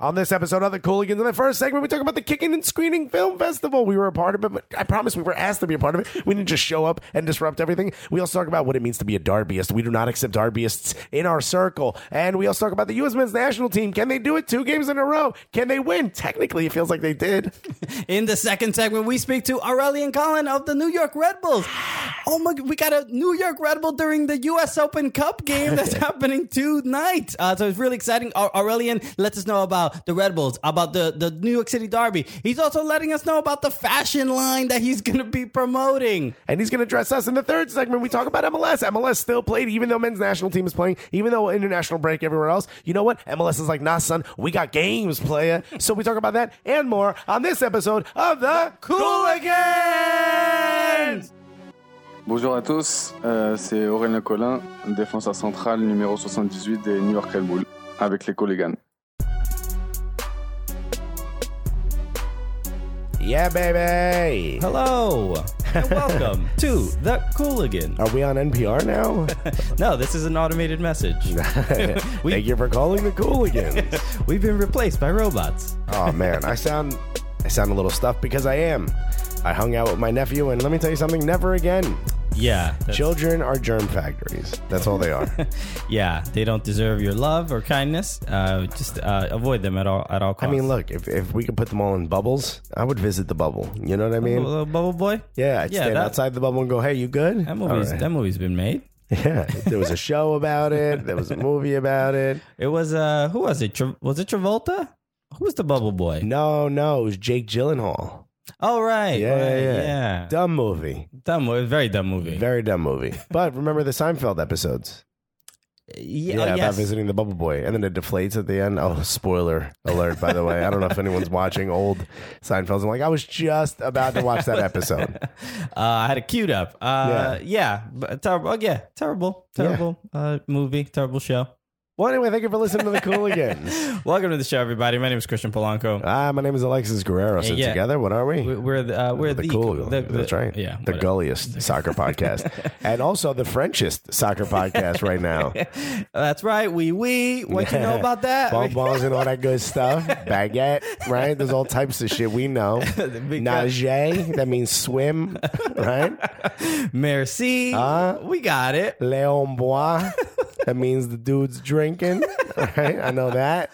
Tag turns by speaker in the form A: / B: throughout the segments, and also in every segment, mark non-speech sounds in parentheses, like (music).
A: On this episode of the Cooligans, in the first segment, we talk about the Kicking and Screening Film Festival. We were a part of it, but I promise we were asked to be a part of it. We didn't just show up and disrupt everything. We also talk about what it means to be a Darbyist. We do not accept Darbyists in our circle. And we also talk about the U.S. men's national team. Can they do it two games in a row? Can they win? Technically, it feels like they did.
B: In the second segment, we speak to Aurelian Collin of the New York Red (sighs) Bulls. Oh my, we got a New York Red Bull during the U.S. Open Cup game (laughs) that's happening tonight. Uh, so it's really exciting. Au- Aurelian lets us know about the Red Bulls, about the, the New York City Derby. He's also letting us know about the fashion line that he's going to be promoting.
A: and he's going to dress us in the third segment. We talk about MLS. MLS still played, even though men's national team is playing, even though international break everywhere else. You know what? MLS is like, nah, son, we got games, playa. so we talk about that and more on this episode of the Cooligans.
C: Bonjour à tous, euh, c'est Aurélien Collin, défenseur central numéro 78 des New York Red Bulls, avec les Collegans.
A: Yeah, baby.
B: Hello (laughs) and welcome to the Cooligan.
A: Are we on NPR now? (laughs)
B: No, this is an automated message. We-
A: Thank you for calling the Cooligans.
B: (laughs) We've been replaced by robots.
A: oh man, I sound I sound a little stuffed because I am. I hung out with my nephew, and let me tell you something: never again.
B: Yeah, that's-
A: Children are germ factories. That's all they
B: (laughs)
A: are.
B: yeah, they don't deserve your love or kindness. Uh, just uh, avoid them at all at all
A: I
B: costs.
A: mean, look, if, if we could put them all in bubbles, I would visit the bubble. You know what I mean?
B: Little Bubble Boy.
A: Yeah, I'd
B: uh, Yeah,
A: stand
B: that-
A: outside the bubble and go, hey, you good?
B: That
A: All
B: movie's
A: right.
B: that movie's been made.
A: (laughs) Yeah, there was a show about it. There was a movie about it.
B: It was uh, who was it? Tra- was it Travolta? Who was the Bubble Boy?
A: No, no, it was Jake Gyllenhaal.
B: Oh right,
A: Yeah, yeah,
B: right,
A: yeah.
B: yeah.
A: Dumb movie.
B: Dumb, mo- very dumb movie.
A: Very dumb movie. But remember the Seinfeld episodes?
B: yeah,
A: Yeah,
B: oh,
A: about
B: yes.
A: visiting the bubble boy. And then it deflates at the end. Oh, spoiler alert, by the way. I don't know if anyone's watching old Seinfelds. I'm like, I was just about to watch that episode.
B: uh, I had it queued up. Uh, yeah, but terrible. Oh, yeah, terrible,
A: Yeah.
B: terrible Uh, movie, terrible show.
A: Well, anyway, thank you for listening to The Cooligans.
B: Welcome to the show, everybody. My name is Christian Polanco.
A: Ah, my name is Alexis Guerrero. So
B: Yeah.
A: together, what are we?
B: We- We're the uh, we're
A: the,
B: the,
A: cool,
B: the-
A: that's
B: the-
A: right.
B: Yeah,
A: the
B: whatever. (laughs)
A: gulliest soccer podcast, and also the Frenchest soccer podcast right
B: (laughs)
A: now.
B: That's right. We we. What you know about that?
A: Bonbons and all that good stuff, baguette, right? There's all types of shit we
B: (laughs)
A: know. Nage, that means swim, right?
B: (laughs) Merci.
A: Uh-huh.
B: we got it.
A: Léon Bois, that means the dude's drinking, right? I know that.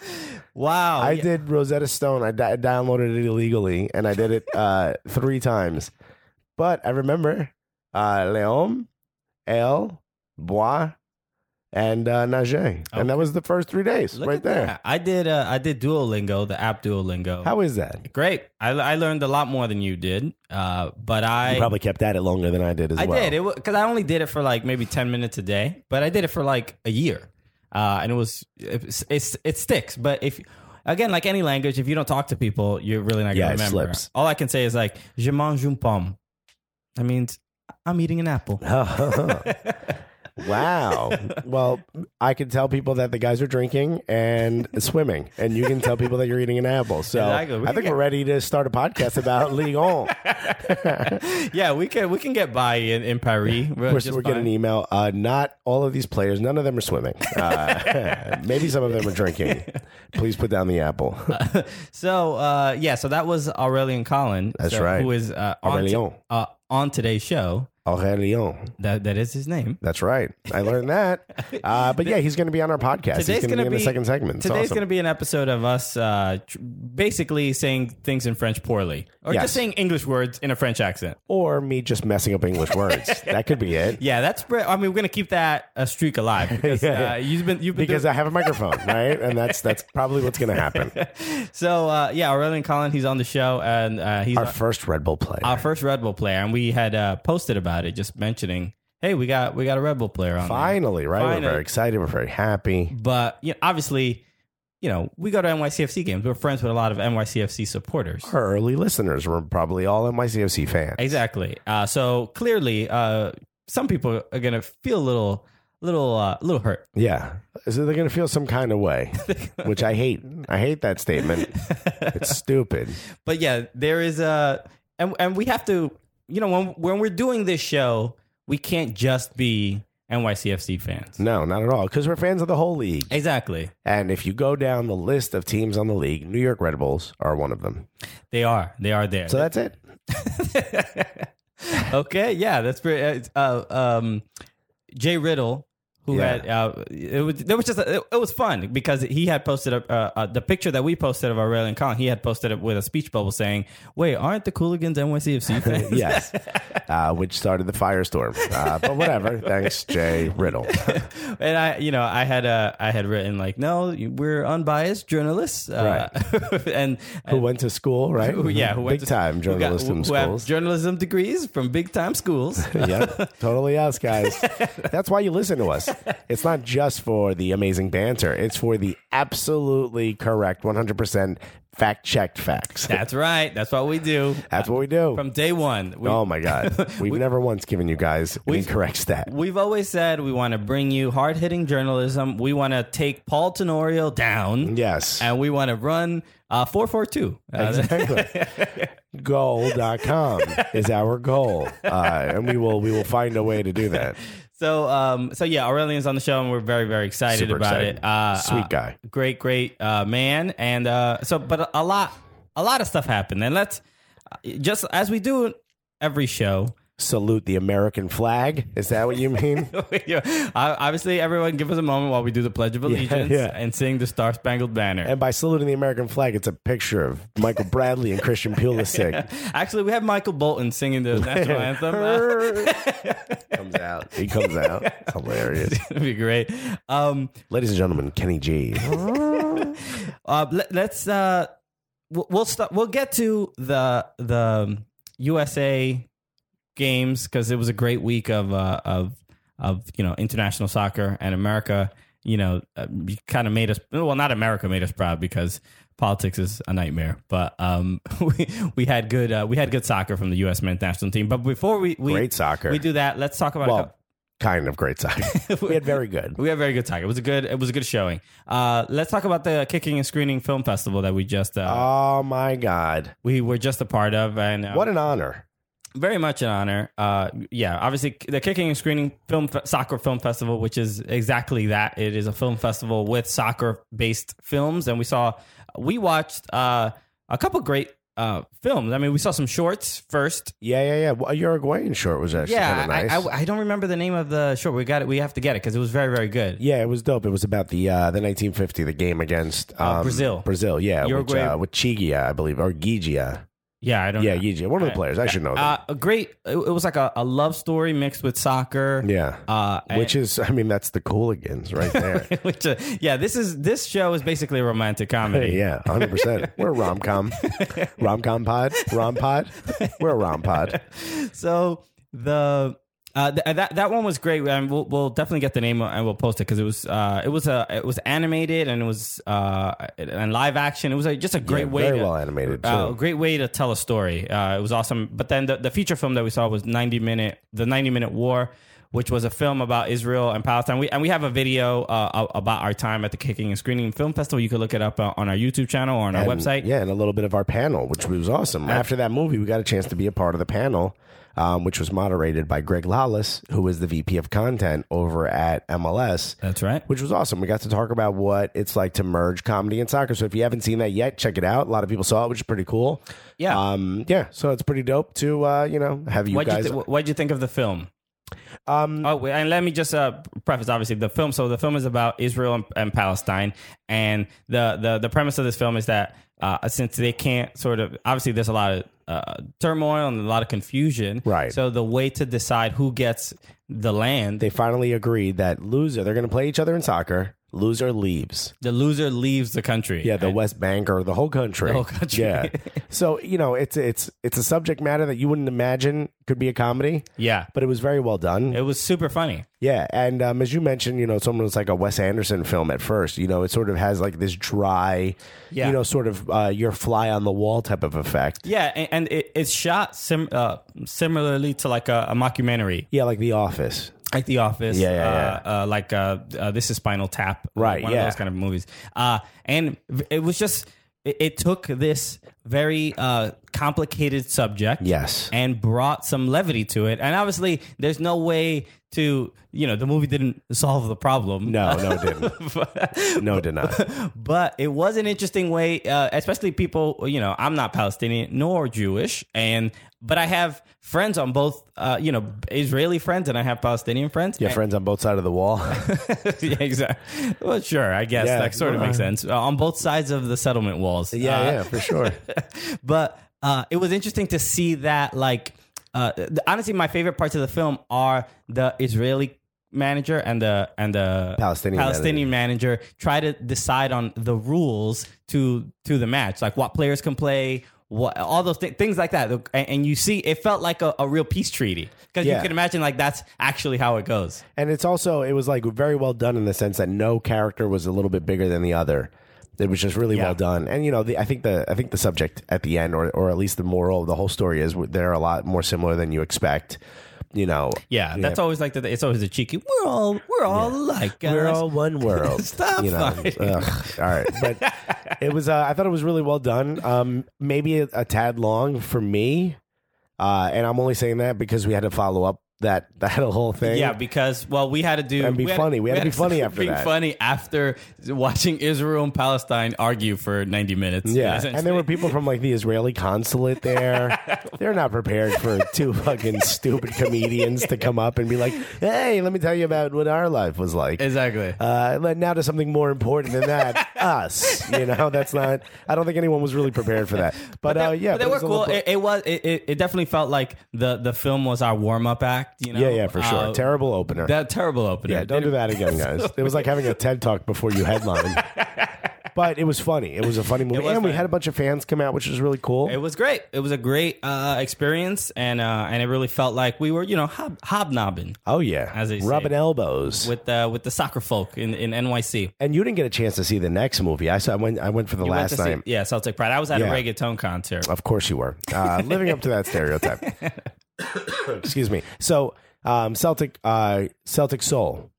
B: Wow.
A: I
B: Oh, Yeah.
A: did Rosetta Stone. I di- downloaded it illegally, and I did it uh, (laughs) three times. But I remember uh, Leom, El, Bois, and uh, Nage, and that was the first three days,
B: Look
A: right
B: at
A: there.
B: that. I did. Uh, I did Duolingo, the app Duolingo.
A: How is that? You
B: Great. I, I learned a lot more than you did. Uh, but I
A: probably kept at it longer than I did as
B: I
A: well. (laughs)
B: did it (laughs) because I only did it for like maybe ten minutes a day, but I did it for like a year, uh, and it was it, it, it sticks. But if again, like any language, if you don't talk to people, you're really not gonna
A: Yeah, it
B: remember.
A: slips.
B: All I can say is like je mange une pomme. That means I'm eating
A: (laughs)
B: an apple.
A: wow. Well, I can tell people that the guys are drinking and swimming, and you can tell people that you're eating an apple. So
B: Exactly. We
A: I
B: can
A: think
B: get-
A: we're ready to start a podcast about Ligon.
B: yeah, we can we can get by in, in Paris. We're,
A: We're,
B: just
A: we're
B: fine.
A: getting an email. Uh, not all of these players. None of them are swimming.
B: (laughs)
A: Uh, (laughs) maybe some of them are drinking. Please put down the apple.
B: So uh, yeah, so that was Aurelian Collin.
A: That's
B: so-
A: right.
B: Who is uh, on,
A: Aurelian.
B: uh, on today's show?
A: Aurelion.
B: That that is his name.
A: That's right. I learned that. Uh, but yeah, he's going to be on our podcast.
B: Today's
A: he's going to
B: gonna
A: be in the
B: be-
A: second segment. It's
B: Today's
A: awesome.
B: going to be an episode of us uh, tr- basically saying things in French poorly, or
A: Yes.
B: just saying English words in a French accent.
A: or me just messing up English words.
B: (laughs)
A: that could be it.
B: Yeah, that's. br- I mean, we're going to keep that uh,
A: (laughs)
B: streak alive because
A: Yeah, yeah.
B: uh, you've been you've been
A: Because
B: doing-
A: I have a microphone, right? And that's that's probably what's going to
B: (laughs)
A: happen.
B: so uh, yeah, Aurelian Collin, he's on the show and uh, he's
A: Our
B: our,
A: first Red Bull player.
B: our first Red Bull player, and we had uh, posted about it, just mentioning, hey, we got we got a Red Bull player on. there.
A: Finally, right?
B: Finally.
A: We're very excited. We're very happy.
B: But you know, obviously, you know, we go to NYCFC games. We're friends with a lot of NYCFC supporters.
A: Our early listeners were probably all NYCFC fans.
B: Exactly. Uh, so clearly, uh, some people are gonna feel a little, little, uh, little hurt.
A: Yeah. So they're going to feel some kind of
B: (laughs)
A: way, which I hate. I hate that statement. It's stupid.
B: But yeah, there is a, and and we have to you know, when when we're doing this show, we can't just be NYCFC fans.
A: No, not at all. Because we're fans of the whole league.
B: Exactly.
A: And if you go down the list of teams on the league, New York Red Bulls are one of them.
B: They are. They are there.
A: So that's
B: (laughs)
A: it.
B: okay, yeah, that's pretty. Uh, um, Jay Riddle, who
A: Yeah.
B: had uh, it was there was just a, it, it was fun because he had posted a, uh, uh, the picture that we posted of Aurelian Khan. He had posted it with a speech bubble saying, "Wait, aren't the
A: (laughs)
B: Cooligans NYCFC fans?"
A: Yes. uh, which started the firestorm. Uh, but
B: (laughs)
A: whatever. Thanks, Jay Riddle.
B: and I, you know, I had uh, I had written like, "No, you- we're unbiased journalists," uh, (laughs) and
A: who went to school, right?
B: who- yeah, who went
A: Big
B: to-
A: time
B: who got-
A: journalism
B: who have
A: schools.
B: journalism degrees from big time schools.
A: (laughs) yep, totally us, guys. That's why you listen to us. It's not just for the amazing banter, it's for the absolutely correct, 100% fact checked facts.
B: That's right. That's what we do
A: That's what we do.
B: from day one. (laughs) We,
A: oh, my God. We've never once given you guys an incorrect stat.
B: We've always said we want to bring you hard hitting journalism. We want to take Paul Tenorio down.
A: Yes.
B: And we want to run uh, 442. Uh,
A: Exactly. Goal.com is our goal. Uh, and we will we will find a way to do that.
B: so, um, so yeah, Aurelian's on the show and we're very, very excited
A: Super
B: about
A: excited.
B: it. Uh,
A: Sweet
B: uh,
A: guy.
B: Great, great uh, man. And uh, so, but a, a lot, a lot of stuff happened. And let's uh, just, as we do every show, (laughs)
A: Salute the American flag. Is that what you mean?
B: Yeah. Uh, obviously, everyone give us a moment while we do the Pledge of Allegiance
A: yeah.
B: and sing the Star Spangled Banner.
A: And by saluting the American flag, it's a picture of Michael Bradley and Christian Pulisic.
B: Actually, we have Michael Bolton singing
A: (laughs)
B: the national anthem. (laughs)
A: comes out. He comes out. It's hilarious.
B: (laughs) That'd be great. Um,
A: Ladies and gentlemen, Kenny G.
B: uh, let, us uh, we'll, we'll start. We'll get to the the USA games because it was a great week of uh, of of you know international soccer and America. You know, uh, kind of made us well. Not America made us proud because politics is a nightmare. But um, (laughs) we we had good uh, we had good soccer from the U.S. men's national team. But before we, we
A: Great soccer.
B: we do that. Let's talk about a couple-
A: Well, kind of great soccer. We had very good.
B: (laughs) We had very good talk. It was a good. It was a good showing. Uh, let's talk about the kicking and screening film festival that we just uh,
A: Oh my God.
B: we were just a part of, and uh,
A: What an honor.
B: very much an honor. Uh, yeah, obviously the kicking and screening film Fe- soccer film festival, which is exactly that. It is a film festival with soccer based films, and we saw we watched uh, a couple great uh, films. I mean, we saw some shorts first.
A: Yeah, yeah, yeah. Well, a Uruguayan short was actually
B: Yeah,
A: kind of nice.
B: I, I, I don't remember the name of the short. We got it. We have to get it because it was very very good.
A: yeah, it was dope. It was about the uh, the 1950, the game against um,
B: Oh, Brazil.
A: Brazil, yeah. Which,
B: Uruguay-
A: uh, with Chigia, I believe, or Gigia.
B: Yeah, I don't.
A: Yeah,
B: know.
A: Gigia. One of the players. I should know
B: Uh,
A: that.
B: a great. It it was like a, a love story mixed with soccer.
A: yeah.
B: Uh,
A: Which is, I mean, that's the Cooligans right
B: (laughs)
A: there.
B: which uh, yeah, this is this show is basically a romantic
A: (laughs)
B: comedy.
A: Yeah, 100%. We're a rom
B: (laughs)
A: com. Rom com pod? Rom pod? We're a rom pod.
B: So the. Uh, th- that that one was great, and we'll, we'll definitely get the name and we'll post it because it was uh, it was a it was animated and it was uh, and live action. It was a, just a (laughs) great
A: Yeah,
B: way,
A: very
B: to,
A: well animated,
B: uh,
A: too.
B: great way to tell a story. Uh, it was awesome. But then the, the feature film that we saw was ninety minute the ninety minute war, which was a film about Israel and Palestine. We and we have a video uh, about our time at the Kicking and Screening Film Festival. You can look it up uh, on our YouTube channel or on our
A: And,
B: website.
A: Yeah, and a little bit of our panel, which was awesome. After that movie, we got a chance to be a part of the panel, um, which was moderated by Greg Lawless, who is the VP of content over at MLS.
B: That's right.
A: Which was awesome. We got to talk about what it's like to merge comedy and soccer. So if you haven't seen that yet, check it out. A lot of people saw it, which is pretty cool.
B: Yeah.
A: Um, yeah. So it's pretty dope to uh, you know, have you
B: What'd
A: guys
B: you, th- what'd you think of the film? Um, oh, wait, and let me just uh, preface, obviously, the film. So the film is about Israel and, and Palestine, and the, the the premise of this film is that uh, since they can't sort of obviously there's a lot of uh, turmoil and a lot of confusion,
A: Right.
B: So the way to decide who gets the land,
A: they finally agreed that loser, they're gonna play each other in soccer. Loser leaves.
B: the loser leaves the country.
A: Yeah, the West Bank or the whole country. The
B: whole country.
A: Yeah. (laughs) so you know, it's it's it's a subject matter that you wouldn't imagine could be a comedy,
B: yeah.
A: but it was very well done.
B: It was super funny.
A: yeah, and um, as you mentioned, you know, someone was like a Wes Anderson film at first. You know, it sort of has like this dry,
B: Yeah.
A: you know, sort of uh, your fly on the wall type of effect.
B: Yeah, and, and it, it's shot sim- uh, similarly to like a, a mockumentary.
A: Yeah, like The Office.
B: like The Office,
A: Yeah, yeah,
B: uh, Uh, like uh, uh, this is Spinal Tap,
A: Right,
B: One
A: yeah.
B: of those kind of movies. Uh, and v- it was just it, it took this very uh, complicated subject,
A: Yes.
B: and brought some levity to it. And obviously, there's no way to you know the movie didn't solve the problem.
A: No, no, it didn't. no, it did (laughs) not.
B: (laughs) but it was an interesting way, uh, especially people. You know, I'm not Palestinian nor Jewish, and but I have friends on both. Uh, you know, Israeli friends, and I have Palestinian friends.
A: Yeah, friends on both sides of the wall. (laughs)
B: (laughs) yeah, exactly. Well, sure, I guess
A: Yeah,
B: that sort of
A: well,
B: makes sense uh, on both sides of the settlement walls.
A: Yeah,
B: Uh,
A: yeah, for sure.
B: but uh, it was interesting to see that like uh, th- honestly my favorite parts of the film are the israeli manager and the and the
A: Palestinian
B: Palestinian manager. try to decide on the rules to to the match like what players can play what, all those th- things like that and, and you see it felt like a, a real peace treaty because
A: Yeah.
B: you can imagine like that's actually how it goes
A: And it's also it was like very well done in the sense that no character was a little bit bigger than the other. It was just really
B: Yeah.
A: well done. And you know, the, I think the I think the subject at the end, or or at least the moral of the whole story, is they're a lot more similar than you expect. You know,
B: yeah, that's always like the it's always a cheeky we're all we're all like
A: We're all one (laughs) world.
B: Stop
A: You know,
B: fighting.
A: ugh, all right, (laughs) but it was. Uh, I thought it was really well done. Um, maybe a, a tad long for me, uh, and I'm only saying that because we had to follow up that (laughs) that whole thing.
B: Yeah, because well, we had to do
A: And be
B: we had-
A: funny. We had to be
B: (laughs)
A: funny after
B: be
A: that.
B: funny after watching Israel and Palestine argue for ninety minutes.
A: Yeah,
B: essentially.
A: and there were people from like the Israeli consulate
B: (laughs)
A: there. They're not prepared for two fucking stupid comedians to come up and be like, "Hey, let me tell you about what our life was like."
B: exactly.
A: Uh, but now to something more important than
B: (laughs)
A: that, us. You know, that's not. I don't think anyone was really prepared for that. But, uh,
B: They-
A: yeah,
B: but they
A: it
B: were
A: was a
B: cool.
A: little-
B: It, it was it, it, it definitely felt like the the film was our warm up act. You know,
A: yeah, yeah, for sure.
B: Uh,
A: Terrible opener.
B: that terrible opener.
A: yeah, don't do that
B: (laughs)
A: again, guys. It was like having a TED talk before you headline. But it was funny. It was a funny movie,
B: was
A: and we
B: funny.
A: had a bunch of fans come out, which was really cool.
B: It was great. It was a great uh, experience, and uh, and it really felt like we were, you know, hob- hobnobbing
A: oh yeah,
B: As they say.
A: rubbing elbows.
B: with uh, with the soccer folk in, in NYC.
A: and you didn't get a chance to see the next movie. I saw. I went. I went for the
B: Went
A: last
B: to see-
A: time.
B: yeah, Celtic Pride. I was at
A: Yeah.
B: a reggaeton concert.
A: Of course, you were
B: (laughs)
A: uh, living up to that stereotype. Excuse me. So, um, Celtic, uh, Celtic Soul.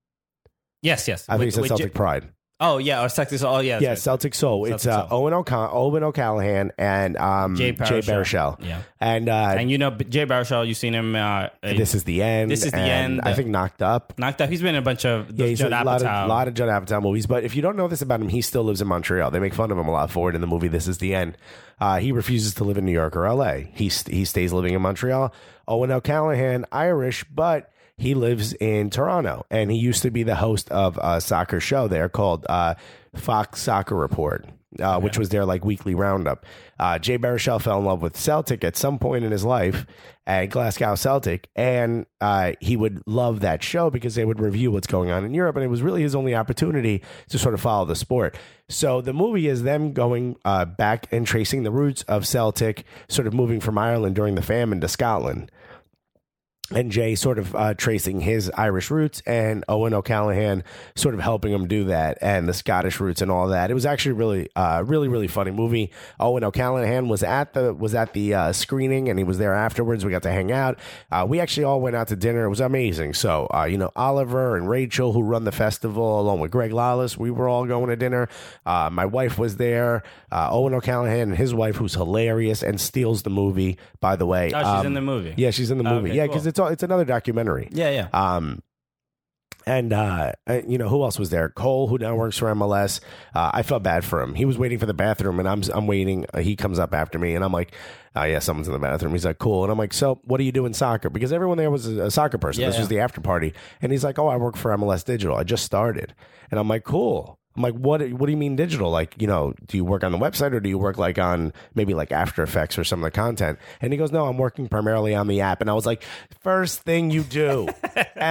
B: Yes, yes.
A: I think
B: With-
A: you said
B: with
A: Celtic
B: J-
A: Pride.
B: Oh yeah, or Sexy Soul. Oh yeah, that's
A: Yeah,
B: right.
A: Celtic Soul. it's
B: Celtic
A: uh, Owen, O'Con- Owen O'Callahan and um,
B: Jay Baruchel.
A: Baruchel.
B: Yeah.
A: and, uh,
B: and you know B- Jay Baruchel. You've seen him. Uh,
A: this is the end.
B: This Is the
A: and
B: End.
A: I think knocked up.
B: knocked up. He's been in a bunch of
A: Yeah,
B: those
A: he's
B: Judd
A: a lot
B: Apatow.
A: of, lot of Judd Apatow movies. But if you don't know this about him, he still lives in Montreal. They make fun of him a lot for it in the movie This Is the End. Uh, he refuses to live in New York or L.A. He, st- he stays living in Montreal. Owen O'Callahan, Irish, but he lives in Toronto. And he used to be the host of a soccer show there called uh, Fox Soccer Report. Uh, which was their like weekly roundup. Uh, Jay Baruchel fell in love with Celtic at some point in his life at Glasgow Celtic, and uh, he would love that show because they would review what's going on in Europe, and it was really his only opportunity to sort of follow the sport. So the movie is them going uh, back and tracing the roots of Celtic, sort of moving from Ireland during the famine to Scotland and Jay sort of uh, tracing his Irish roots and Owen O'Callahan sort of helping him do that and the Scottish roots and all that. It was actually really, uh, really, really funny movie. Owen O'Callahan was at the was at the uh, screening and he was there afterwards. We got to hang out. Uh, we actually all went out to dinner. It was amazing. So uh, you know Oliver and Rachel who run the festival along with Greg Lawless, we were all going to dinner. Uh, my wife was there. Uh, Owen O'Callahan and his wife, who's hilarious and steals the movie. By the way, Um,
B: Oh, she's in the movie.
A: Yeah, she's in the
B: Oh,
A: movie.
B: okay,
A: yeah,
B: cool.
A: because it's all, it's another documentary.
B: yeah, yeah.
A: Um, and uh, uh, you know who else was there? Cole, who now works for MLS. Uh, I felt bad for him. He was waiting for the bathroom, and I'm I'm waiting. Uh, he comes up after me, and I'm like, "Oh yeah, someone's in the bathroom." He's like, "Cool," and I'm like, "So what do you do in soccer?" Because everyone there was a, a soccer person.
B: Yeah,
A: this was
B: yeah.
A: the after party, and he's like, "Oh, I work for MLS Digital. I just started," and I'm like, "Cool." I'm like, what? What do you mean digital? Like, you know, do you work on the website or do you work like on maybe like After Effects or some of the content? And he goes, no, I'm working primarily on the app. And I was like, first thing you do,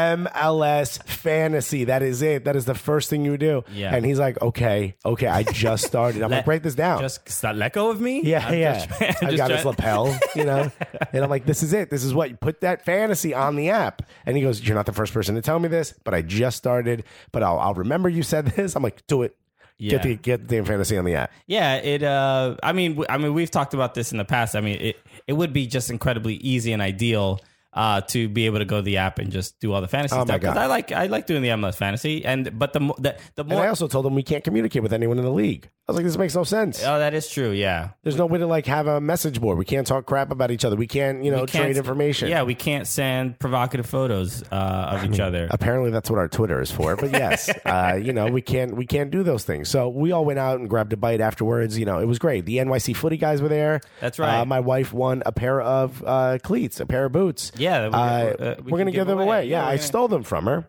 A: MLS fantasy. That is it. That is the first thing you do.
B: Yeah.
A: And he's like, okay, okay, I just started. I'm like, write this down.
B: Just stop, let go of me.
A: yeah,
B: I'm
A: yeah.
B: just (laughs) trying-
A: I've
B: just
A: got his
B: trying-
A: lapel, you
B: (laughs)
A: know, and I'm like, this is it. This is what you put that fantasy on the app. And he goes, you're not the first person to tell me this, but I just started. But I'll, I'll remember you said this. I'm like, do it.
B: Yeah.
A: Get the get the damn fantasy on the app.
B: Yeah, it. Uh, I mean, w- I mean, we've talked about this in the past. I mean, it it would be just incredibly easy and ideal. uh, to be able to go to the app and just do all the fantasy
A: Oh, my
B: stuff. 'Cause
A: God.
B: I like I like doing the MLS fantasy, and but the mo- the, the
A: And
B: more
A: I also told them we can't communicate with anyone in the league. I was like, this makes no sense.
B: oh that is true, yeah.
A: There's no way to like have a message board. We can't talk crap about each other. We can't, you know,
B: can't-
A: trade information.
B: Yeah, we can't send provocative photos uh, of each other.
A: Apparently that's what our Twitter is for. But
B: (laughs)
A: yes, uh, you know, we can't we can't do those things. So we all went out and grabbed a bite afterwards. You know, it was great. The NYC footy guys were there.
B: That's right.
A: Uh, my wife won a pair of uh, cleats, a pair of boots.
B: Yeah, we-
A: uh,
B: uh, we
A: we are
B: can
A: gonna give them away. Yeah,
B: we're
A: I
B: gonna-
A: stole them from
B: (laughs)
A: her.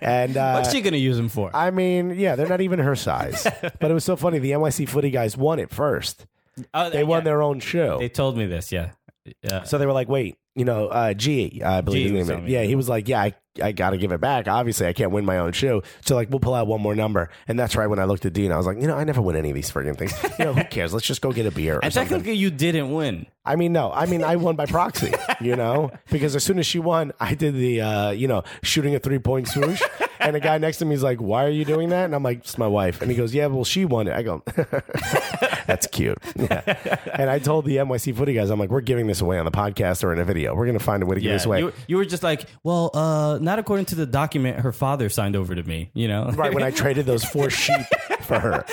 A: and uh,
B: What's she gonna use them for?
A: I mean, yeah, they're not even her size.
B: (laughs)
A: but it was so funny. The NYC footy guys won it first.
B: Oh,
A: They won
B: yeah.
A: their own show.
B: They told me this. Yeah. Yeah.
A: So they were like, wait, you know, uh, G, I believe
B: G
A: his
B: was
A: name
B: on
A: is.
B: me.
A: Yeah, he was like, yeah, I, I got to give it back. Obviously, I can't win my own shoe. So, like, we'll pull out one more number. And that's right when I looked at Dean, I was like, you know, I never win any of these friggin' things. You know,
B: (laughs)
A: who cares? Let's just go get a beer or
B: and
A: something.
B: technically, you didn't win.
A: I mean, no. I mean, I won by proxy, you know, because as soon as she won, I did the, uh, you know, shooting a three point swoosh. And a guy next to me is like, why are you doing that? And I'm like, it's my wife. And he goes, yeah, well, she won it. I go, (laughs) that's cute. Yeah. And I told the NYC footy guys, I'm like, we're giving this away on the podcast or in a video. We're going to find a way to give this away.
B: You, you were just like, well, uh, not according to the document her father signed over to me. You know.
A: right when I traded those four sheep for her.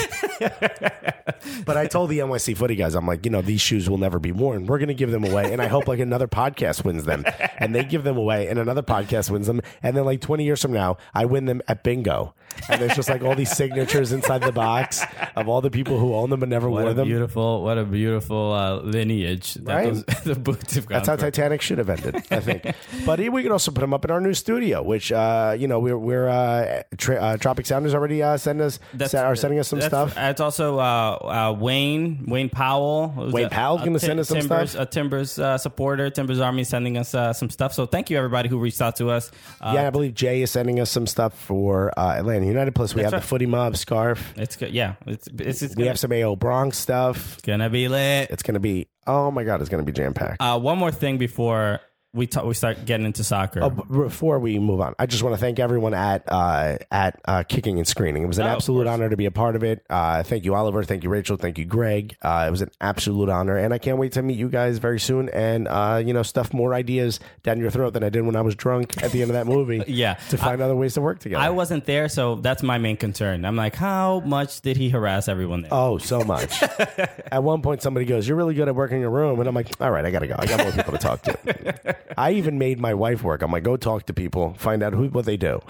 A: But I told the NYC footy guys, I'm like, you know, these shoes will never be worn. We're going to give them away. And I hope like another podcast wins them. And they give them away and another podcast wins them. And then like 20 years from now, I win them at bingo. And there's just like all these signatures inside the box of all the people who own them but never
B: (laughs) What
A: wore
B: a
A: them.
B: beautiful, what a beautiful uh, lineage that
A: Right?
B: those, (laughs) the boots have gone
A: That's how
B: through.
A: Titanic should have ended, I think. but we can also put them up in our new studio, which uh, you know we're we're uh, tra- uh, Tropic Sound is already uh, sending us are sending us some
B: that's-
A: stuff.
B: That's also uh, uh, Wayne Wayne Powell. who's
A: Wayne
B: a-
A: Powell's
B: a
A: gonna
B: Tim-
A: send us some
B: Timbers,
A: stuff.
B: A Timbers uh, supporter, Timbers Army, sending us uh, some stuff. So thank you everybody who reached out to us. Uh,
A: yeah, I believe Jay is sending us some stuff for uh, Atlanta United. Plus, we have the Footy Mob scarf.
B: it's good. Yeah, it's it's, it's
A: We
B: gonna,
A: have some AO Bronx stuff.
B: gonna be lit.
A: It's going to be, oh my God, it's going to be jam packed.
B: Uh, one more thing before we ta- we start getting into soccer.
A: Oh, Before we move on, I just want to thank everyone at uh, at uh, Kicking and Screening. It was an
B: Oh, of
A: absolute
B: course.
A: honor to be a part of it. Uh, thank you, Oliver. Thank you, Rachel. Thank you, Greg. Uh, it was an absolute honor, and I can't wait to meet you guys very soon. And uh, you know, stuff more ideas down your throat than I did when I was drunk at the end of that movie.
B: (laughs) Yeah.
A: to find other ways to work together.
B: I wasn't there, so that's my main concern. I'm like, how much did he harass everyone there?
A: Oh, so much.
B: (laughs)
A: at one point, somebody goes, You're really good at working your room. And I'm like, All right, I got to go. I got more people to talk
B: (laughs)
A: to. I even made my wife work. I'm like, Go talk to people, find out who what they
B: (laughs)
A: do.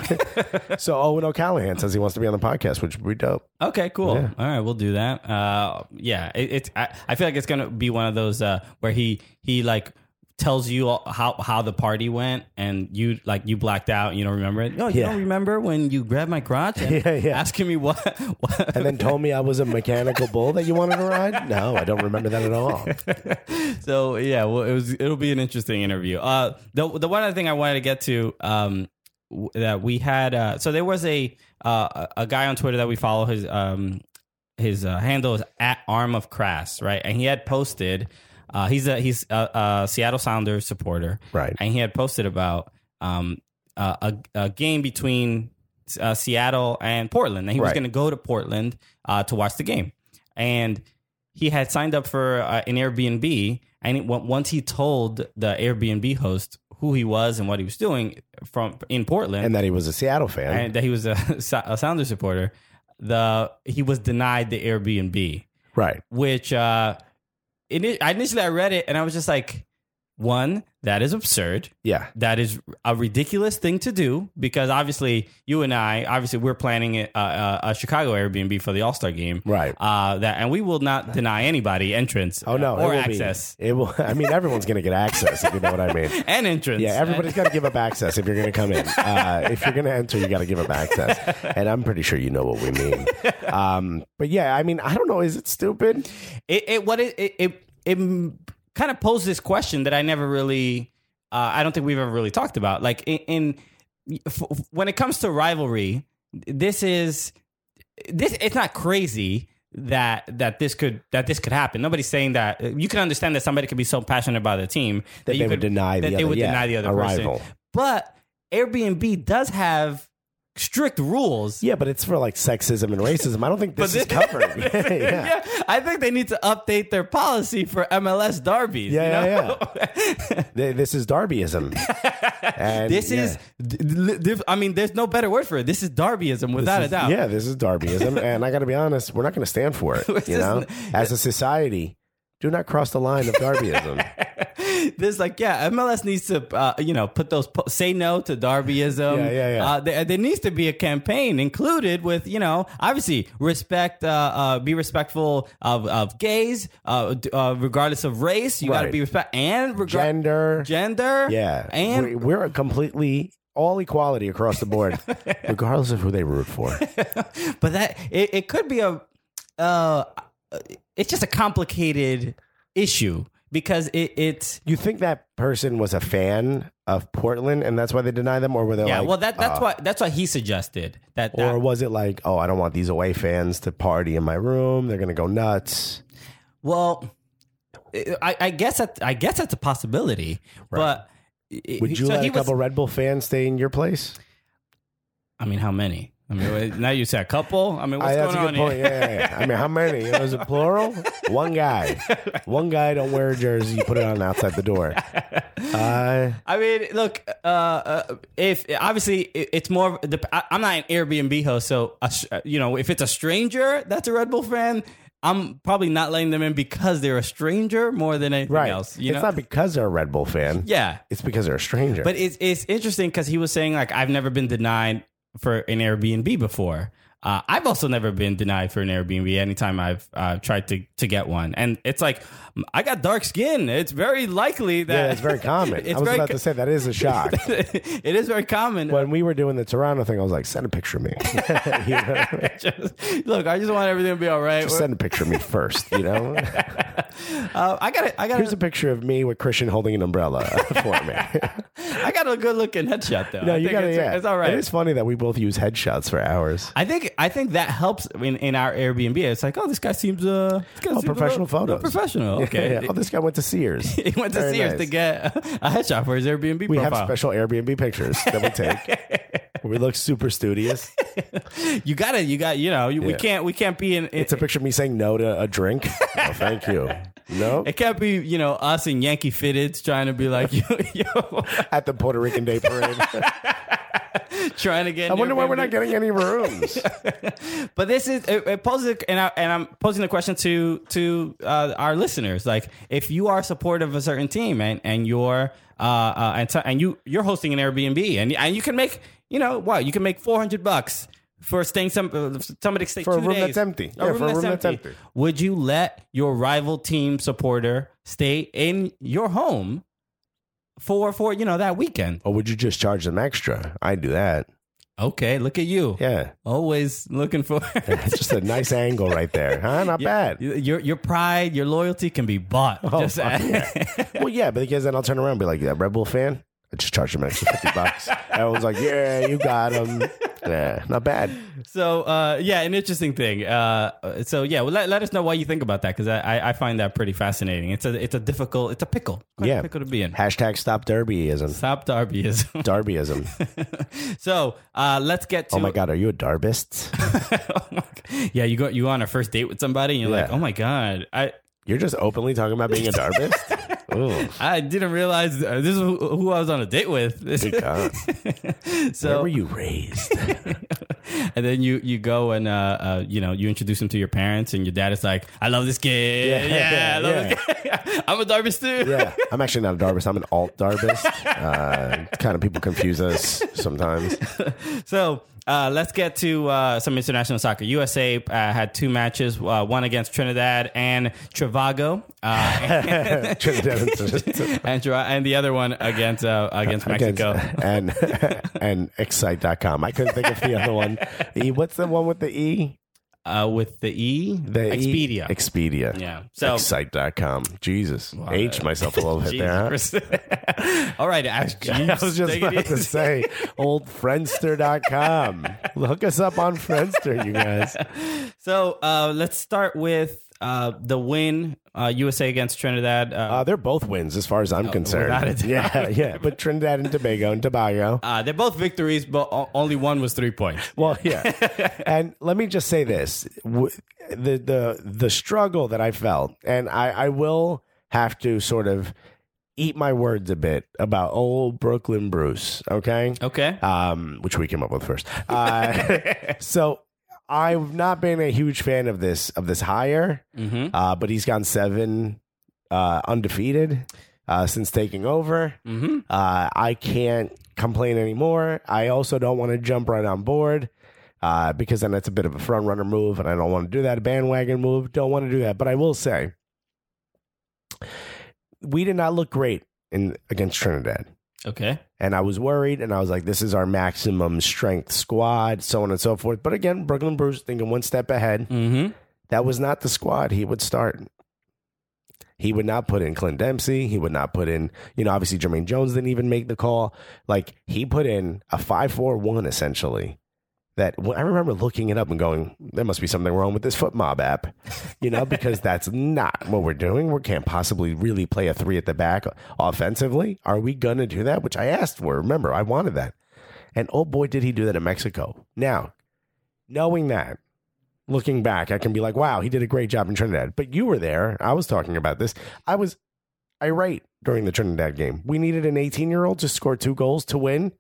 A: so Owen O'Callahan says he wants to be on the podcast, which would be dope.
B: Okay, cool. All right, we'll do that. Uh, yeah, it, it's. I, I feel like it's gonna be one of those uh, where he he like tells you all how how the party went, and you like you blacked out, and you don't remember it. No, you
A: Yeah.
B: don't remember when you grabbed my crotch
A: (laughs)
B: and
A: Yeah, yeah.
B: asking me what. (laughs) what?
A: And then told me I was a mechanical bull that you wanted to ride. No, I don't remember that at all.
B: so yeah, well, it was. It'll be an interesting interview. Uh, the the one other thing I wanted to get to, um, w- that we had. Uh, so there was a uh, a guy on Twitter that we follow. His um his uh, handle is at Arm of Crass, right? And he had posted. Uh, he's a he's a, a Seattle Sounders supporter,
A: Right.
B: And he had posted about um uh, a a game between uh, Seattle and Portland, and he was
A: Right.
B: going to go to Portland uh, to watch the game, and he had signed up for uh, an Airbnb, and it, on- once he told the Airbnb host who he was and what he was doing from in Portland,
A: And that he was a Seattle fan.
B: and that he was a, (laughs) a Sounder supporter, the he was denied the Airbnb,
A: right.
B: which uh, ini I initially I read it and I was just like, one, that is absurd.
A: Yeah.
B: That is a ridiculous thing to do because obviously you and I, obviously we're planning a, a, a Chicago Airbnb for the All Star game,
A: Right.
B: Uh, that and we will not deny anybody entrance.
A: Oh, no.
B: or
A: it will
B: access
A: Be, it will, I mean, everyone's going to get access, if you know what I mean.
B: and entrance.
A: Yeah, everybody's got to give up access if you're going to come
B: (laughs)
A: in. Uh, if you're going to enter, you got to give up access. And I'm pretty sure you know what we mean. Um, but yeah, I mean, I don't know. Is it stupid?
B: it, it what it it, it, it kind of posed this question that I never really uh, I don't think we've ever really talked about. Like in, in f- f- when it comes to rivalry, this is this it's not crazy that that this could that this could happen. Nobody's saying that you can understand that somebody could be so passionate about a team that, you
A: they would
B: could-
A: deny the
B: that they
A: other-
B: would
A: yeah,
B: deny the other
A: a
B: person.
A: rival.
B: But Airbnb does have strict rules.
A: Yeah, but it's for like sexism and racism. I don't think this is covered. yeah, (laughs) yeah.
B: (laughs) Yeah, I think they need to update their policy for MLS derbies. you
A: Yeah,
B: know?
A: yeah, yeah. Th- this is Darbyism. And,
B: (laughs) This
A: yeah.
B: is, th- th- I mean, there's no better word for it. This is Darbyism, without
A: This
B: a
A: is-
B: doubt.
A: Yeah, this is
B: (laughs)
A: Darbyism, and I got to be honest, we're not going to stand for it. You
B: is-
A: know, as a society, do not cross the line of
B: (laughs)
A: Darbyism.
B: This like, yeah, MLS needs to, uh, you know, put those po- say no to Darbyism.
A: Yeah, yeah, yeah.
B: Uh, there, there needs to be a campaign included with, you know, obviously respect, uh, uh, be respectful of, of gays, uh, d- uh, regardless of race. You got to
A: Right.
B: be respect and regar-
A: Gender,
B: gender.
A: yeah,
B: (laughs) and
A: we, we're completely all equality across the
B: (laughs)
A: board, regardless of who they root for.
B: but that it, it could be a uh it's just a complicated issue because it it's
A: You think that person was a fan of Portland, and that's why they deny them, or were they
B: yeah
A: like,
B: well that that's
A: uh,
B: why that's why he suggested that, that
A: Or was it like, oh, I don't want these away fans to party in my room. They're going to go nuts.
B: well I, I guess that I guess that's a possibility but it-
A: Would you
B: so
A: let
B: he
A: a couple
B: was,
A: Red Bull fans stay in your place?
B: I mean how many I
A: (laughs)
B: mean now you say a couple I mean what's
A: I-
B: going on here
A: point. Yeah, yeah, yeah. I mean, how many? It was a
B: (laughs)
A: plural. One guy. One guy don't wear a jersey. You put it on outside the
B: (laughs)
A: door. Uh,
B: I mean, look, uh, uh, if obviously it- it's more, of the, I, I'm not an Airbnb host, so a, s- uh, you know, if it's a stranger that's a Red Bull fan, I'm probably not letting them in because they're a stranger more than anything
A: right.
B: else. You
A: it's
B: know,
A: not because they're a Red Bull fan.
B: yeah.
A: It's because they're a stranger.
B: But it's it's interesting because he was saying like I've never been denied for an Airbnb before. Uh, I've also never been denied for an Airbnb anytime I've uh, tried to to get one, and it's like I got dark skin. It's very likely that
A: yeah, it's
B: (laughs)
A: very common. I was about to say that is a shock.
B: it is very common.
A: when we were doing the Toronto thing, I was like, send a picture
B: (laughs)
A: of me. You know?
B: Just- look, I just want everything to be all right.
A: Just send a picture of me first, you know?
B: Uh, I got a, I got
A: Here's
B: a,
A: a picture of me with Christian holding an umbrella (laughs) for
B: (laughs)
A: me.
B: I got a good looking headshot though.
A: No,
B: I
A: you
B: think
A: gotta,
B: it's,
A: yeah.
B: it's all right.
A: It is funny that we both use headshots for hours.
B: I think I think that helps in, in our Airbnb. It's like, oh, this guy seems uh, this guy
A: Oh,
B: seems a
A: professional
B: little-
A: photos.
B: professional. Okay,
A: (laughs) Yeah, yeah. Oh, this guy went to Sears.
B: (laughs) he went to
A: Very
B: Sears
A: nice.
B: to get (laughs) a headshot for his Airbnb
A: We have
B: profile.
A: special Airbnb pictures that we take.
B: (laughs)
A: we look super studious.
B: you got to You got. You know. You, We
A: Yeah.
B: can't. We can't be in. in
A: It's a picture of me saying no to a drink. Oh, thank
B: (laughs)
A: you. No.
B: it can't be, you know, us in Yankee fitteds trying to be like, (laughs) yo, yo
A: At the Puerto Rican Day Parade.
B: trying to get.
A: I wonder why we're not getting any rooms.
B: But this is it, it poses a, and I, and I'm posing the question to to uh, our listeners. Like, if you are supportive of a certain team and and you're uh, uh and, t- and you you're hosting an Airbnb and and you can make you know what you can make four hundred bucks for staying some uh, somebody to stay
A: For a
B: two
A: room
B: days.
A: that's empty. Yeah, for a room that's empty.
B: Would you let your rival team supporter stay in your home for for you know that weekend?
A: (laughs) or would you just charge them extra? I'd do that.
B: Okay, look at you.
A: Yeah.
B: Always looking
A: (laughs)
B: for
A: It's just a nice angle right there. Huh? Not bad.
B: Y- Your your pride, your loyalty can be bought. Just-
A: Oh, fuck Well, yeah, but because then I'll turn around and be like, that Red Bull fan? I just charged him an extra (laughs) 50 bucks. Everyone's like, yeah, you got him. Yeah, not bad.
B: (laughs) so uh, yeah, an interesting thing. Uh, so yeah, well, let, let us know what you think about that because I, I, I find that pretty fascinating. It's a it's a difficult, it's a pickle, quite
A: Yeah.
B: a pickle to be in.
A: Hashtag stop derbyism.
B: Stop Darbyism.
A: Darbyism. (laughs)
B: (laughs) so uh, let's get to. (laughs)
A: Oh my God, are you a darbist?
B: Oh my God. yeah, you go you go on a first date with somebody, and you're like,
A: Yeah.
B: oh my god, I
A: You're just openly talking about being a (laughs) darbist? Ooh,
B: I didn't realize uh, this is who, who I was on a date with. (laughs)
A: good God.
B: so
A: Where were you raised?
B: and then you you go and uh, uh you know you introduce him to your parents and your dad is like i love this kid
A: (laughs)
B: yeah,
A: Yeah,
B: i love this kid i'm a darby too
A: Yeah, I'm actually not a darbist. I'm an alt darbist. Uh, kind of people confuse us
B: (laughs)
A: sometimes.
B: (laughs) so uh, let's get to uh, some international soccer. USA uh, had two matches, uh, one against Trinidad and Trivago, uh,
A: (laughs)
B: and,
A: Trinidad and Tobago.
B: and, Tri- and the other one against uh, against Mexico.
A: and and excite.com. I couldn't think of the other one. E, what's the one with the E?
B: Uh, with the E,
A: The E-
B: Expedia.
A: Expedia.
B: Yeah. So-
A: excite.com. Jesus. Aged myself a little bit there. huh?
B: Jesus. (laughs) All right, Ash.
A: (laughs) I was just about to say old friendster.com. Hook us up on Friendster, you guys.
B: So uh, let's start with uh, the win, uh, USA against Trinidad. Uh,
A: Uh, they're both wins as far as I'm concerned.
B: Oh, without a doubt.
A: Yeah, yeah. But Trinidad and Tobago and Tobago.
B: uh, they're both victories, but o- only one was three points.
A: Well, (laughs) yeah. and let me just say this: W- the the the struggle that I felt, and I I will have to sort of eat my words a bit about old Brooklyn Bruce. Okay.
B: Okay.
A: Um, which we came up with first. Uh, (laughs) so I've not been a huge fan of this of this hire,
B: Mm-hmm.
A: uh, but he's gone seven uh, undefeated uh, since taking over.
B: Mm-hmm.
A: Uh, I can't complain anymore. I also don't want to jump right on board uh, because then that's a bit of a front runner move, and I don't want to do that. A bandwagon move. Don't want to do that. But I will say, we did not look great in against Trinidad.
B: Okay.
A: And I was worried, and I was like, this is our maximum strength squad, so on and so forth. But again, Brooklyn Bruce thinking one step ahead.
B: Mm-hmm.
A: That was not the squad he would start. He would not put in Clint Dempsey. He would not put in, you know, obviously Jermaine Jones didn't even make the call. Like he put in a 5 4 1 essentially. That well, I remember looking it up and going, there must be something wrong with this foot mob app, you know, because that's not what we're doing. We can't possibly really play a three at the back offensively. Are we going to do that? Which I asked for. Remember, I wanted that. And oh boy, did he do that in Mexico. Now, knowing that, looking back, I can be like, wow, he did a great job in Trinidad. But you were there. I was talking about this. I was irate during the Trinidad game. We needed an 18 year old to score two goals to win.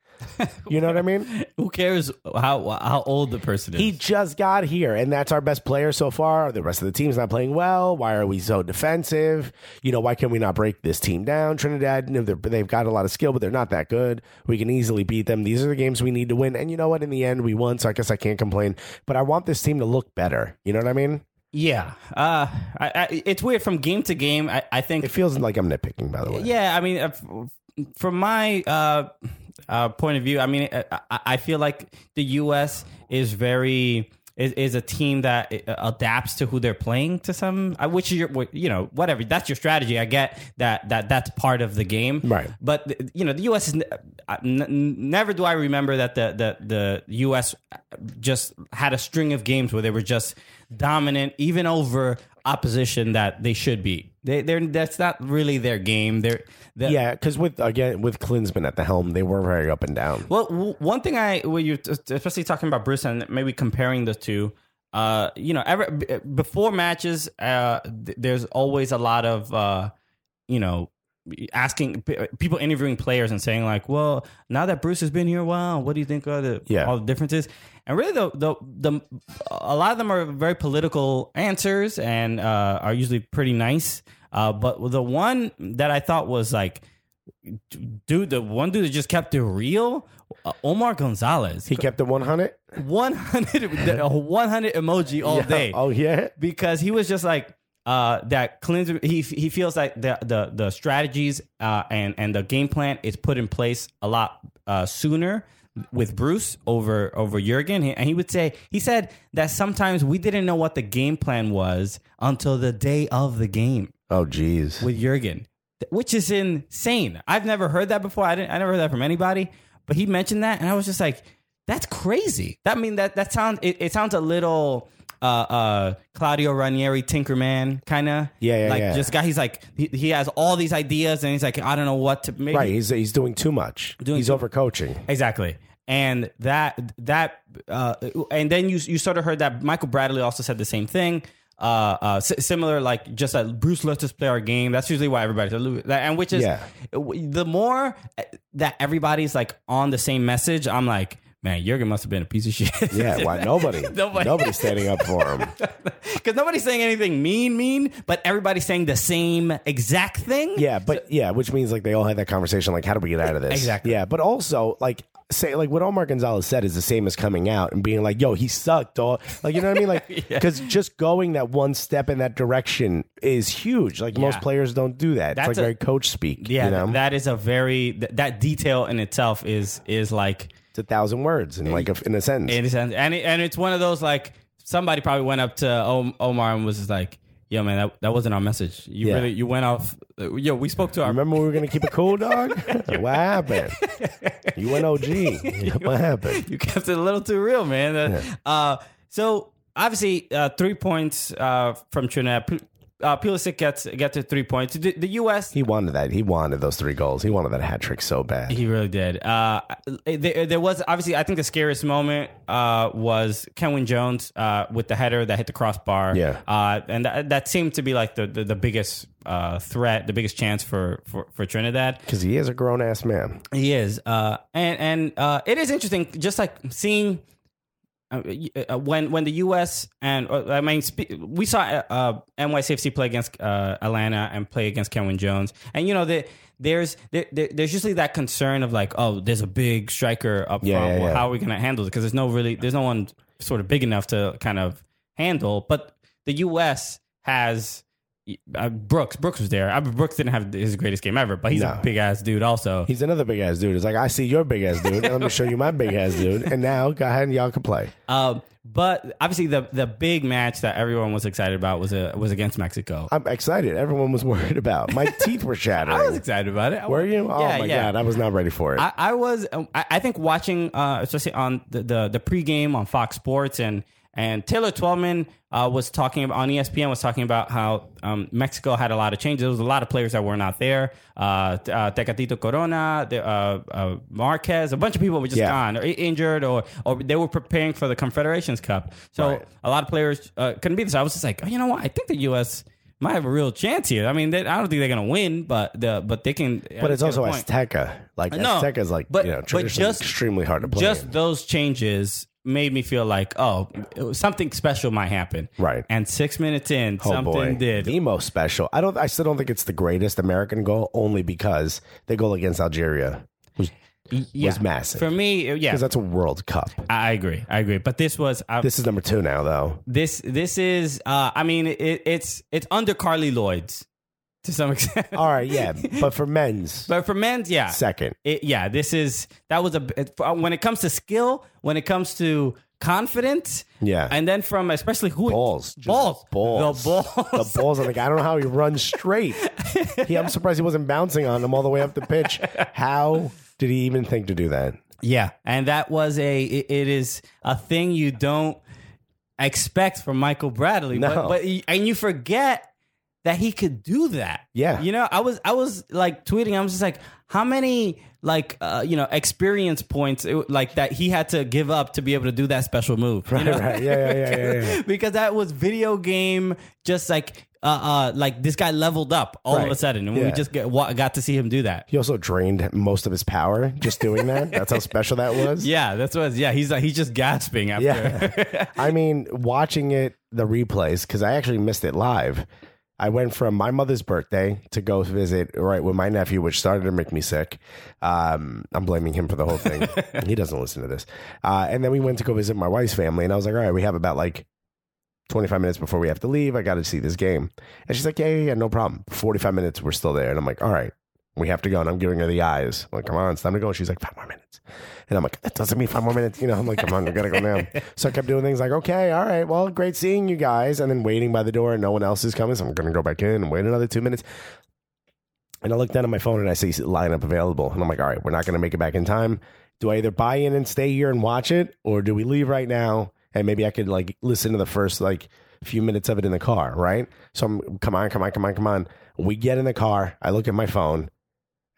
A: You know what I mean?
B: Who cares how how old the person is?
A: He just got here, and that's our best player so far. The rest of the team's not playing well. Why are we so defensive? You know, why can we not break this team down? Trinidad, you know, they're- they've got a lot of skill, but they're not that good. We can easily beat them. These are the games we need to win. And you know what? In the end, we won, so I guess I can't complain. But I want this team to look better. You know what I mean?
B: yeah. Uh, I, I, it's weird from game to game. I, I think
A: It feels like I'm nitpicking, by the way.
B: Yeah, I mean, uh, f- from my uh, uh, point of view, I mean, I, I- I feel like the U.S. is very is, is a team that uh, adapts to who they're playing to some, uh, which is your, wh- you know, whatever. That's your strategy. I get that that that's part of the game,
A: Right.
B: But th- you know, the U.S. is n- uh, n- never do I remember that the the the U.S. just had a string of games where they were just dominant, even over opposition that they should be. They they're that's not really their game. They're, they
A: Yeah, because with again with Klinsman at the helm, they were very up and down.
B: Well, w- one thing I, when you're t- especially talking about Bruce and maybe comparing the two, uh, you know, ever b- before matches, uh, th- there's always a lot of, uh, you know, asking p- people interviewing players and saying like, well, now that Bruce has been here a while, what do you think are the
A: Yeah.
B: all the differences? And really, the, the the a lot of them are very political answers and uh, are usually pretty nice. Uh, but the one that I thought was like dude, the one dude that just kept it real, uh, Omar Gonzalez, (laughs)
A: He kept the one hundred (laughs)
B: 100, the- uh, 100 emoji all day
A: Oh yeah,
B: because he was just like uh, that. Cleanse. He he feels like the the the strategies uh, and and the game plan is put in place a lot uh, sooner with Bruce over over Jurgen. He- And he would say he said that sometimes we didn't know what the game plan was until the day of the game
A: oh jeez.
B: with Jurgen, th- which is insane. I've never heard that before. I didn't. I never heard that from anybody. But he mentioned that, and I was just like, "That's crazy." That mean that that sounds. It, it sounds a little. Uh, uh, Claudio Ranieri, Tinkerman, kind of,
A: Yeah, yeah,
B: like
A: yeah.
B: just guy. He's like, he, he has all these ideas, and he's like, I don't know what to. Maybe
A: Right, he's he's doing too much.
B: Doing
A: he's
B: too-
A: overcoaching.
B: Exactly. And that that uh, and then you you sort of heard that Michael Bradley also said the same thing. Uh, uh, si- similar, like just that Bruce lets us play our game. That's usually why everybody's and which is
A: Yeah.
B: the more uh, that everybody's like on the same message. I'm like, man, Jurgen must have been a piece of shit. (laughs)
A: Yeah, why nobody,
B: Nobody.
A: nobody, nobody's standing up for
B: (laughs)
A: him.
B: because nobody's saying anything mean, mean, but everybody's saying the same exact thing.
A: Yeah, but yeah, which means like they all had that conversation, like how do we get out of this?
B: Exactly.
A: Yeah, but also like say like what Omar Gonzalez said is the same as coming out and being like, "Yo, he sucked." All like you know what I mean? Like
B: (laughs)
A: because just going that one step in that direction is huge. Like
B: Yeah.
A: most players don't do that.
B: That's
A: it's like
B: a-
A: very coach speak.
B: yeah.
A: you know?
B: that is a very th- that detail in itself is is like
A: it's a thousand words in like a, in a sentence.
B: It is, and it, and it's one of those like somebody probably went up to Om- Omar and was just like, "Yo, man, that, that wasn't our message. You
A: Yeah.
B: really you went off. uh, Yo, we spoke to our (laughs)
A: Remember we were gonna keep it cool, dog. what happened?
B: (laughs)
A: You went OG. what happened?
B: you kept it a little too real, man. Uh, uh, so obviously uh, three points uh, from Trinidad. P- Uh, Pulisic gets gets the three points. The, the U.S.
A: He wanted that. He wanted those three goals. He wanted that hat trick so bad.
B: He really did. Uh, there, there was obviously, I think the scariest moment uh, was Kenwin Jones uh, with the header that hit the crossbar.
A: Yeah.
B: uh, and that, that seemed to be like the the, the biggest uh, threat, the biggest chance for for, for Trinidad.
A: Because he is a grown ass man.
B: He is, uh, and and uh, it is interesting, just like seeing uh, uh, when when the U.S. and uh, I mean, spe- we saw uh, uh, NYCFC play against uh, Atlanta and play against Kenwin Jones, and you know the, there's there, there- there's usually that concern of like, oh, there's a big striker up
A: Yeah,
B: front.
A: yeah,
B: Well,
A: yeah.
B: How are we going to handle it? Because there's no really there's no one sort of big enough to kind of handle. But the U.S. has. Uh, Brooks, Brooks was there. I, Brooks didn't have his greatest game ever, but he's
A: No.
B: a big ass dude. Also,
A: He's another big ass dude. It's like, I see your big ass dude. Let me show you my big ass dude. And now go ahead and y'all can play.
B: Um, but obviously, the the big match that everyone was excited about was a, was against Mexico.
A: I'm excited. Everyone was (laughs) worried about. My teeth were shattering.
B: I was excited about it.
A: were you? Oh
B: Yeah,
A: my
B: yeah.
A: God. I was not ready for it.
B: I, I was. um, I, I think watching, uh, especially on the, the the pregame on Fox Sports and and Taylor Twelman uh, was talking about, on ESPN was talking about how um, Mexico had a lot of changes. There was a lot of players that were not there. Uh, T- uh, Tecatito Corona, the, uh, uh, Marquez, a bunch of people were just
A: Yeah.
B: gone or i- injured or or they were preparing for the Confederations Cup. So
A: Right.
B: a lot of players uh, couldn't be there. So I was just like, oh, you know what? I think the U.S. might have a real chance here. I mean, they, I don't think they're gonna win, but the but they can. uh,
A: but it's also
B: point.
A: Azteca. Like,
B: No,
A: Azteca is like,
B: but-
A: you know,
B: but
A: traditionally
B: just-
A: extremely hard to play.
B: just
A: in.
B: those changes made me feel like oh something special might happen
A: Right.
B: and six minutes in
A: Oh,
B: something
A: boy.
B: did
A: The most special. I don't. I still don't think it's the greatest American goal, only because the goal against Algeria was
B: yeah.
A: was massive.
B: for me yeah
A: because that's a World Cup.
B: i I agree i agree but this was I,
A: This is number two now, though.
B: this this is uh i mean it, it's it's under carly lloyd's to some (laughs) extent
A: All right, yeah, but for men's
B: but for men's yeah
A: second,
B: it, yeah, this is that was a it- when it comes to skill, when it comes to confidence,
A: Yeah.
B: and then from especially who
A: balls, just
B: balls,
A: balls,
B: the balls,
A: the balls. I'm like, I don't know how he runs straight. He, I'm surprised he wasn't bouncing on them all the way up the pitch. How did he even think to do that?
B: Yeah, and that was a it- it is a thing you don't expect from Michael Bradley,
A: No.
B: but, but he- and you forget that he could do that.
A: Yeah.
B: you know, I was I was like tweeting, I was just like, how many like uh, you know experience points it, like that he had to give up to be able to do that special move. you (laughs) know?
A: Right? Yeah, yeah, yeah, yeah. yeah.
B: because that was video game just like. Uh, uh, like this guy leveled up all of
A: Right.
B: a sudden, and
A: Yeah.
B: we just get, wa- got to see him do that.
A: He also drained most of his power just doing that. That's how special that was.
B: Yeah, that's what. Yeah, he's like he's just gasping after. (laughs)
A: Yeah. I mean, watching it, the replays, because I actually missed it live. I went from my mother's birthday to go visit right with my nephew, which started to make me sick. Um, I'm blaming him for the whole thing. he doesn't listen to this. Uh, and then we went to go visit my wife's family, and I was like, all right, we have about like 25 minutes before we have to leave. I got to see this game. And she's like, yeah, yeah, yeah, no problem. 45 minutes, we're still there. And I'm like, all right, we have to go. And I'm giving her the eyes. I'm like, come on, it's time to go. And she's like, five more minutes. And I'm like, that doesn't mean five more minutes. You know, I'm like, come on, we got to go now. So I kept doing things like, okay, all right, well, great seeing you guys. And then waiting by the door and no one else is coming. So I'm going to go back in and wait another two minutes. And I look down at my phone and I see lineup available. And I'm like, all right, we're not going to make it back in time. Do I either buy in and stay here and watch it or do we leave right now? And maybe I could like listen to the first like few minutes of it in the car, right? So I'm, come on, come on, come on, come on. We get in the car. I look at my phone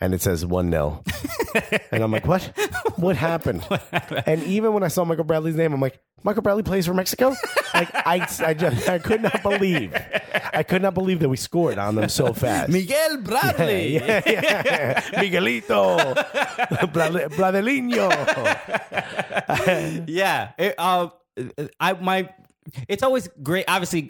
A: and it says 1 0. (laughs) and I'm like, what? (laughs) What happened? And even when I saw Michael Bradley's name, I'm like, Michael Bradley plays for Mexico? like, I, I, just, I could not believe. I could not believe that we scored on them (laughs) so fast.
B: Miguel Bradley.
A: Yeah, yeah.
B: (laughs)
A: Miguelito, Blade- Bladeliño.
B: (laughs) yeah. It, uh, I my. It's always great. Obviously,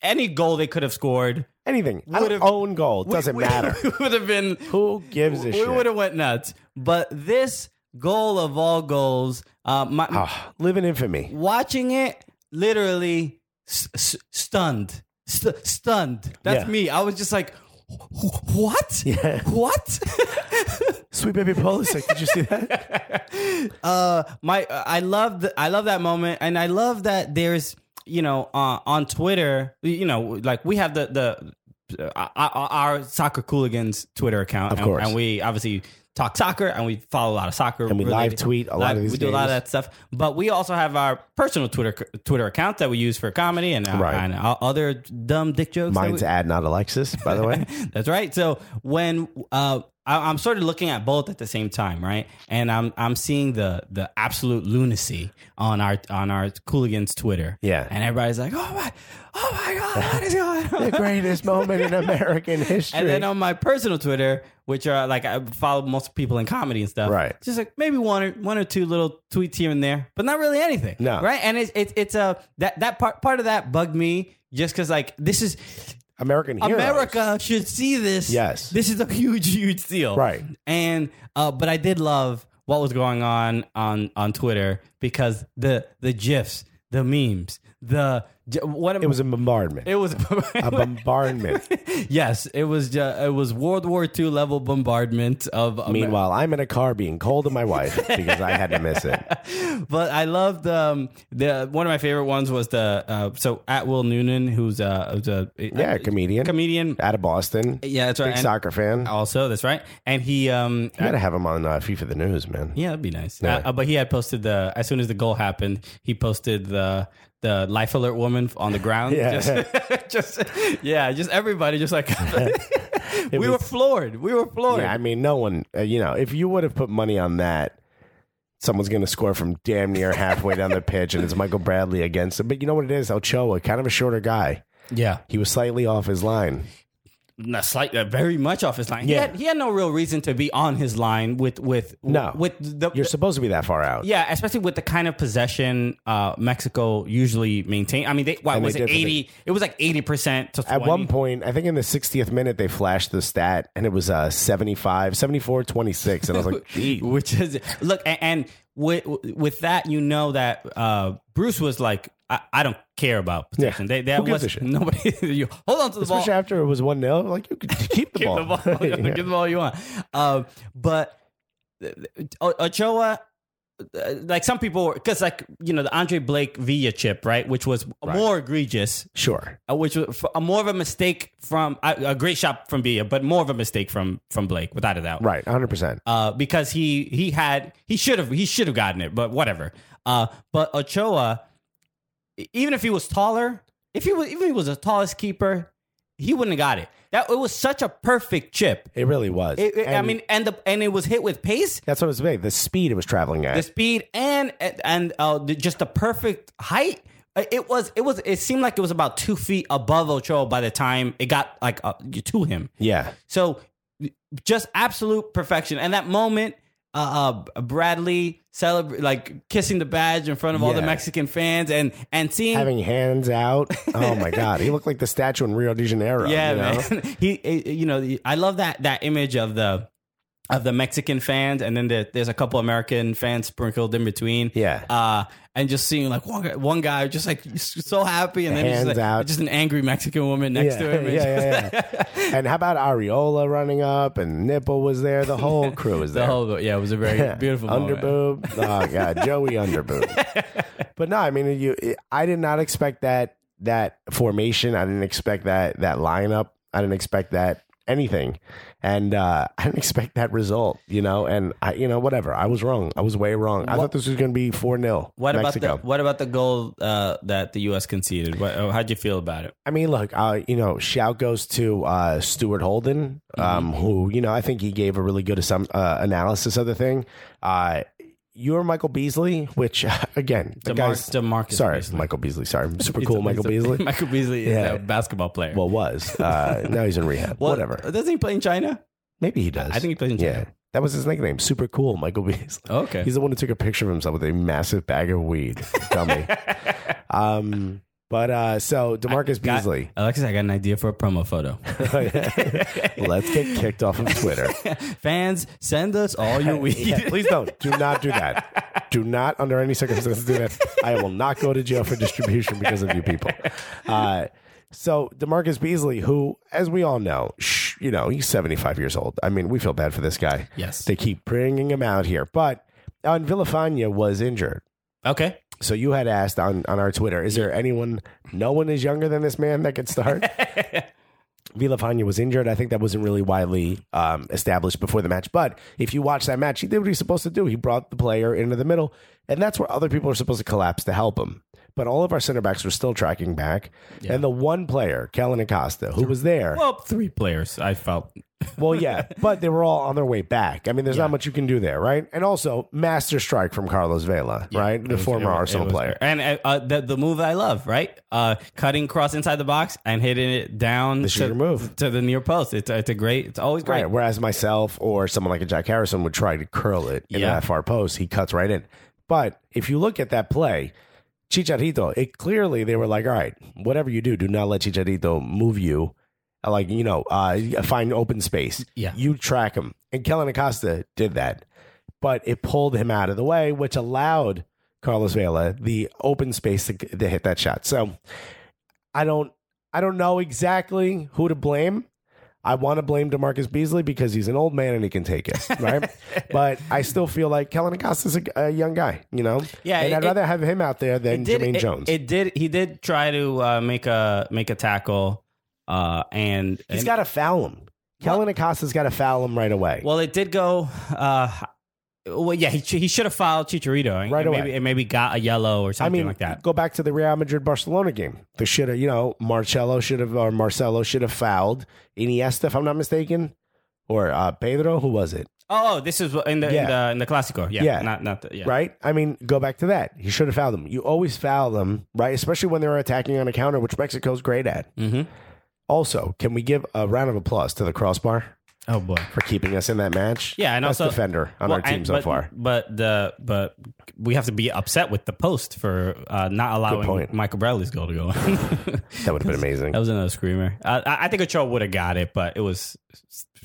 B: any goal they could have scored
A: Anything. I don't
B: Would've-
A: own goal.
B: we-
A: Doesn't
B: we-
A: matter.
B: (laughs) We would have been.
A: Who gives a
B: We
A: shit?
B: would have went nuts. But this goal of all goals, uh, my,
A: Ah, live in infamy.
B: watching it, literally s- s- stunned. Stu- stunned. That's
A: Yeah.
B: me. I was just like, "Wh- what? (laughs)
A: Yeah.
B: What?
A: Sweet baby Polisic. Did you see that?
B: uh my i love the, i love that moment and i love that there's you know uh, on twitter you know like we have the the uh, our- our soccer cooligans twitter account
A: Of
B: and-
A: course.
B: and we obviously talk soccer and we follow a lot of soccer.
A: And we live tweet a lot of these
B: We do a lot of
A: games.
B: that stuff. But we also have our personal Twitter Twitter account that we use for comedy and, uh,
A: Right.
B: and o- other dumb dick jokes. that we-
A: Mine's ad, not Alexis, by the way.
B: That's right. So when uh, I, I'm sort of looking at both at the same time, right? And I'm I'm seeing the the absolute lunacy on our on our Cooligans Twitter.
A: Yeah.
B: and everybody's like, "Oh my, oh my God, what is going
A: (laughs)
B: on?"
A: the (laughs) greatest moment in American history.
B: And then um, on my personal Twitter, which are like I follow most people in comedy and stuff,
A: Right.
B: Just like maybe one or one or two little tweets here and there, but not really anything,
A: No.
B: right? And it's it's it's a that that part part of that bugged me just because like this is
A: American heroes.
B: America should see this.
A: Yes.
B: This is a huge, huge deal.
A: Right.
B: And uh, but I did love what was going on on on Twitter because the the gifs, the memes, the what
A: It was a bombardment.
B: (laughs) it was
A: a
B: (laughs)
A: bombardment.
B: yes, it was ju- it was World War II level bombardment of Amer-
A: Meanwhile, I'm in a car being cold to my wife because I had to miss it.
B: but I loved um, the one of my favorite ones was the uh, so at Will Noonan who's uh who's a
A: Yeah, a comedian.
B: comedian
A: Out of Boston.
B: yeah that's right
A: Big
B: And-
A: soccer fan. You
B: also that's right and he um
A: gotta have him on uh, FIFA the News, man.
B: yeah that'd be nice
A: Yeah.
B: Uh, uh, but he had posted the as soon as the goal happened he posted the the life alert woman on the ground
A: Yeah. (laughs)
B: just, (laughs) just yeah just everybody just like (laughs) we were
A: was-
B: floored we were floored
A: Yeah, I mean, no one, uh, you know, if you would have put money on that, someone's going to score from damn near halfway down the pitch, and it's Michael Bradley against him. But you know what it is? Ochoa, kind of a shorter guy.
B: yeah
A: He was slightly off his line.
B: No, slight, uh, very much off his line he,
A: Yeah.
B: had, he had no real reason to be on his line with with
A: No.
B: with the
A: You're supposed to be that far out.
B: Yeah, especially with the kind of possession uh, Mexico usually maintain. I mean, they what
A: And they
B: was
A: did
B: it
A: for the-
B: eighty? It was like eighty percent to 20.
A: At one point, I think in the 60th minute, they flashed the stat, and it was uh, 75, 74, 26. And I
B: (laughs)
A: was like, gee.
B: which is look and, and with, with that you know that uh, Bruce was like I, I don't care about possession.
A: Yeah.
B: They, that
A: Who gives
B: was
A: a shit?
B: nobody. (laughs) you hold on to the ball.
A: Especially after it was 1 0, like,
B: (laughs)
A: you could keep the
B: Give
A: ball.
B: the ball.
A: (laughs)
B: Give the ball you want. Um, but O- Ochoa. uh, Like some people, because like you know the Andre Blake Villa chip, right, which was more egregious
A: Sure.
B: uh, which was f- a more of a mistake from a, a great shot from Villa, but more of a mistake from from Blake, without a doubt.
A: Right. 100%.
B: Uh, because he he had he should have he should have gotten it, but whatever. Uh, but Ochoa, e- even if he was taller, if he was even if he was the tallest keeper, he wouldn't have got it. That it was such a perfect chip.
A: It really was.
B: It- it- I
A: And
B: mean, and the and it was hit with pace,
A: that's what it was big. The speed it was traveling at.
B: the speed, and and uh, the, just the perfect height. Uh, It was it was it seemed like it was about two feet above Ochoa by the time it got like uh, to him.
A: yeah.
B: So just absolute perfection. And that moment, uh, uh Bradley celebra- like kissing the badge in front of all the
A: Yeah.
B: Mexican fans and and seeing
A: having hands out. Oh my god, he looked like the statue in Rio de Janeiro.
B: yeah,
A: you know?
B: man. (laughs) he, eh, you know, the- I love that that image of the of the Mexican fans, and then there, there's a couple American fans sprinkled in between.
A: Yeah.
B: uh, and just seeing like one guy, one guy just like so happy, and then it's just,
A: Hands
B: like,
A: out.
B: just an angry Mexican woman
A: (laughs) Yeah,
B: next to him. and
A: yeah, yeah, yeah. and how about Ariola running up and Nipple was there? The whole crew was
B: The
A: there.
B: whole, yeah, it was
A: (laughs)
B: a very beautiful moment.
A: underboob. Oh god,
B: (laughs)
A: Joey underboob. But no, I mean, you. I did not expect that that formation. I didn't expect that that lineup. I didn't expect that anything, and uh, I didn't expect that result. You know, and I, you know, whatever. I was wrong. I was way wrong. I thought this was going to be four 0
B: What
A: Mexico.
B: about the what about the goal uh, that the U.S. conceded? What, oh, how'd you feel about it?
A: I mean, look, uh, you know, shout goes to uh, Stuart Holden, um,
B: Mm-hmm.
A: who you know I think he gave a really good assum- uh, analysis of the thing. Uh, you're Michael Beasley, which (laughs) again, the
B: DeMar-
A: guy's
B: DeMarcus
A: sorry,
B: Beasley.
A: Michael Beasley. Sorry, I'm super cool,
B: (laughs)
A: Michael Beasley.
B: Michael Beasley is
A: Yeah.
B: a basketball player.
A: Well, was
B: (laughs)
A: uh, now he's in rehab.
B: Well,
A: Whatever,
B: Doesn't he play in China?
A: maybe he does.
B: I think he plays in
A: yeah.
B: China.
A: That was his nickname, Super Cool Michael (laughs) Beasley.
B: Okay.
A: He's the one who took a picture of himself with a massive bag of weed.
B: (laughs)
A: Dummy. um, but uh, so Demarcus
B: Got-
A: Beasley.
B: Alexis, I got an idea for a
A: (laughs)
B: promo photo.
A: Let's get kicked off of Twitter.
B: Fans, send us all
A: (laughs)
B: your weed.
A: Yeah, please don't. Do not do that. Do not, under any circumstances, do that. I will not go to jail for distribution because of you people. Uh, so Demarcus Beasley, who, as we all know, shh, you know, he's 75 years old. I mean, we feel bad for this guy.
B: Yes.
A: They keep bringing him out here. But on Villafania was injured.
B: Okay.
A: So you had asked
B: (laughs)
A: on, on our Twitter, is there anyone, no one is younger than this man that could start? Vilafania was injured. I think that wasn't really widely um, established before the match. But if you watch that match, he did what he's supposed to do. He brought the player into the middle, and that's where other people are supposed to collapse to help him. But all of our center backs were still tracking back, and the one player, Kellen Acosta, who was there, well,
B: Well, three players. I felt (laughs)
A: yeah, but they were all on their way back. I mean, there's not much you can do there, right? And also, master strike from Carlos Vela, right, the
B: It was-
A: former
B: it was-
A: Arsenal
B: it was-
A: player.
B: and uh, uh, the the move I love, right? Uh, cutting cross inside the box and hitting it down
A: This is
B: to,
A: your move.
B: to the near post. It's it's a great. It's always great.
A: Right. Whereas myself or someone like a Jack Harrison would try to curl it in
B: Yeah.
A: that far post, he cuts right in. But if you look at that play, Chicharito, it clearly they were like, all right, whatever you do, do not let Chicharito move you. Like, you know, uh, find open space.
B: Yeah.
A: You track him. And Kellen Acosta did that. But it pulled him out of the way, which allowed Carlos Vela the open space to, to hit that shot. So I don't I don't know exactly who to blame. I want to blame Demarcus Beasley because he's an old man and he can take it,
B: (laughs)
A: right? but I still feel like Kellen Acosta's a, a young guy, you know.
B: Yeah,
A: and
B: it-
A: I'd rather have him out there than
B: did-
A: Jermaine
B: it-
A: Jones.
B: It did. He did try to uh, make a make a tackle, uh, and
A: he's
B: and-
A: got to foul him. Kellen Acosta's got to foul him right away.
B: Well, it did go. Uh, well, yeah, he, he should have fouled Chicharito and
A: Right away.
B: maybe, and maybe got a yellow or
A: I
B: something
A: mean,
B: like that.
A: go back to the Real Madrid Barcelona game. They should have, you know, Marcelo should have or Marcelo should have fouled Iniesta, if I'm not mistaken, or uh, Pedro. Who was it?
B: Oh, this is in the
A: Yeah.
B: in the in the Clasico. Yeah,
A: Yeah.
B: not not the, yeah.
A: right? I mean, go back to that. He should have fouled them. You always foul them, right? Especially when they're attacking on a counter, which Mexico's great at.
B: Mhm.
A: Also, can we give a round of applause to the crossbar
B: Oh boy.
A: for keeping us in that match?
B: Yeah, and
A: Best
B: also-
A: defender on
B: Well,
A: our team
B: and-
A: so
B: but,
A: far.
B: But the but we have to be upset with the post for uh, not allowing
A: point.
B: Michael Bradley's goal to go. (laughs) in.
A: That would have been amazing.
B: that was another screamer. I, I- I think Ochoa would have got it, but it was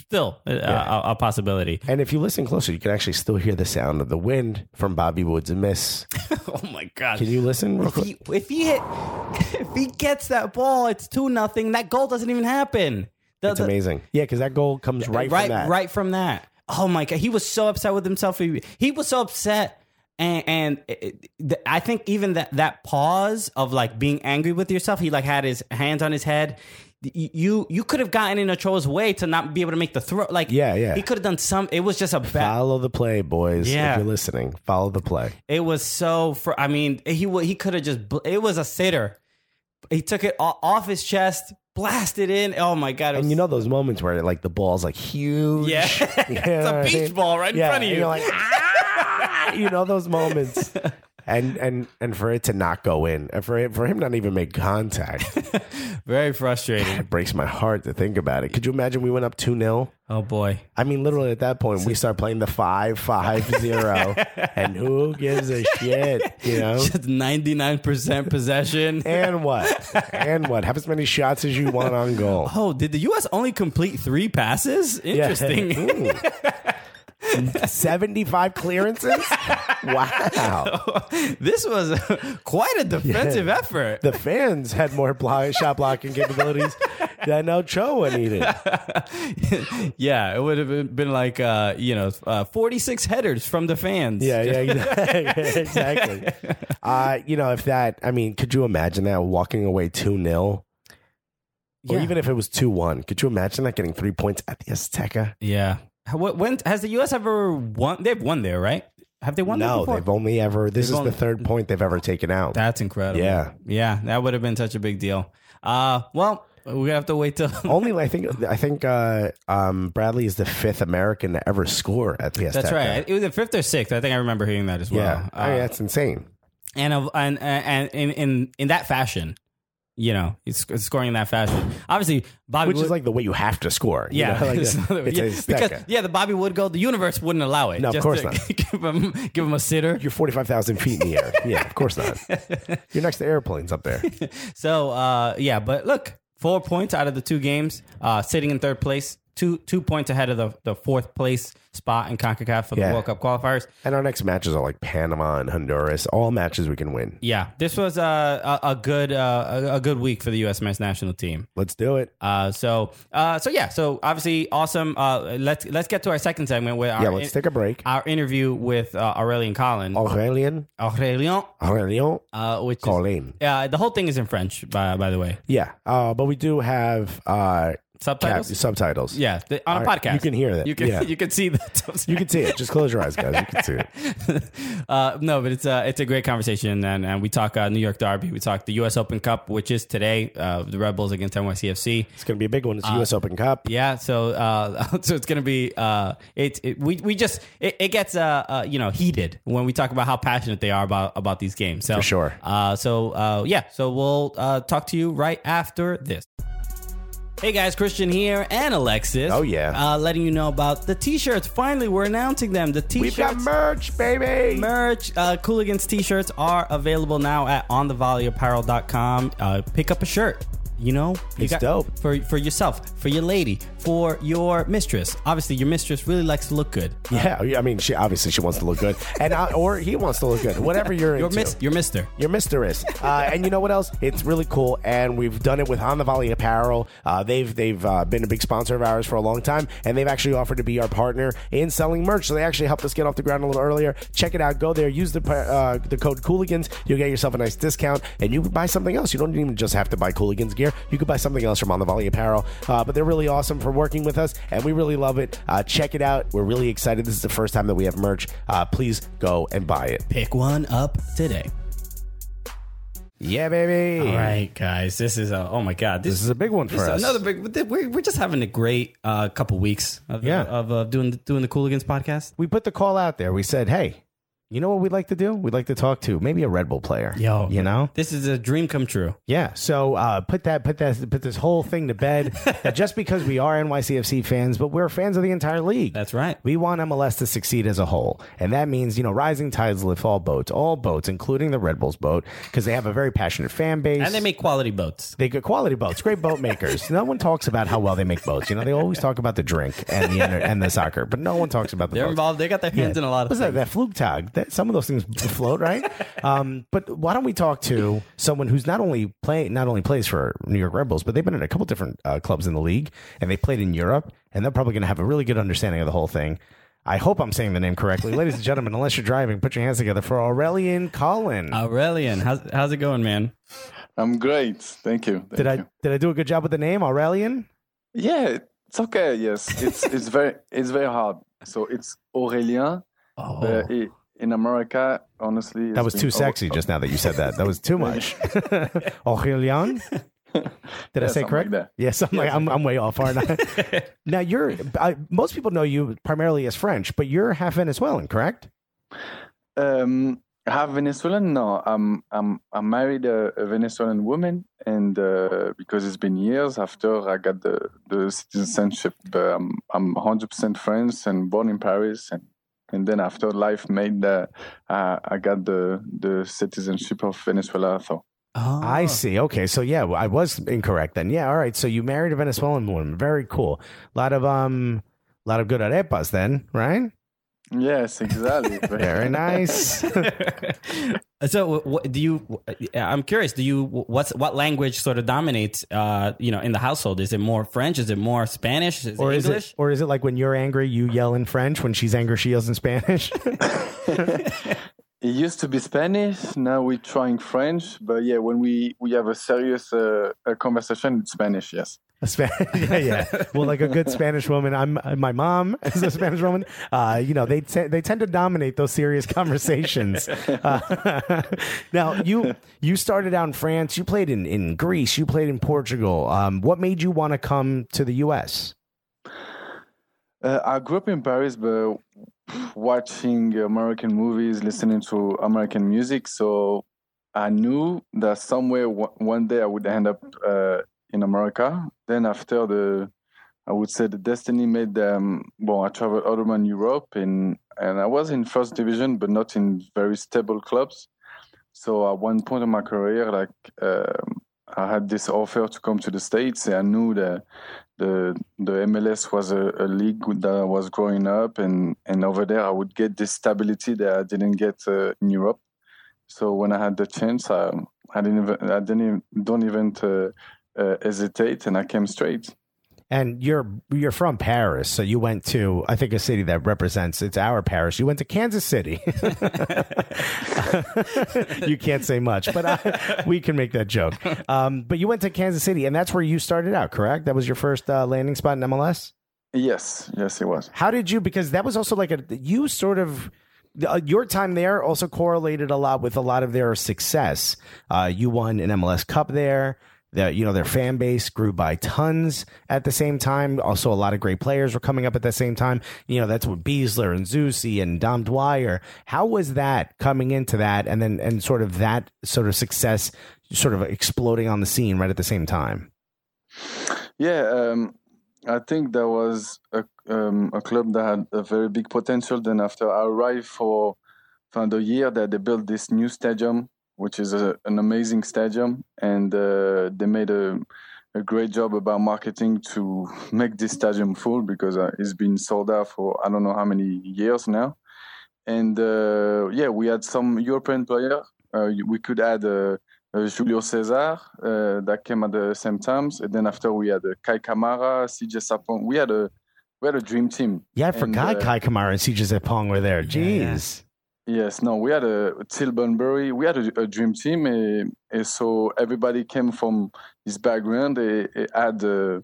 B: still uh, a, a possibility.
A: and if you listen closer, you can actually still hear the sound of the wind from Bobby Woods' miss.
B: (laughs) oh my god!
A: Can you listen real
B: If
A: quick?
B: he, if he hit, (laughs) if he gets that ball, it's two nothing. That goal doesn't even happen. The-
A: It's
B: the-
A: amazing. Yeah, because that goal comes right,
B: right,
A: from that.
B: right from that. Oh my god, he was so upset with himself. He, he was so upset, and and it- it- the- I think even that that pause of like being angry with yourself, he like had his hands on his head. Y- You you could have gotten in Ochoa's way to not be able to make the throw. Like
A: Yeah, yeah.
B: he could have done some. It was just a bad.
A: Follow the play, boys.
B: Yeah.
A: If you're listening, follow the play.
B: It was so. For I mean, he wa- he could have just. bl- It was a sitter. He took it o- off his chest, blasted in. Oh my god! it
A: And
B: was-
A: you know those moments where like the ball's like huge.
B: Yeah.
A: (laughs) You
B: It's
A: know
B: a
A: what I
B: beach
A: mean?
B: ball right in front of
A: and
B: you.
A: You're like, "Ah!" you know those
B: (laughs)
A: moments. And and and for it to not go in, and for it, for him not even make contact, (laughs)
B: very frustrating.
A: it breaks my heart to think about it. Could you imagine we went up two 0
B: Oh boy.
A: I mean, literally at that point, we start playing the five five
B: (laughs)
A: zero, and who gives a shit, you know?
B: Just
A: (laughs)
B: 99% possession.
A: And what? And what? Have as many shots as you want on goal.
B: (laughs) oh, did the U.S. only complete three passes?
A: (laughs) Yeah.
B: Interesting.
A: Ooh. 75 clearances? Wow.
B: this was quite a defensive effort. (laughs)
A: The fans had more block, shot blocking capabilities than Ochoa needed.
B: yeah, it would have been- been like, uh, you know, uh, 46 headers from the fans.
A: Yeah, yeah, exactly. (laughs) Uh, you know, if that, I mean, could you imagine that walking away 2 0? Or
B: Yeah.
A: even if it was 2 1, could you imagine that getting three points at the Azteca?
B: Yeah. What, when has the U.S. ever won? They've won there, right? Have they won there
A: No,
B: before?
A: they've only ever, this is
B: They've only-
A: the third point they've ever taken out.
B: That's incredible.
A: Yeah.
B: Yeah, that would have been such a big deal. Uh, well, we're going to have to
A: (laughs)
B: wait till.
A: Only I think I think uh, um, Bradley is the fifth American to ever score at the Azteca.
B: That's right. It was the fifth or sixth. I think I remember hearing that as well.
A: Yeah, I
B: Uh,
A: mean, that's insane.
B: and of and and in in in that fashion, you know, it's it's scoring in that fashion. Obviously, Bobby
A: Which
B: Wood,
A: is like the way you have to score. you
B: yeah,
A: know,
B: (laughs)
A: like,
B: it's
A: uh,
B: another-
A: it's
B: yeah,
A: a Azteca.
B: because yeah, the Bobby Wood goal, the universe wouldn't allow it.
A: No, of
B: Just
A: course
B: to
A: not.
B: (laughs) Give him give him a sitter.
A: you're forty five thousand feet in the
B: (laughs)
A: air. yeah, of course not. You're next to airplanes up there.
B: So uh, yeah, but look, four points out of the two games, uh, sitting in third place. Two, two points ahead of the, the fourth place spot in CONCACAF for the
A: Yeah.
B: World Cup qualifiers.
A: And our next matches are like Panama and Honduras. All matches we can win.
B: Yeah, this was uh, a, a good uh, a, a good week for the U.S. men's national team.
A: Let's do it.
B: Uh, so, uh, so yeah, so obviously awesome. Uh, let's let's get to our second segment with our
A: yeah, let's take a break. Oh.
B: our interview with uh, Aurelien Collin.
A: Aurelien,
B: Aurelien,
A: Aurelien,
B: uh, which is,
A: Colleen.
B: uh, the whole thing is in French, by by the way.
A: Yeah, uh, but we do have uh, Cap-
B: subtitles.
A: subtitles.
B: yeah, th- on a
A: All right,
B: podcast,
A: you can hear that,
B: You can
A: yeah.
B: (laughs) you can see that.
A: You can see it. Just close your eyes, guys. You can see
B: (laughs)
A: it.
B: uh, no, but it's a it's a great conversation, and, and we talk uh, New York Derby. We talk the U.S. Open Cup, which is today. Uh, the Rebels against NYCFC.
A: It's going to be a big one.
B: Uh,
A: It's U.S. Open Cup.
B: Yeah, so uh, (laughs) so it's gonna be uh, it, it. We we just it, it gets uh, uh you know heated when we talk about how passionate they are about about these games. So
A: For sure.
B: Uh, so uh, yeah, so we'll uh, talk to you right after this. Hey guys, Christian here and Alexis.
A: Oh, yeah.
B: uh, letting you know about the T-shirts. Finally, we're announcing them. The T-shirts.
A: We've got merch, baby.
B: Merch, uh, Cooligans t-shirts are available now at onthevolleyapparel.com. Uh, pick up a shirt. You know, you
A: It's dope.
B: for for yourself, for your lady, for your mistress. Obviously, your mistress really likes to look good.
A: Yeah, I mean, she obviously she wants to look good, and I, or he wants to look good. Whatever you're
B: Your
A: into.
B: miss, your mister.
A: your mistress. Uh, and you know what else? It's really cool, and we've done it with On the Volley Apparel. Uh, they've they've uh, been a big sponsor of ours for a long time, and they've actually offered to be our partner in selling merch. So they actually helped us get off the ground a little earlier. Check it out. Go there. Use the pa- uh, the code Cooligans. You'll get yourself a nice discount, and you can buy something else. You don't even just have to buy Cooligans gear. You could buy something else from On the Volley Apparel. Uh, but they're really awesome for working with us, and we really love it. Uh, check it out. We're really excited. This is the first time that we have merch. Uh, please go and buy it.
B: Pick one up today.
A: Yeah, baby.
B: All right, guys. This is a oh my god. This,
A: This is a big one for
B: this is
A: us.
B: another big. We're, we're just having a great uh, couple weeks of
A: Yeah.
B: of uh, doing the, doing the Cooligans podcast.
A: we put the call out there. We said, hey, you know what we'd like to do? We'd like to talk to maybe a Red Bull player.
B: Yo.
A: you know,
B: This is a dream come true.
A: yeah. So uh, put that, put that, put this whole thing to
B: (laughs)
A: bed. That just because we are NYCFC fans, but we're fans of the entire league.
B: That's right.
A: We want MLS to succeed as a whole, and that means you know rising tides lift all boats, all boats, including the Red Bulls boat, because they have a very passionate fan base
B: And they make quality boats.
A: they get quality boats, great boat makers. no one talks about how well they make boats. You know, they always talk about the drink and the inter- and the soccer, but no one talks about the.
B: They're
A: boats.
B: involved. They got their hands in a lot of
A: What's
B: things.
A: that? That fluke tag. That, some of those things float,
B: (laughs)
A: right? um, but why don't we talk to someone who's not only play not only plays for New York Red Bulls, but they've been in a couple different uh, clubs in the league, and they played in Europe, and they're probably going to have a really good understanding of the whole thing. I hope I'm saying the name correctly, ladies and gentlemen. Unless you're driving, put your hands together for Aurelian Collin.
C: Uh,
B: Aurelian, Oh, how's how's it going, man?
C: I'm great. Thank you. Thank
A: did I
C: you.
A: did I do a good job with the name, Aurelian?
C: Yeah, it's okay. Yes, it's it's very it's very hard. So it's Aurelien.
B: Oh,
A: Uh,
C: but i- in America, honestly, it's
A: That was
C: been
A: too
C: over-
A: sexy just now that you said that. That was too
C: (laughs)
A: much. (laughs) Aurelian? Did I say
C: Yeah, something like
A: correct?
C: that.
A: yes, I'm like I'm, I'm way off, aren't I? now you're I, most people know you primarily as French, but you're half Venezuelan, correct?
C: Um, half Venezuelan? No, I'm I'm I married a, a Venezuelan woman, and uh, because it's been years after I got the the citizenship, but I'm I'm 100 percent French and born in Paris, and and then after life made that uh, I got the the citizenship of Venezuela. So
B: Oh.
A: I
B: Uh-huh. (laughs)
A: see. (laughs) Okay, so yeah, well, I was incorrect then. Yeah, all right. So you married a Venezuelan woman. Very cool. A lot of um, a lot of good arepas then, right?
C: yes, (laughs) exactly.
A: Very
B: (laughs)
A: nice.
B: so, what, do you? I'm curious. Do you? What's what language sort of dominates? Uh, you know, in the household, is it more French? Is it more Spanish? Is it
A: or is
B: English?
A: it or is it like when you're angry, you yell in French? When she's angry, she yells in Spanish. (laughs)
C: It used to be Spanish. Now we're trying French. But yeah, when we we have a serious uh, a conversation, it's Spanish. Yes.
A: A Span- (laughs) yeah, yeah. Well, like a good Spanish woman, I'm uh, my mom (laughs) is a Spanish woman. Uh, you know, they te- they tend to dominate those serious (laughs) conversations. Uh, (laughs) now, you you started out in France. You played in in Greece. You played in Portugal. Um, what made you want to come to the U.S.?
C: Uh, I grew up in Paris, but watching American movies, listening to American music, so I knew that somewhere w- one day I would end up uh, in America. Then after the, I would say the destiny made them. Well, I traveled all around Europe, and and I was in first division, but not in very stable clubs. So at one point in my career, like um I had this offer to come to the States, and I knew that the the MLS was a, a league that I was growing up, and and over there I would get this stability that I didn't get uh, in Europe. So when I had the chance, I, I didn't even I didn't even, don't even uh, uh, hesitate, and I came straight.
A: and you're you're from Paris, so you went to I think a city that represents it's our Paris. You went to Kansas City. (laughs) you can't say much, but I, we can make that joke. Um, but you went to Kansas City, and that's where you started out, correct? That was your first uh, landing spot in MLS.
C: Yes, yes, it was.
A: How did you? Because that was also like a you sort of. uh, Your time there also correlated a lot with a lot of their success. Uh, you won an MLS Cup there. The, you know their fan base grew by tons at the same time. Also, a lot of great players were coming up at the same time. You know that's what Beasler and Zusi and Dom Dwyer. How was that coming into that, and then and sort of that sort of success, sort of exploding on the scene right at the same time?
C: Yeah, um, I think there was a, um, a club that had a very big potential. Then after I arrived for, for the year that they built this new stadium, which is a, an amazing stadium, and uh, they made a, a great job about marketing to (laughs) make this stadium full because uh, it's been sold out for I don't know how many years now. And uh, yeah, we had some European player. Uh, we could add. Uh, uh, Julio Cesar uh, that came at the same times, and then after we had uh, Kai Kamara, CJ Sapon. We had a we had a dream team.
A: Yeah, I
C: And,
A: forgot
C: uh,
A: Kai Kamara and CJ Zepong were there. Jeez.
D: yeah.
C: Yes, no, we had a Tilburn-Bury. We had a, a dream team, and, so everybody came from his background. He he had uh,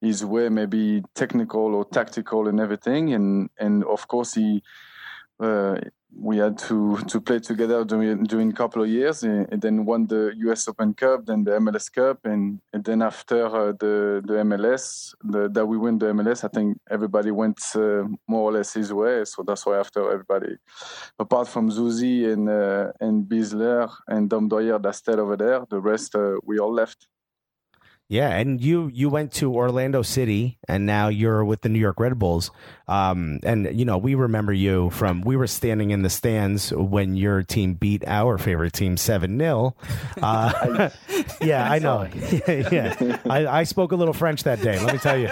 C: his way, maybe technical or tactical, and everything. And and of course, he uh, we had to to play together during during a couple of years, and, and then won the U.S. Open Cup, then the MLS Cup, and, and then after uh, the the MLS the, that we win the MLS, I think everybody went uh, more or less his way. So that's why after everybody, apart from Zuzi and uh, and Bisler and Dom Doyer that stayed over there, the rest uh, we all left.
A: Yeah, and you you went to Orlando City, and now you're with the New York Red Bulls. Um, and you know we remember you from we were standing in the stands when your team beat our favorite team seven 0 uh, (laughs) Yeah, I know. (laughs) yeah, yeah. I, I spoke a little French that day. Let me tell you.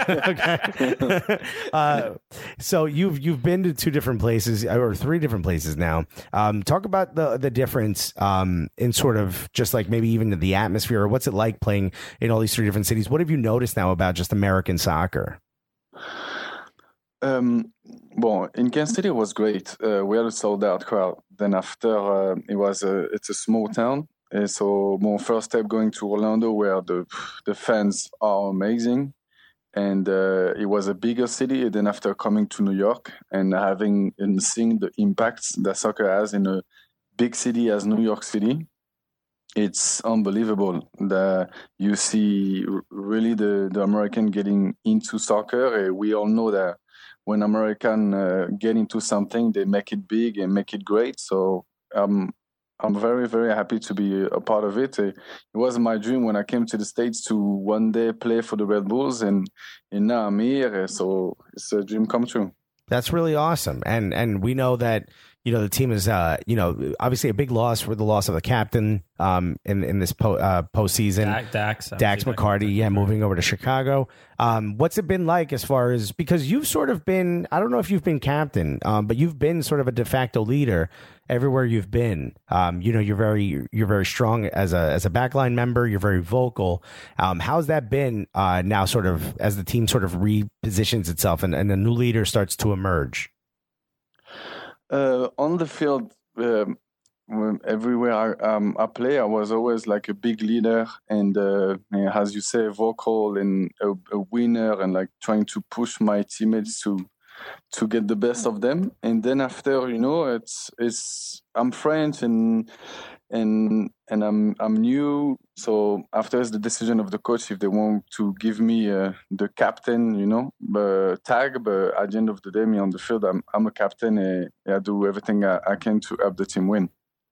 A: (laughs) okay. (laughs) Uh, so you've you've been to two different places or three different places now. Um, talk about the the difference um, in sort of just like maybe even the atmosphere or what's it like playing in all these three different cities. What have you noticed now about just American soccer?
C: Um, well, in Kansas City it was great. Uh, we had a sold out crowd. Then after uh, it was a, it's a small town, and so my first step going to Orlando, where the the fans are amazing, and uh, it was a bigger city. And then after coming to New York and having and seeing the impacts that soccer has in a big city as New York City, it's unbelievable that you see r- really the, the American getting into soccer. And we all know that when American uh, get into something, they make it big and make it great. So um, I'm very, very happy to be a part of it. Uh, It was my dream when I came to the States to one day play for the Red Bulls, and, and now I'm here. So it's a dream come true.
A: That's really awesome, and and we know that you know the team is uh you know obviously a big loss for the loss of the captain um in in this po- uh, postseason.
B: Dax, Dax,
A: Dax McCarty, yeah, moving over to Chicago. Um, what's it been like as far as because you've sort of been I don't know if you've been captain, um, but you've been sort of a de facto leader everywhere you've been. Um, you know, you're very you're very strong as a as a backline member. You're very vocal. Um, how's that been uh, now? Sort of as the team sort of repositions itself and and a new leader starts to emerge.
C: Uh, on the field, um, when- everywhere I, um, I play, I was always like a big leader and, uh, yeah, as you say, vocal and a, a winner, and like trying to push my teammates to to get the best of them. And then after, you know, it's it's I'm French and and and I'm I'm new. So after it's the decision of the coach if they want to give me uh, the captain, you know, uh, tag. But at the end of the day, me on the field, I'm I'm a captain. And I do everything I, I can to help the team win.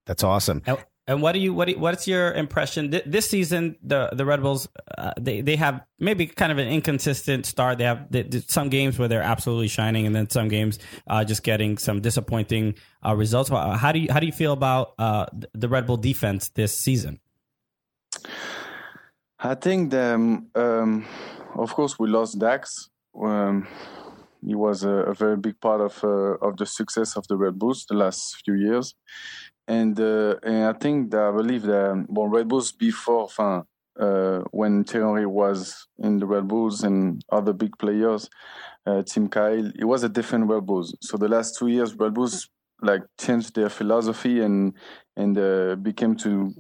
A: That's awesome.
B: And, and what do you what do you- what's your impression Th- this season? The the Red Bulls uh, they they have maybe kind of an inconsistent start. They have they, they- some games where they're absolutely shining, and then some games uh, just getting some disappointing uh, results. How how do you how do you feel about uh, th- the Red Bull defense this season?
C: I think them. Um, of course, we lost Dax. Um, he was a, a very big part of uh, of the success of the Red Bulls the last few years, and uh, and I think that I believe that um, well, Red Bulls before, enfin, uh, when Thierry was in the Red Bulls and other big players, uh, Tim Kyle, it was a different Red Bulls. So the last two years, Red Bulls like changed their philosophy and and uh, became to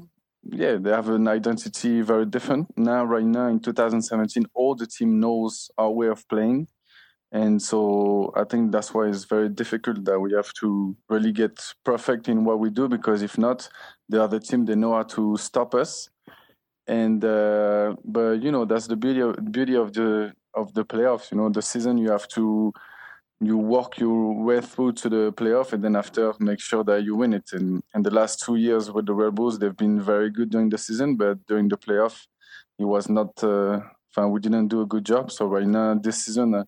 C: yeah they have an identity very different now. Right now in 2017, all the team knows our way of playing, and so I think that's why it's very difficult that we have to really get perfect in what we do because if not, the other team they know how to stop us. And uh, but you know that's the beauty of beauty of the of the playoffs. You know the season you have to you walk your way through to the playoff and then after make sure that you win it. And and the last two years with the Red Bulls they've been very good during the season, but during the playoff it was not. Uh, we didn't do a good job. So right now this season. Uh,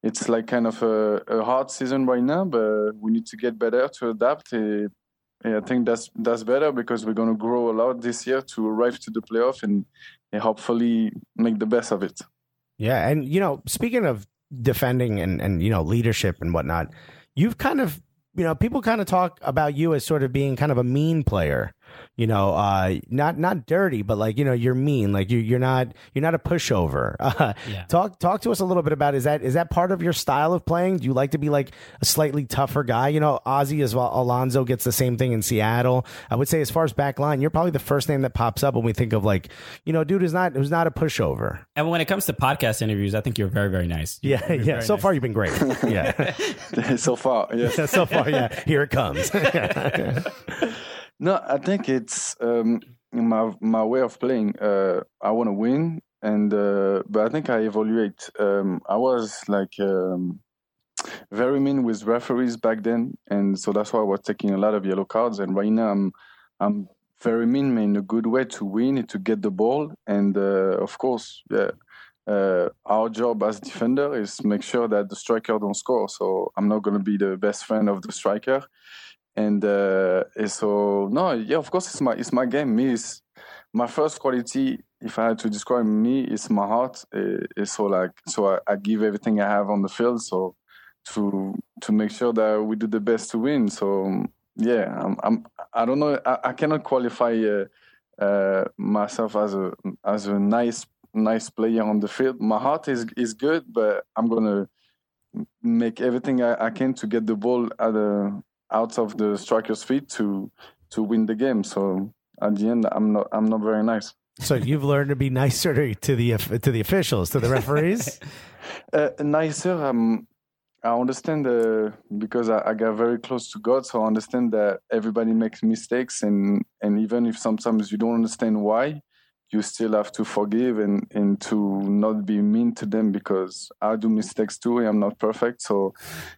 C: it's like kind of a, a, hard season right now, but we need to get better to adapt. Uh, I think that's that's better because we're going to grow a lot this year to arrive to the playoff and, and hopefully make the best of it. (laughs)
A: Yeah, and you know, speaking of defending and and you know leadership and whatnot, you've kind of you know people kind of talk about you as sort of being kind of a mean player you know uh not not dirty but like you know you're mean like you you're not you're not a pushover (laughs) uh,
B: Yeah.
A: talk talk to us a little bit about is that is that part of your style of playing do you like to be like a slightly tougher guy you know Ozzy as well Alonzo gets the same thing in Seattle I would say as far as back line you're probably the first name that pops up when we think of like you know dude who's not who's not a pushover
B: And when it comes to podcast interviews, I think you're very, very nice.
A: yeah yeah so far you've been (laughs) great yeah
C: so far, yes.
A: so far yeah here it comes
C: No, I think it's um, my my way of playing. Uh, I want to win, and uh, but I think I evaluate. Um, I was like um, very mean with referees back then, and so that's why I was taking a lot of yellow cards. And right now, I'm I'm very mean but in a good way to win to get the ball, and uh, of course, yeah. Uh, our job as defender is make sure that the striker don't score. So I'm not going to be the best friend of the striker and uh, and so no, yeah, of course it's my it's my game. Me is my first quality. If I had to describe me, it's my heart. Uh, It's so like so I, I give everything I have on the field. So to to make sure that we do the best to win. So yeah, I'm, I'm I don't know. I, I cannot qualify uh, uh, myself as a as a nice nice player on the field. My heart is is good, but I'm gonna make everything I, I can to get the ball at a out of the striker's feet to to win the game. So at the end, I'm not I'm not very nice.
A: (laughs) So you've learned to be nicer to, to the to the officials, to the (laughs) referees.
C: Uh, nicer, um, I understand uh, because I, I got very close to God, so I understand that everybody makes mistakes, and and even if sometimes you don't understand why, you still have to forgive and and to not be mean to them because I do mistakes too. I'm not perfect, so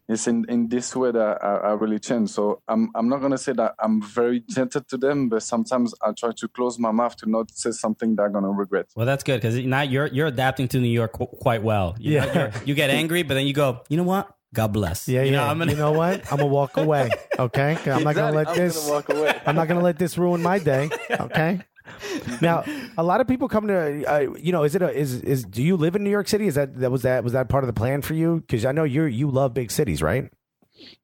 C: it's in in this way that I, I really change. So I'm I'm not gonna say that I'm very gentle to them, but sometimes I try to close my mouth to not say something that I'm gonna regret.
B: Well, that's good because now you're you're adapting to New York qu- quite well. You yeah, you get angry, but then you go, you know what? God bless.
A: Yeah,
B: you
A: yeah.
B: Know, I'm gonna,
A: you know what? I'm gonna walk away. (laughs) Okay, 'Cause I'm not gonna let
C: I'm
A: this.
C: gonna walk away.
A: (laughs) I'm not gonna let this ruin my (laughs) day. Okay. Now, a lot of people come to uh, you know. Is it a, is is do you live in New York City? Is that that was that was that part of the plan for you? Because I know you you love big cities, right?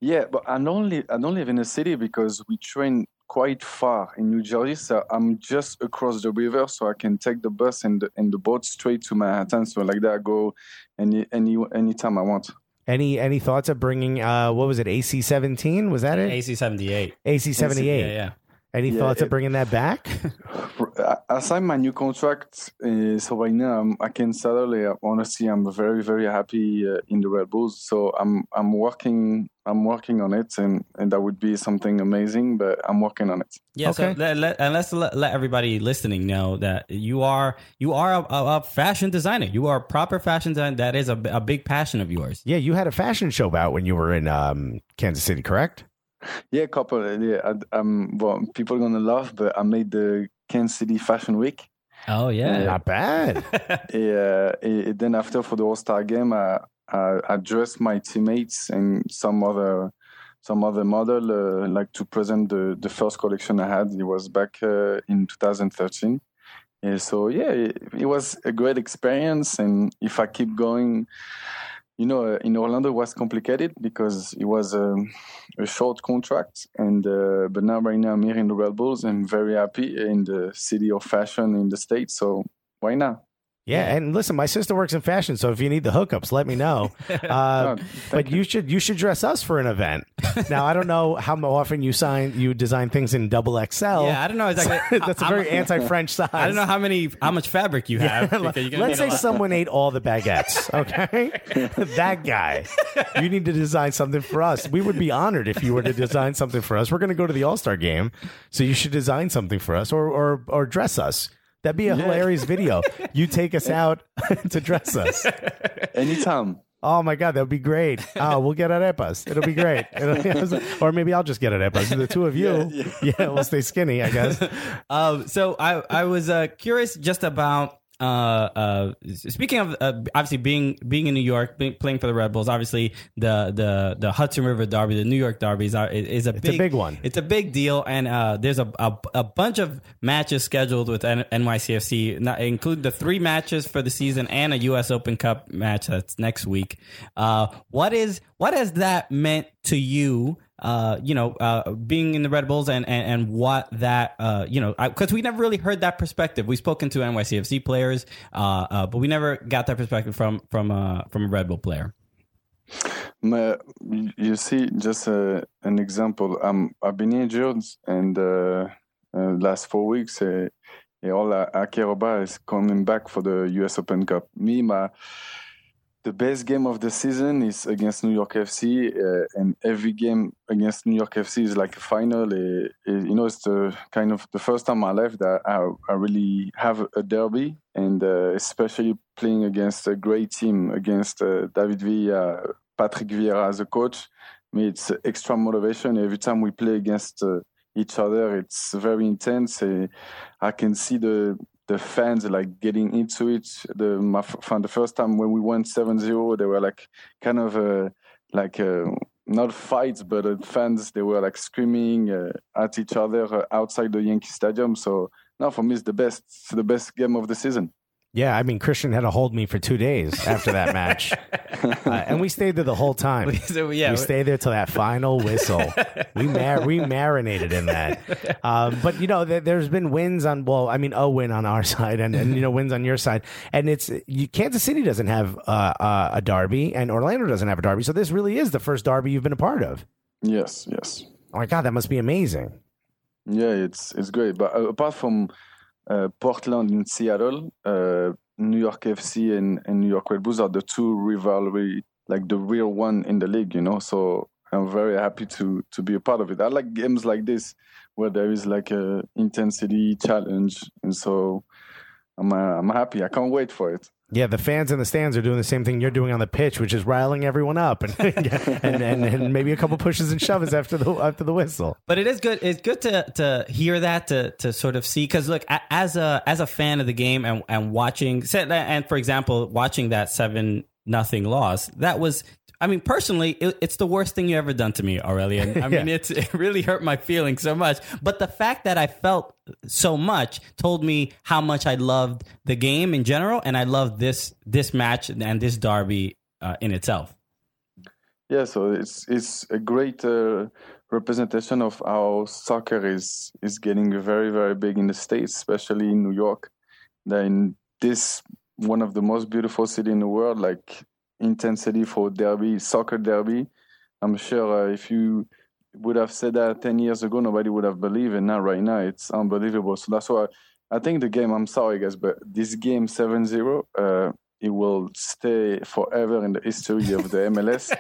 C: Yeah, but I don't live I don't live in a city because we train quite far in New Jersey. So I'm just across the river, so I can take the bus and the, and the boat straight to Manhattan. So like that, I go any any anytime I want.
A: Any any thoughts of bringing uh what was it AC seventeen? Was
B: (laughs)
A: that it?
B: AC seventy eight.
A: AC seventy
B: Yeah,
A: eight.
B: yeah.
A: Any
C: Yeah,
A: thoughts of
C: it-
A: bringing that
B: (laughs)
A: back?
C: I- I signed my new contract, uh, so right now I'm, I can settle. Uh, honestly, I'm very very happy uh, in the Red Bulls. So I'm I'm working I'm working on it, and and that would be something amazing. But I'm working on it.
B: Yeah, so
A: Okay.
B: let, let, and let's let, let everybody listening know that you are you are a, a, a fashion designer. You are a proper fashion designer. That is a, a big passion of yours.
A: yeah, you had a fashion show out when you were in um Kansas City, correct?
C: Yeah, couple. uh, Yeah, I, um, well, people are gonna laugh, but I made the Kansas City Fashion Week.
B: Oh
A: Not bad.
C: Yeah, eh, then after for the All Star game, I, I I dressed my teammates and some other some other model uh, like to present the the first collection I had. It was back uh, in 2013. Eh, so yeah, it, it was a great experience, and if I keep going, you know, uh, in Orlando it was complicated because it was um, a short contract, and uh, but now right now I'm here in the Red Bulls. I'm very happy in the city of fashion in the states. So why not?
A: Yeah, and listen, my sister works in fashion, so if you need the hookups, let me
B: (laughs)
A: know. Uh,
C: Oh,
A: but you should you should dress us for an event. Now I don't know how often you sign you design things in double XL. (laughs)
B: (laughs) Yeah, I don't know exactly.
A: That's a
B: I-
A: very
B: I'm-
A: anti-French size.
B: I don't know how many how much fabric you have. because you're
A: (laughs)
B: gonna
A: Let's say
B: need a lot.
A: someone ate all the (laughs) baguettes. Okay, (laughs) that guy. You need to design something for us. We would be honored if you were to design something for us. We're going to go to the All Star game, so you should design something for us, or or or dress us. That'd be a hilarious video. You take us out (laughs) to dress us.
C: Anytime.
A: Oh my god, that would be (laughs) great. Oh, we'll get arepas. It'll be (laughs) great. It'll- or maybe I'll just get arepas. The two of you. (laughs) Yeah, we'll stay skinny, I guess.
B: Um, so I I was uh, curious just about uh, uh, speaking of uh, obviously being being in New York, being, playing for the Red Bulls. Obviously the the the Hudson River Derby, the New York Derby is, a- is a big
A: big one.
B: It's a big deal, and uh, there's a, a a bunch of matches scheduled with N- NYCFC, not, including the three matches for the season and a U.S. Open Cup match that's next week. Uh, what is what has that meant to you? Uh, you know, uh, being in the Red Bulls and and, and what that uh, you know, because we never really heard that perspective. We've spoken to NYCFC players, uh, uh, but we never got that perspective from from uh, from a Red Bull player.
C: Ma- you see, just uh, an example. Um, I've been injured, and uh, uh, last four weeks, uh, yeah, all I, I care about is coming back for the U.S. Open Cup. Me, my the best game of the season is against New York FC, uh, and every game against New York FC is like a final. Uh, uh, you know, it's the kind of the first time in my life that I, I really have a derby, and uh, especially playing against a great team, against uh, David Villa, Patrick Vieira as a coach. I mean, it's extra motivation every time we play against uh, each other. It's very intense. Uh, I can see the the fans like getting into it. The my, f- from the first time when we won 7-0, they were like kind of uh, like uh, not fights, but uh, fans. They were like screaming uh, at each other uh, outside the Yankee Stadium. So now for me, it's the best. It's the best game of the season.
A: Yeah, I mean Christian had to hold me for two days after that (laughs) match, Uh, and we stayed there the whole time.
B: (laughs) so yeah,
A: we stayed there till that final whistle. we mar- we marinated in that. Um, but you know, there, there's been wins on well, I mean, a win on our (laughs) side, and, and you know, wins on your side. And it's you, Kansas City doesn't have uh, uh, a derby, and Orlando doesn't have a derby. So this really is the first derby you've been a part of.
C: Yes, yes.
A: Oh my god, that must be amazing.
C: Yeah, it's it's great. But uh, apart from uh, Portland and Seattle, uh, New York FC and, and New York Red Bulls are the two rivalry, like the real one in the league. You know, so I'm very happy to to be a part of it. I like games like this where there is like a intensity challenge, and so I'm uh, I'm happy. I can't wait for it.
A: Yeah, the fans in the stands are doing the same thing you're doing on the pitch, which is riling everyone up and (laughs) and, and, and maybe a couple pushes and shoves after the after the whistle. (laughs)
B: But it is good. It's good to to hear that to to sort of see because look a- as a as a fan of the game and and watching say- and for example watching that seven nothing loss that was. I mean, personally, it, it's the worst thing you ever done to me, Aurelian. I mean, it's, it really hurt my feelings so much. But the fact that I felt so much told me how much I loved the game in general, and I loved this this match and this derby uh, in itself.
C: Yeah, so it's it's a great uh, representation of how soccer is is getting very very big in the states, especially in New York. That in this one of the most beautiful city in the world, like intensity for derby, soccer derby. I'm sure uh, if you would have said that ten years ago, nobody would have believed, and now right now it's unbelievable. So that's why I think the game. I'm sorry guys, but this game 7-0, uh, it will stay forever in the history of the MLS.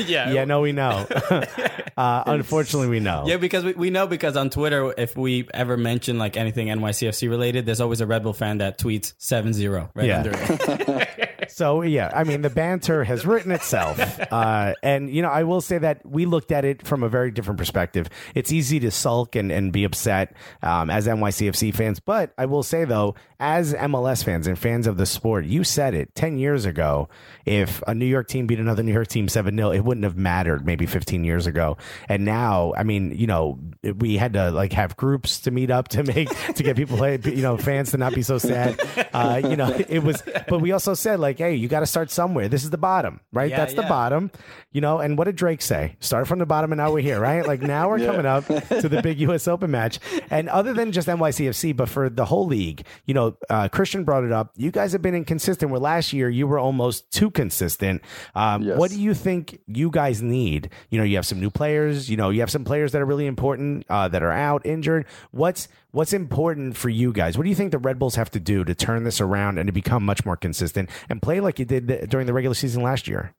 B: Yeah,
A: Yeah, no, we know. (laughs) uh, unfortunately, we know.
B: Yeah, because we, we know because on Twitter, if we ever mention like anything NYCFC related, there's always a Red Bull fan that tweets 7-0 right
A: Yeah.
B: under it.
A: So yeah, I mean the banter has written itself, uh, and you know I will say that we looked at it from a very different perspective. It's easy to sulk and, and be upset um, as NYCFC fans, but I will say though, as MLS fans and fans of the sport, you said it ten years ago. If a New York team beat another New York team seven 0 it wouldn't have mattered maybe fifteen years ago. And now, I mean, you know, we had to like have groups to meet up to (laughs) make to get people play, you know, fans to not be so sad. Uh, you know, it was, but we also said like like, hey, you got to start somewhere. This is the bottom, right?
B: Yeah,
A: That's the
B: yeah.
A: bottom, you know. And what did Drake say? Start from the bottom, and now we're here, right? Like now we're
C: (laughs) Yeah.
A: coming up to the big U.S. Open match. And other than just NYCFC, but for the whole league, you know, uh, Christian brought it up. You guys have been inconsistent. Where last year you were almost too consistent. Um,
C: Yes.
A: What do you think you guys need? You know, you have some new players. You know, you have some players that are really important uh, that are out injured. What's what's important for you guys? What do you think the Red Bulls have to do to turn this around and to become much more consistent and play like you did th- during the regular season last year?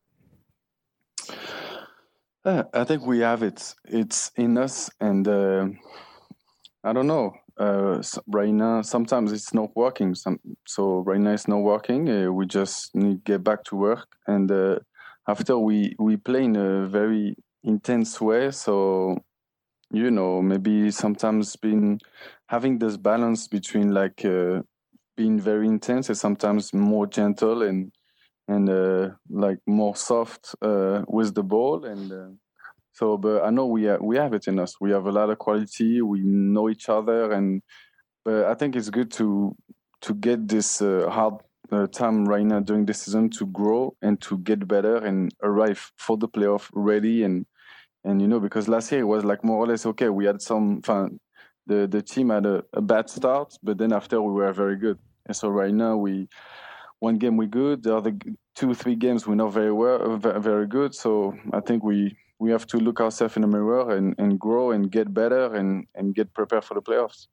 C: Uh, I think we have it. It's in us, and uh, I don't know. Uh, s- right now, sometimes it's not working. Some, so right now it's not working. Uh, we just need to get back to work, and uh, after we we play in a very intense way. So you know, maybe sometimes being having this balance between like uh, being very intense and sometimes more gentle and and uh, like more soft uh, with the ball and uh, so but i know we ha- we have it in us we have a lot of quality we know each other and but i think it's good to to get this uh, hard uh, time right now during the season to grow and to get better and arrive for the playoff ready and and you know because last year it was like more or less okay we had some fun the the team had a, a bad start but then after we were very good and so right now we one game we good, the other g- two three games we're not very well, ve- very good. So I think we we have to look ourselves in the mirror and, and grow and get better and, and get prepared for the playoffs.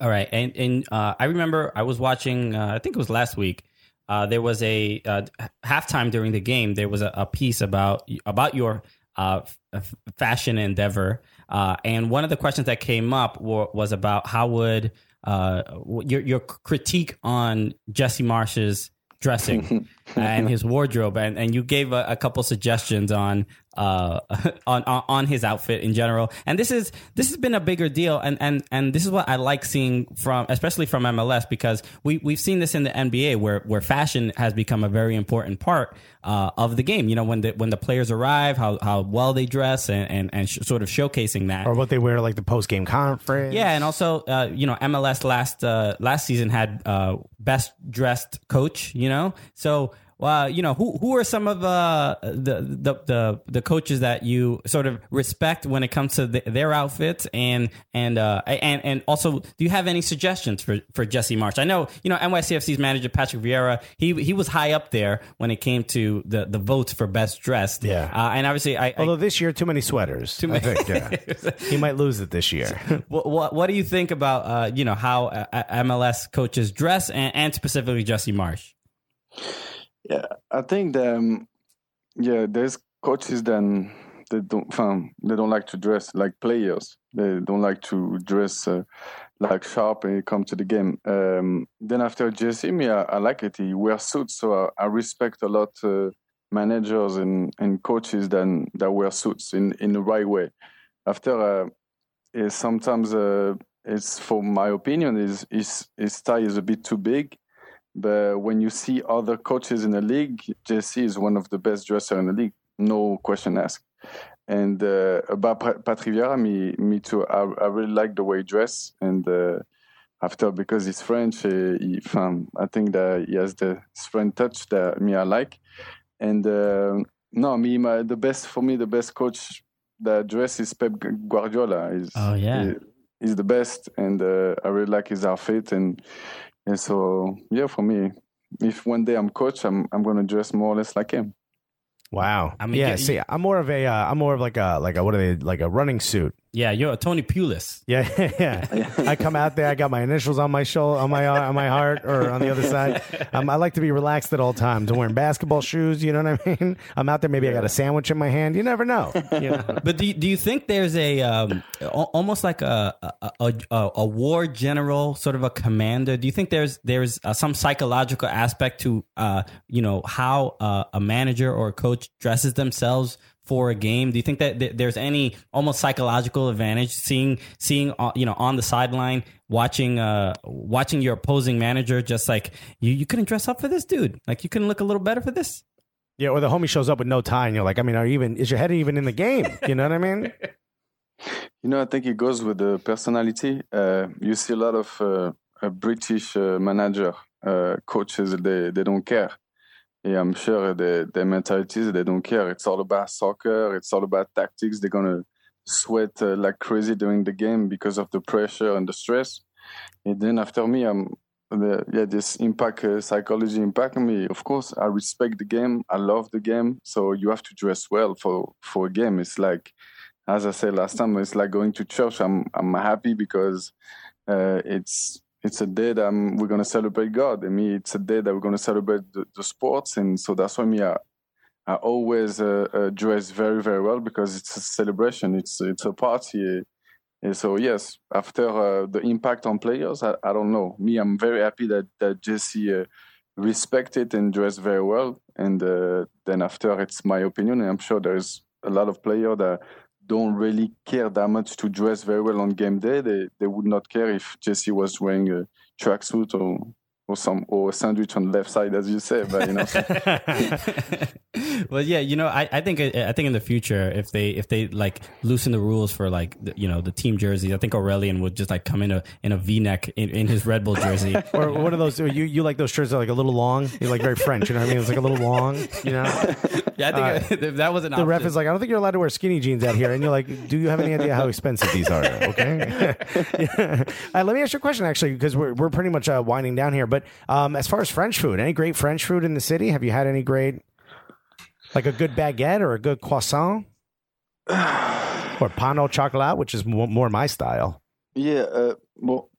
B: All right, and and uh, I remember I was watching. Uh, I think it was last week. Uh, there was a uh, halftime during the game. There was a, a piece about about your uh, f- fashion endeavor, uh, and one of the questions that came up wa- was about how would uh, your your critique on Jesse Marsh's dressing and his wardrobe, and, and you gave a, a couple suggestions on uh (laughs) on, on on his outfit in general. And this is this has been a bigger deal, and and and this is what I like seeing from, especially from MLS, because we we've seen this in the NBA where where fashion has become a very important part uh, of the game. You know, when the when the players arrive, how how well they dress, and and, and sh- sort of showcasing that
A: Or what they wear, like the post game conference?
B: yeah, and also uh, you know MLS last uh, last season had uh, best dressed coach. You know, so uh, you know who who are some of uh, the, the the the coaches that you sort of respect when it comes to the, their outfits and and uh, and and also do you have any suggestions for for Jesse March? I know you know NYCFC's manager Patrick Vieira. He he was high up there when it came to the the votes for best dressed.
A: Yeah.
B: uh, and obviously I. I-
A: Although this year, too many sweaters. Too many. I think, yeah. he might lose it this year.
B: What, what, what do you think about uh, you know how uh, uh, MLS coaches dress and, and specifically Jesse Marsh?
C: I think that um, yeah, there's coaches that they don't um, they don't like to dress like players. They don't like to dress uh, like sharp when it comes to the game. Um, then after Jesse, me, I, I like it. He wears suits, so I, I respect a lot uh, managers and, and coaches that that wear suits in in the right way. After uh, is sometimes uh, it's for my opinion is is his tie is a bit too big but when you see other coaches in the league, Jesse is one of the best dresser in the league, no question asked. And uh, about Pa- Patrick Vieira, me, me too. I, I really like the way he dress, and uh, after because he's French, uh, he, um, I think that he has the French touch that me I like. And uh, no, me my, the best for me, the best coach that dress is Pep Guardiola. Is
B: Oh, yeah.
C: he's the best, and uh, I really like his outfit and. And so, yeah, for me, if one day I'm coach, I'm I'm gonna dress more or less like him.
A: Wow.
B: I mean,
A: yeah.
B: you-
A: see, I'm more of a, uh, I'm more of like a, like a, what are they, like a running suit. (laughs)
B: Yeah, you're a Tony Pulis.
A: Yeah, yeah. I come out there. I got my initials on my shoulder, on my uh, on my heart, or on the other side. Um, I like to be relaxed at all times. I'm wearing basketball shoes. You know what I mean? I'm out there. Maybe I got a sandwich in my hand. You never know.
B: but do you, do you think there's a um, al- almost like a a, a a a war general, sort of a commander? Do you think there's there's uh, some psychological aspect to uh, you know how uh, a manager or a coach dresses themselves for a game? Do you think that th- there's any almost psychological advantage seeing seeing uh, you know on the sideline watching uh watching your opposing manager just like you you couldn't dress up for this dude like you couldn't look a little better for this?
A: Yeah, or the homie shows up with no tie, and you're like, I mean, are you even is your head even in the game? You know what I mean?
C: You know, I think it goes with the personality. Uh, you see a lot of uh, uh, British uh, manager uh, coaches; they they don't care. Yeah, I'm sure the the mentality is they don't care. It's all about soccer. It's all about tactics. They're gonna sweat uh, like crazy during the game because of the pressure and the stress. And then after me, I'm the, yeah this impact uh, psychology impact on me. Of course, I respect the game. I love the game. So you have to dress well for for a game. It's like as I said last time, it's like going to church. I'm I'm happy because uh, it's it's a day that I'm, we're gonna celebrate God. I mean, it's a day that we're gonna celebrate the, the sports, and so that's why me I, I always uh, uh, dress very very well because it's a celebration. It's it's a party. And so yes, after uh, the impact on players, I, I don't know. Me, I'm very happy that that Jesse uh, respected and dressed very well. And uh, then after, it's my opinion, and I'm sure there's a lot of players that don't really care that much to dress very well on game day. They they would not care if Jesse was wearing a tracksuit or or some or a sandwich on the left side, as you say. But you know,
B: (laughs) well, yeah, you know, I, I think I think in the future, if they if they like loosen the rules for like the, you know the team jerseys, I think Aurelian would just like come in a in a V neck in, in his Red Bull jersey.
A: (laughs) Or one of those you you like those shirts that are like a little long. You're like very French, you know what I mean? It's like a little long, you know.
B: yeah, I think if (laughs) that was an
A: uh, The ref is like, I don't think you're allowed to wear skinny jeans out here, and you're like, Do you have any idea how expensive these are? Okay. (laughs) Yeah. Uh, let me ask you a question actually, because we're we're pretty much uh, winding down here. But um, as far as French food, any great French food in the city? Have you had any great, like a good baguette or a good croissant, or pan au chocolat, which is more, more my style?
C: Yeah, uh, well,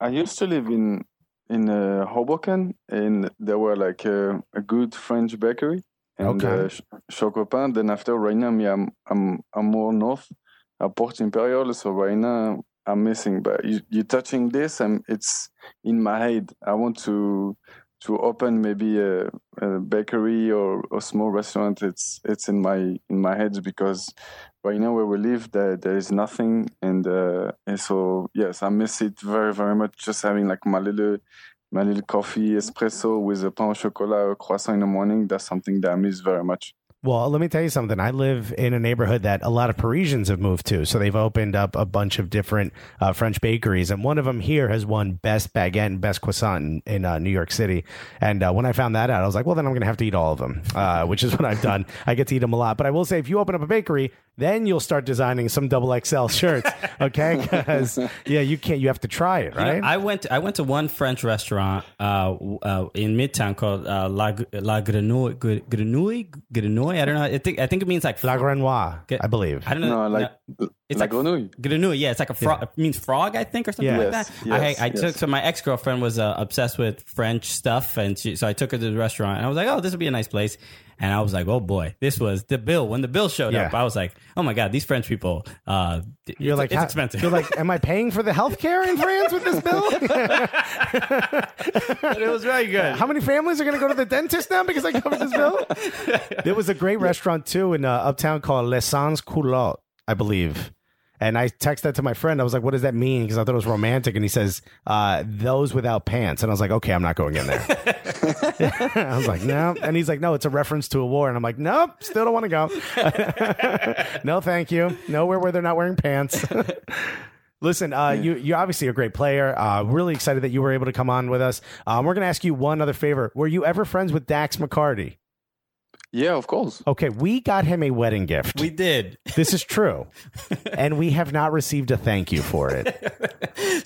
C: I used to live in in uh, Hoboken, and there were like uh, a good French bakery and
A: Okay.
C: uh, ch- Chocopin. Then after right now, me, I'm I'm I'm more north at Port Imperial, so right now I'm missing. But you, you're touching this, and it's in my head. I want to to open maybe a, a bakery or a small restaurant. It's it's in my in my head because right now where we live there there is nothing and uh and so yes i miss it very very much just having like my little my little coffee espresso with a pain au chocolat or croissant in the morning that's something that i miss very much
A: Well, let me tell you something. I live in a neighborhood that a lot of Parisians have moved to. So they've opened up a bunch of different uh, French bakeries. And one of them here has won Best Baguette and Best Croissant in, in uh, New York City. And uh, when I found that out, I was like, well, then I'm going to have to eat all of them, uh, (laughs) which is what I've done. I get to eat them a lot. But I will say, if you open up a bakery, then you'll start designing some double XL shirts.
B: (laughs)
A: Okay. Because, yeah, you can't, you have to try it, right?
B: You know, I went. I went to one French restaurant uh, w- uh, in Midtown called uh, La Gr- La Grenouille. Gr- Grenouille. Grenouille. I don't know. I think. I think it means like.
A: La Grenoire,
B: Get-
A: I believe.
B: I don't know.
C: no like
B: it's
C: like
B: like
C: grenouille
B: Grenouille, yeah, it's like a frog. It means frog, I think, or something
A: Yeah.
B: like
C: Yes,
B: that.
C: yes,
B: I, I
C: yes.
B: took so my ex girlfriend was uh, obsessed with French stuff, and she, so I took her to the restaurant, and I was like, "Oh, this would be a nice place." And I was like, "Oh boy, this was the bill." When the bill showed
A: Yeah.
B: up, I was like, "Oh my god, these French people." Uh,
A: You're
B: it's,
A: like,
B: it's
A: how-
B: expensive.
A: You're like, am I paying for the health care in France with
B: (laughs)
A: this bill?
B: it was very good.
A: How many families are going to go to the dentist now because I covered this bill? there was a great restaurant too in uh, uptown called Les Sans Culottes, I believe. And I texted that to my friend. I was like, "What does that mean?" Because I thought it was romantic. And he says, uh, "Those without pants." And I was like, "Okay, I'm not going in there." (laughs) I was like, "No." And he's like, "No, it's a reference to a war." And I'm like, "Nope, still don't want to go." (laughs) no, thank you. Nowhere where they're not wearing pants. Listen, uh, you you're obviously a great player. Uh, really excited that you were able to come on with us. Um, we're going to ask you one other favor. Were you ever friends with Dax McCarty?
C: yeah of course
A: Okay, we got him a wedding gift.
B: We did.
A: this is
B: (laughs)
A: true, and we have not received a thank you for it.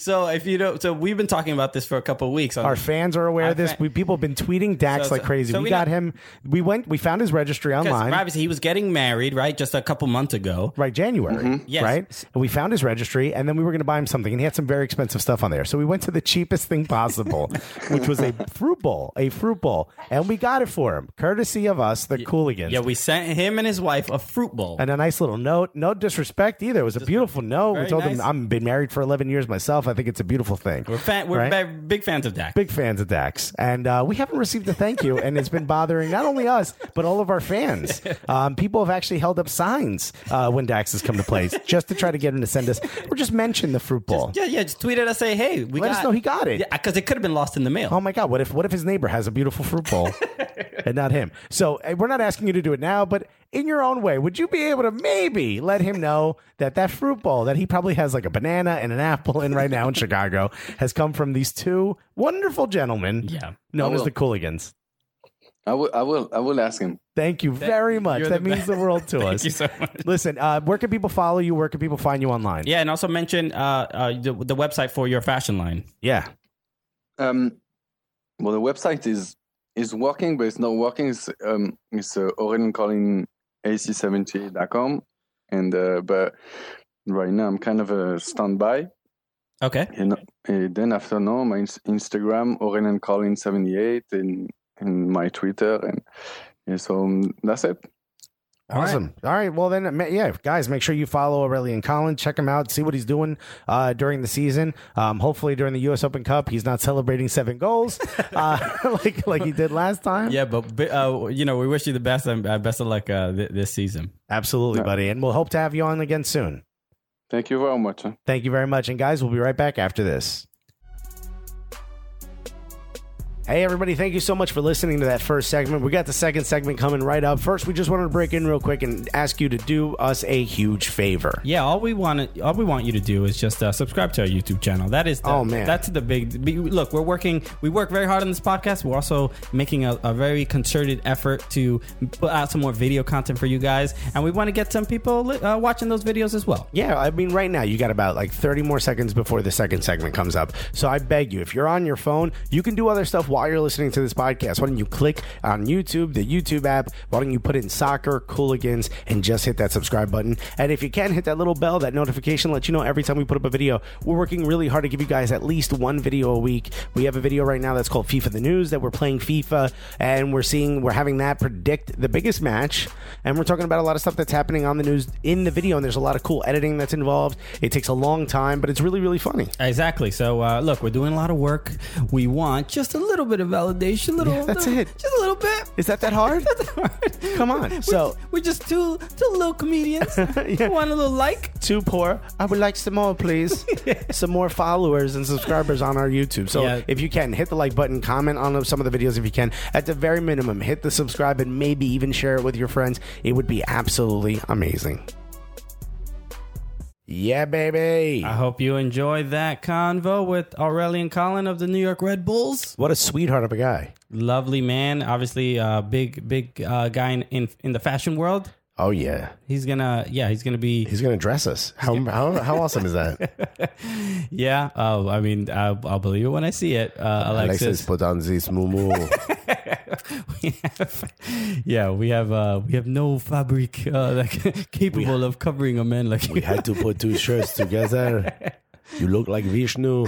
B: So if you don't, so we've been talking about this for a couple of weeks. On
A: Our fans are aware of this.
B: fa-
A: We, people have been tweeting Dax
B: So- so-
A: like crazy.
B: so
A: we,
B: we
A: got
B: got-
A: him. We went. We found his registry
B: because
A: online.
B: obviously he was getting married, right? Just a couple months ago.
A: Right, January.
B: Mm-hmm. Yes.
A: Right? And we found his registry and then we were going to buy him something and he had some very expensive stuff on there. So we went to the cheapest thing
B: (laughs)
A: possible, which was a fruit bowl, a fruit bowl. And we got it for him, courtesy of us, the Cooligans.
B: Yeah, we sent him and his wife a fruit bowl.
A: and a nice little note. No disrespect either. It was a beautiful note. We
B: very
A: told him,
B: nice.
A: I've been married for 11 years myself. I think it's a beautiful thing.
B: we're fan, we're
A: Right?
B: ba- big fans of Dak.
A: Big fans of Dax, and uh, we haven't received a thank you, and it's been bothering not only us but all of our fans. Um, people have actually held up signs uh, when Dax has come to plays just to try to get him to send us or just mention the fruit bowl.
B: Yeah, yeah. Just tweet at us, say, "Hey, we
A: Let
B: got,
A: us know he got it.
B: Yeah, because it could have been lost in the mail.
A: Oh my God! What if what if his neighbor has a beautiful fruit
B: (laughs)
A: bowl and not him? So eh, we're not asking you to do it now, but in your own way, would you be able to maybe let him know that that fruit bowl that he probably has like a banana and an apple in right now in Chicago has come from these two wonderful gentlemen
B: Yeah.
A: known as the Cooligans?
C: I will. I will. I will ask him.
A: Thank you very much.
B: you're
A: That
B: the
A: means
B: best.
A: the world to us.
B: (laughs) Thank you so much.
A: Listen, uh, where can people follow you? Where can people find you online?
B: Yeah, and also mention uh, uh, the, the website for your fashion line.
A: Yeah.
C: Um, well, the website is is working, but it's not working. It's um, it's uh, aureliancallingac70.com, and uh, but right now I'm kind of a standby.
B: Okay.
C: And, and then after no, my ins- Instagram aureliancallin78 and and my Twitter, and, and so um, that's it.
A: Awesome. All right. Well, then, ma- yeah, guys, make sure you follow Aurelian Collins. Check him out. See what he's doing uh, during the season. Um, hopefully, during the U.S. Open Cup, he's not celebrating seven
B: (laughs)
A: goals uh, (laughs) like like he did last time.
B: Yeah, but bi- uh, you know, we wish you the best and uh, best of luck uh, th- this season.
A: Absolutely,
C: Yeah.
A: buddy. And we'll hope to have you on again soon.
C: Thank you very much. huh?
A: Thank you very much. And guys, we'll be right back after this. Hey, everybody, thank you so much for listening to that first segment. We got the second segment coming right up. First, we just wanted to break in real quick and ask you to do us a huge favor.
B: Yeah, all we want all we want you to do is just uh, subscribe to our YouTube channel. That is the,
A: Oh, man.
B: that's the big be- look. We're working we work very hard on this podcast. We're also making a, a very concerted effort to put out some more video content for you guys, and we want to get some people li- uh, watching those videos as well.
A: Yeah, I mean, right now you got about like 30 more seconds before the second segment comes up. So I beg you, if you're on your phone, you can do other stuff while you're listening to this podcast. Why don't you click on YouTube, the YouTube app? Why don't you put in soccer, cooligans, and just hit that subscribe button? And if you can, hit that little bell, that notification, let you know every time we put up a video. We're working really hard to give you guys at least one video a week. We have a video right now that's called FIFA the News that we're playing FIFA, and we're seeing, we're having that predict the biggest match. And we're talking about a lot of stuff that's happening on the news in the video, and there's a lot of cool editing that's involved. It takes a long time, but it's really, really funny.
B: Exactly. So uh, look, we're doing a lot of work. We want just a little bit of validation. Little,
A: Yeah, that's
B: little-
A: it.
B: Just a little bit.
A: Is that that hard? Come on. So,
B: we're just two two little comedians.
A: (laughs) Yeah.
B: Want a little like?
A: too poor. I would like some more, please. some more followers and subscribers on our YouTube. So,
B: Yeah.
A: if you can, hit the like button, comment on some of the videos if you can. At the very minimum, hit the subscribe and maybe even share it with your friends. It would be absolutely amazing. Yeah, baby.
B: I hope you enjoyed that convo with Aurelian Collin of the New York Red Bulls.
A: what a sweetheart of a guy.
B: Lovely man, obviously uh, big big uh, guy in, in in the fashion world.
A: Oh, yeah.
B: He's gonna yeah he's gonna be
A: He's gonna dress us. How how, how awesome is (laughs) that?
B: yeah. Oh, I mean I'll, I'll believe it when I see it. Uh, Alexis,
A: put on this mumu.
B: we have, (laughs) yeah we have uh, we have no fabric uh, (laughs) like capable of covering a man like you.
A: had to put two shirts (laughs) together. You look like Vishnu.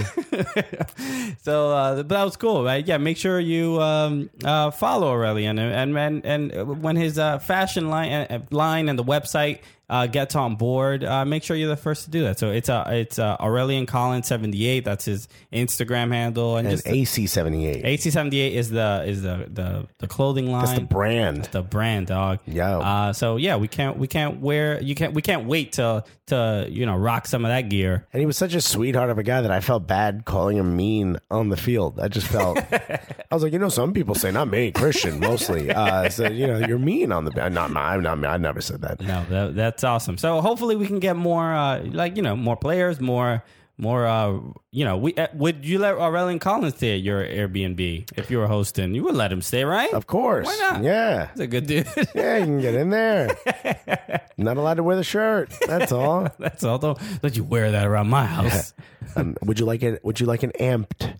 B: So, uh, but that was cool, right? Yeah, make sure you um, uh, follow Aurelian, and and and and when his uh, fashion line uh, line and the website uh, gets on board, uh, make sure you're the first to do that. So it's uh, it's uh, Aurelian Collins seventy eight. That's his Instagram handle, and,
A: And
B: just
A: AC78.
B: AC seventy eight is the is the the, the clothing line.
A: That's the brand.
B: the brand, dog.
A: Yo.
B: Uh, so yeah, we can't we can't wear you can't we can't wait to to you know rock some of that gear.
A: And he was such a sweetheart of a guy that I felt bad calling him mean on the field. I just
B: (laughs)
A: felt, I was like, you know, some people say, not me, Christian
B: (laughs)
A: mostly. Uh, so, you know, you're mean on the, not my, I'm not, I never said that.
B: No, that, that's awesome. So hopefully we can get more, uh, like you know, more players, more, more. Uh, you know, we uh, would you let Aurelian Collins stay at your Airbnb if you were hosting? You would let him stay, right?
A: Of course.
B: Why not?
A: Yeah.
B: He's a good dude. (laughs)
A: Yeah, you can get in there. not allowed to wear the shirt. That's
B: (laughs)
A: all.
B: that's all. Don't let you wear that around my house
A: Um, would you like it? Would you like an amped,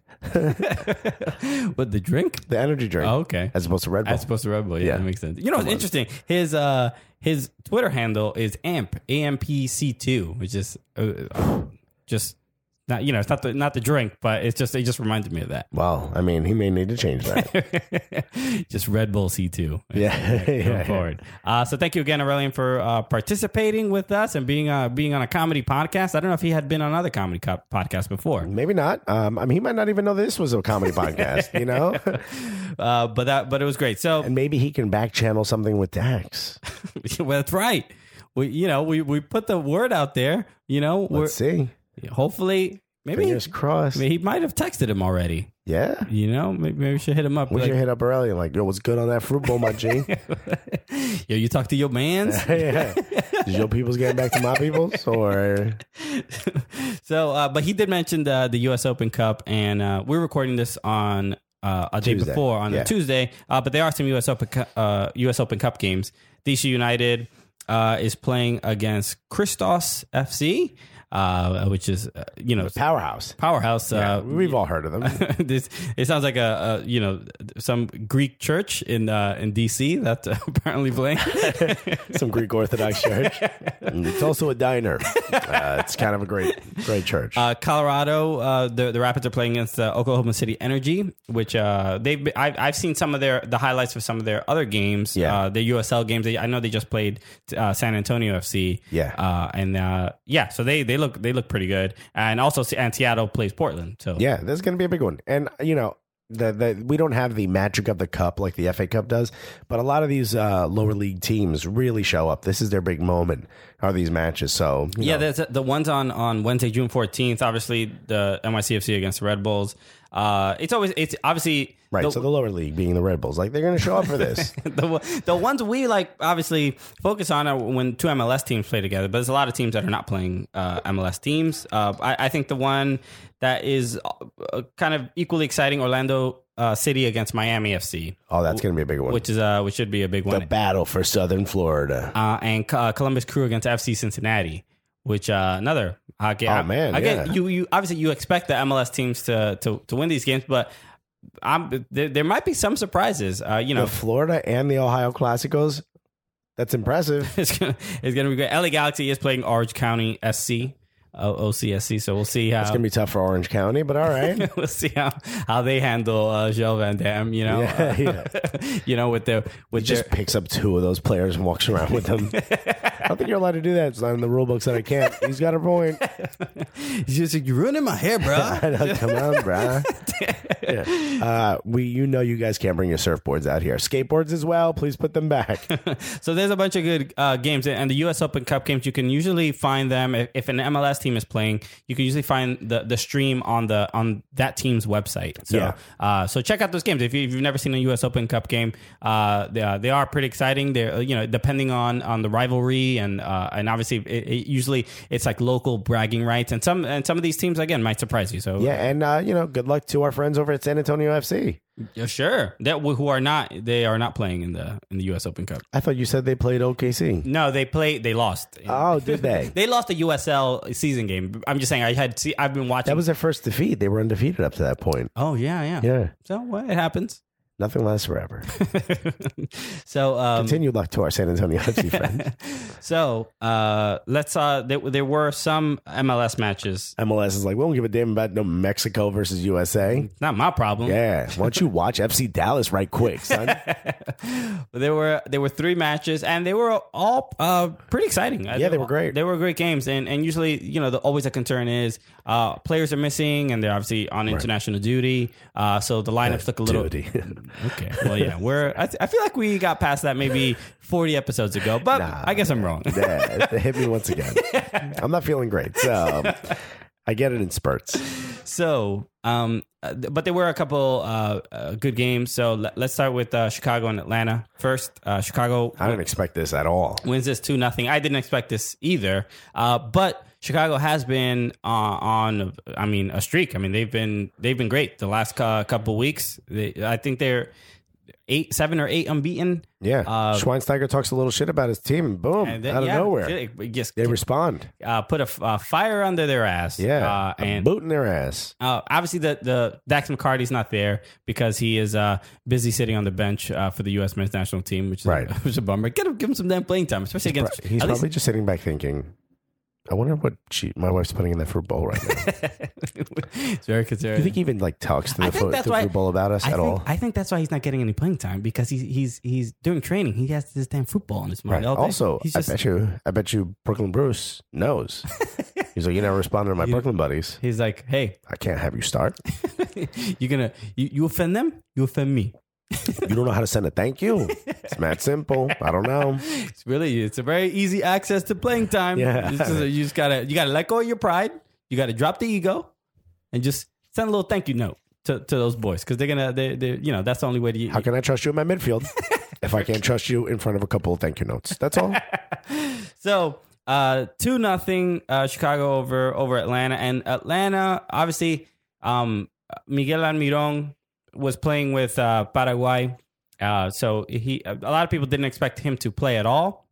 B: with the
A: (laughs)
B: drink.
A: the energy drink?
B: Oh, okay.
A: as opposed to Red Bull.
B: As opposed to Red Bull, yeah,
A: Yeah.
B: that makes sense. You know, it's interesting. His uh, his Twitter handle is amp a m p c two, which is uh, just not you know, it's not the not the drink, but it's just it just reminded me of that. (laughs)
A: well, I mean, he may need to change that.
B: just Red Bull C2.
A: yeah, (laughs)
B: Going forward. Uh, so thank you again, Aurelian, for uh, participating with us and being uh, being on a comedy podcast. I don't know if he had been on other comedy co- podcasts before,
A: Maybe not. Um, I mean, he might not even know this was a
B: (laughs)
A: comedy podcast, you know. (laughs)
B: uh, but that but it was great. So (laughs)
A: And maybe he can back channel something with Dax.
B: well, that's right. We you know we, we put the word out there. You know we're
A: Let's see.
B: hopefully maybe
A: Fingers crossed.
B: maybe he might have texted him already.
A: Yeah.
B: You know maybe, maybe we should hit him up.
A: We
B: Like,
A: should hit up Aurelia and like, yo, what's good on that fruit bowl, my
B: (laughs)
A: G?
B: Yo, you talk to your man's.
A: yeah. Is your people's getting back to my people's? Or
B: so, uh, but he did mention the, the U.S. Open Cup, and uh, we're recording this on uh, a day
A: Tuesday.
B: before on
A: Yeah.
B: a Tuesday. Uh, but there are some U.S. Open Cu- uh, U.S. Open Cup games. DC United uh, is playing against Christos FC, uh, which is uh, you know
A: Powerhouse.
B: powerhouse. Uh,
A: We've all heard of them.
B: (laughs) this it sounds like a, a you know some Greek church in uh, (laughs) in DC that's apparently playing.
A: Some Greek Orthodox
B: (laughs)
A: church. Mm,
E: It's also a diner. Uh, it's kind of a great, great church.
B: Uh, Colorado, uh, the the Rapids are playing against uh, Oklahoma City Energy, which uh, they've been, I've, I've seen some of their the highlights of some of their other games,
A: Yeah.
B: uh, the USL games. They, I know they just played uh, San Antonio FC,
A: Yeah.
B: uh, and uh, yeah, so they they look they look pretty good, and also Se- and Seattle plays Portland, so
A: Yeah, this is going to be a big one. And you know, the, the we don't have the magic of the cup like the FA Cup does, but a lot of these uh, lower league teams really show up. This is their big moment. Are these matches? So you
B: yeah,
A: know,
B: that's the ones on on Wednesday, June fourteenth. Obviously, the NYCFC against the Red Bulls. Uh, it's always it's obviously
A: right.
B: the-
A: so the lower league being the Red Bulls, like they're going to show up for
B: (laughs)
A: this.
B: the, the ones we like obviously focus on are when two MLS teams play together, but there's a lot of teams that are not playing uh, MLS teams. Uh, I, I think the one that is uh, kind of equally exciting Orlando uh, City against Miami FC,
A: oh, that's going to be a big one.
B: which is uh, which should be a big
E: the
B: one,
E: battle for Southern Florida.
B: uh, and uh, Columbus Crew against FC Cincinnati. Which uh, another? I get,
A: Oh, man,
B: I get-
A: yeah.
B: you. You obviously you expect the MLS teams to to, to win these games, but I'm, there, there might be some surprises. Uh, you know,
A: the Florida and the Ohio Classicos. That's impressive.
B: (laughs) it's gonna it's gonna be great. LA Galaxy is playing Orange County SC, uh, OCSC. So we'll see how
A: It's going to be tough for Orange County, but all right.
B: (laughs)
A: (laughs)
B: we'll see how how they handle uh, Joel Van Dam. You know, uh,
A: Yeah, yeah.
B: (laughs) you know with their with their.
A: Just picks up two of those players and walks around with them. I don't think you're allowed to do that. It's not in the rule books that I can't. He's got a point. (laughs)
F: She's like, you're ruining my hair, bro.
A: I know, come on, bruh. Yeah. Uh, we, you know, you guys can't bring your surfboards out here. Skateboards as well. Please put them back.
B: So there's a bunch of good uh, games, and the U.S. Open Cup games you can usually find them if, if an MLS team is playing. You can usually find the, the stream on the on that team's website. So,
A: Yeah.
B: uh, so check out those games if, you, if you've never seen a U.S. Open Cup game. Uh, they, are, they are pretty exciting. They're uh, you know depending on on the rivalry and uh, and obviously it, it usually it's like local bragging rights, and some and some of these teams again might surprise you. So
A: Yeah, and uh, you know, good luck to our friends over at San Antonio FC.
B: Yeah, sure that who are not they are not playing in the in the U.S. Open Cup.
A: I thought you said they played OKC.
B: No, they played. They lost.
A: Oh, did
B: (laughs)
A: they?
B: They lost the USL season game. I'm just saying. I had. See, I've been watching.
A: That was their first defeat. They were undefeated up to that point.
B: Oh yeah, yeah.
A: Yeah,
B: So what? It happens. (laughs)
A: nothing lasts forever.
B: so um,
A: Continued luck to our San Antonio FC friends.
B: so uh, let's. Uh, there, there were some MLS matches.
A: MLS is like, we don't give a damn about no Mexico versus USA.
B: Not my problem.
A: Yeah, why don't you watch FC Dallas right quick,
B: (laughs)
A: son?
B: But there were there were three matches, and they were all uh, pretty exciting.
A: Yeah, they were great.
B: They were great games, and and usually you know the always a concern is uh, players are missing, and they're obviously on international duty. Uh, so the lineups look a little.
A: Duty.
B: Okay. Well, yeah, we're. I, th- I feel like we got past that maybe 40 episodes ago, but I guess I'm wrong.
A: (laughs) Yeah, it hit me once again. I'm not feeling great, so um, I get it in spurts.
B: (laughs) so, um, uh, th- but there were a couple uh, uh, good games. So let, let's start with uh, Chicago and Atlanta first. Uh, Chicago
A: I don't expect this at all.
B: wins this two nothing. I didn't expect this either, uh, but Chicago has been uh, on. I mean, a streak. I mean, they've been they've been great the last uh, couple weeks. They, I think they're eight, seven or eight unbeaten.
A: Yeah,
B: Uh,
A: Schweinsteiger talks a little shit about his team. Boom,
B: And they-
A: out of
B: yeah,
A: nowhere,
B: they just
A: they respond.
B: uh, put a f- uh, fire under their ass.
A: Yeah,
B: uh,
A: I'm
B: and
A: booting their ass.
B: uh, obviously the the Dax McCarty's not there because he is uh, busy sitting on the bench uh, for the U.S. men's national team, which is
A: Right.
B: (laughs) which is a bummer. Get him, give him some damn playing time, especially against.
A: He's
B: at least-
A: probably just sitting back thinking, "I wonder what she, my wife's putting in that fruit bowl right now." Do
B: (laughs) it's very
A: you
B: concerning.
A: think he even like talks to
B: I
A: the,
B: think
A: foot, the
B: that's why-
A: fruit bowl about us
B: I
A: at
B: think,
A: all?
B: I think that's why he's not getting any playing time because he's he's he's doing training. He has this damn football in his mind.
A: Right.
B: all day.
A: Also,
B: he's
A: I bet you, I bet you, Brooklyn Bruce
B: (laughs)
A: knows. He's like, you never responded to my Brooklyn buddies.
B: he's like, hey, (laughs)
A: I can't have you start.
B: you're gonna you, you offend them, you offend me.
A: You don't know how to send a thank you. It's that simple. I don't know.
B: It's really it's a very easy access to playing time.
A: Yeah.
B: It's just- you just gotta you gotta let go of your pride. You gotta drop the ego, and just send a little thank you note to, to those boys because they're gonna they they you know that's the only way to
A: How can I trust you in my midfield if I can't trust you in front of a couple of thank you notes? That's
B: (laughs)
A: all.
B: So uh, two nothing uh, Chicago over over Atlanta, and Atlanta obviously um, Miguel Almiron was playing with uh, Paraguay, uh, so he a lot of people didn't expect him to play at all.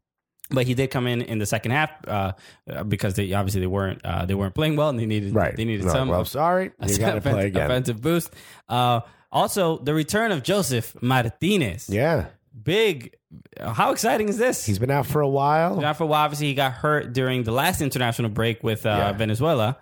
B: But he did come in in the second half uh, uh, because they obviously they weren't uh, they weren't playing well and they needed
A: Right.
B: they needed
A: No,
B: some
A: well, sorry.
B: (laughs)
A: You got to
B: offensive,
A: play again.
B: offensive boost. Uh, also, the return of Joseph Martinez.
A: Yeah.
B: Big. How exciting is this?
A: He's been out for a while.
B: Not for a while. Obviously, he got hurt during the last international break with uh, Venezuela.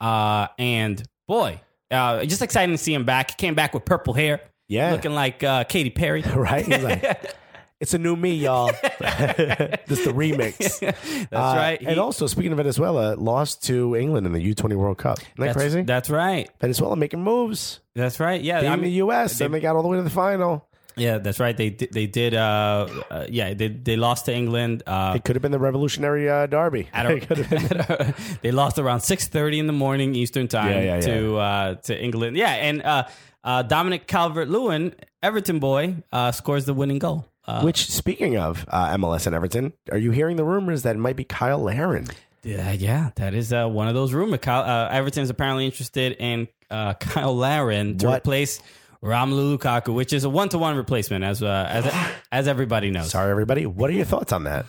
B: Uh, and boy, uh, just exciting to see him back. He came back with purple hair,
A: Yeah.
B: looking like uh, Katy Perry.
A: (laughs) (laughs) right? He's
B: (laughs)
A: like, it's a new me, y'all. (laughs) this the remix.
B: (laughs) That's
A: Uh,
B: right. He-
A: and also, speaking of Venezuela, lost to England in the U20 World Cup. Isn't that
B: that's,
A: crazy?
B: That's right.
A: Venezuela making moves,
B: That's right. Yeah,
A: beating
B: I mean,
A: the U.S., and they got all the way to the final.
B: yeah, that's right. They di- they did. Uh, uh, yeah, they they lost to England. Uh,
A: It could have been the revolutionary uh, derby. (laughs)
B: I don't-
A: It could have been-
B: (laughs) they lost around six thirty in the morning Eastern time
A: Yeah, yeah,
B: to Uh, to England. Yeah, and uh, uh, Dominic Calvert Lewin, Everton boy, uh, scores the winning goal. Uh,
A: Which, speaking of uh, MLS and Everton, are you hearing the rumors that it might be Kyle Lahren?
B: yeah, yeah, that is uh, one of those rumors. Kyle, uh, Everton's apparently interested in uh, (laughs) Kyle Laren to
A: What?
B: replace Romelu Lukaku, which is a one to one replacement, as uh, as as everybody knows.
A: Sorry, everybody. What are your thoughts on that?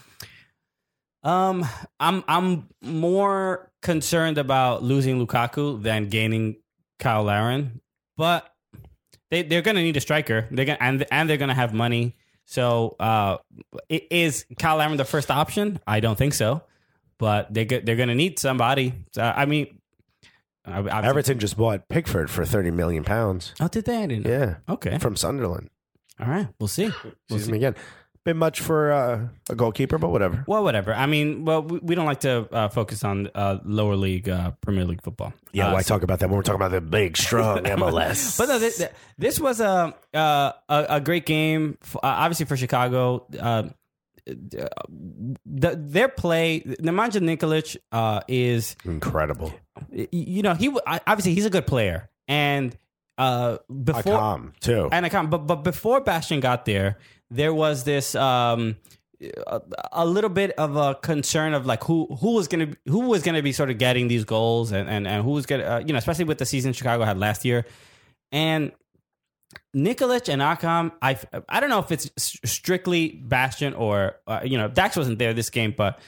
B: Um, I'm I'm more concerned about losing Lukaku than gaining Kyle Laren, but they they're gonna need a striker. They're gonna and and they're gonna have money. So, uh, i- is Kyle Laren the first option? I don't think so, but they go- they're gonna need somebody. So, I mean, I, I,
A: Everton just bought Pickford for 30 million pounds.
B: Oh, did they? I didn't know.
A: Yeah.
B: Okay.
A: From Sunderland.
B: All right. We'll see. We'll
A: Excuse
B: see.
A: me again. Been much for uh, a goalkeeper, but whatever.
B: Well, whatever. I mean, well, we, we don't like to uh, focus on uh, lower league, uh, Premier League football.
A: Yeah,
B: Uh,
A: why talk about that when we're talking about the big, strong
B: (laughs)
A: MLS?
B: But no, this, this was a uh, a, a great game, f- uh, obviously for Chicago. Uh, the, their play, Nemanja Nikolic uh, is,
A: incredible.
B: you know, he w- I- obviously he's a good player, and uh,
A: A
B: before
A: calm too.
B: and a com- but but before Bastion got there, there was this um a, a little bit of a concern of like who who was gonna who was gonna be sort of getting these goals and and, and who was gonna uh, you know especially with the season Chicago had last year, and Nikolic and Akam, I I don't know if it's s- strictly Bastion or uh, you know Dax wasn't there this game, but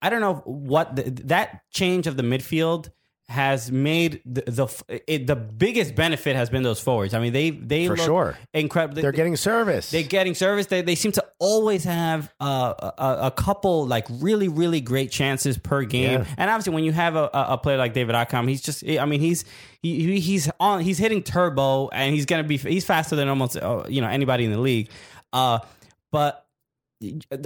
B: I don't know what the, that change of the midfield has made the the, f- it, the biggest benefit has been those forwards. I mean they they
A: For
B: look
A: sure.
B: incredible.
A: They're getting service.
B: They're getting service. They, they seem to always have uh, a, a couple like really really great chances per game.
A: Yeah.
B: And obviously, when you have a, a a player like David Akam, he's just I mean he's he, he- he's on he's hitting turbo and he's gonna be he's faster than almost uh, you know anybody in the league. Uh, but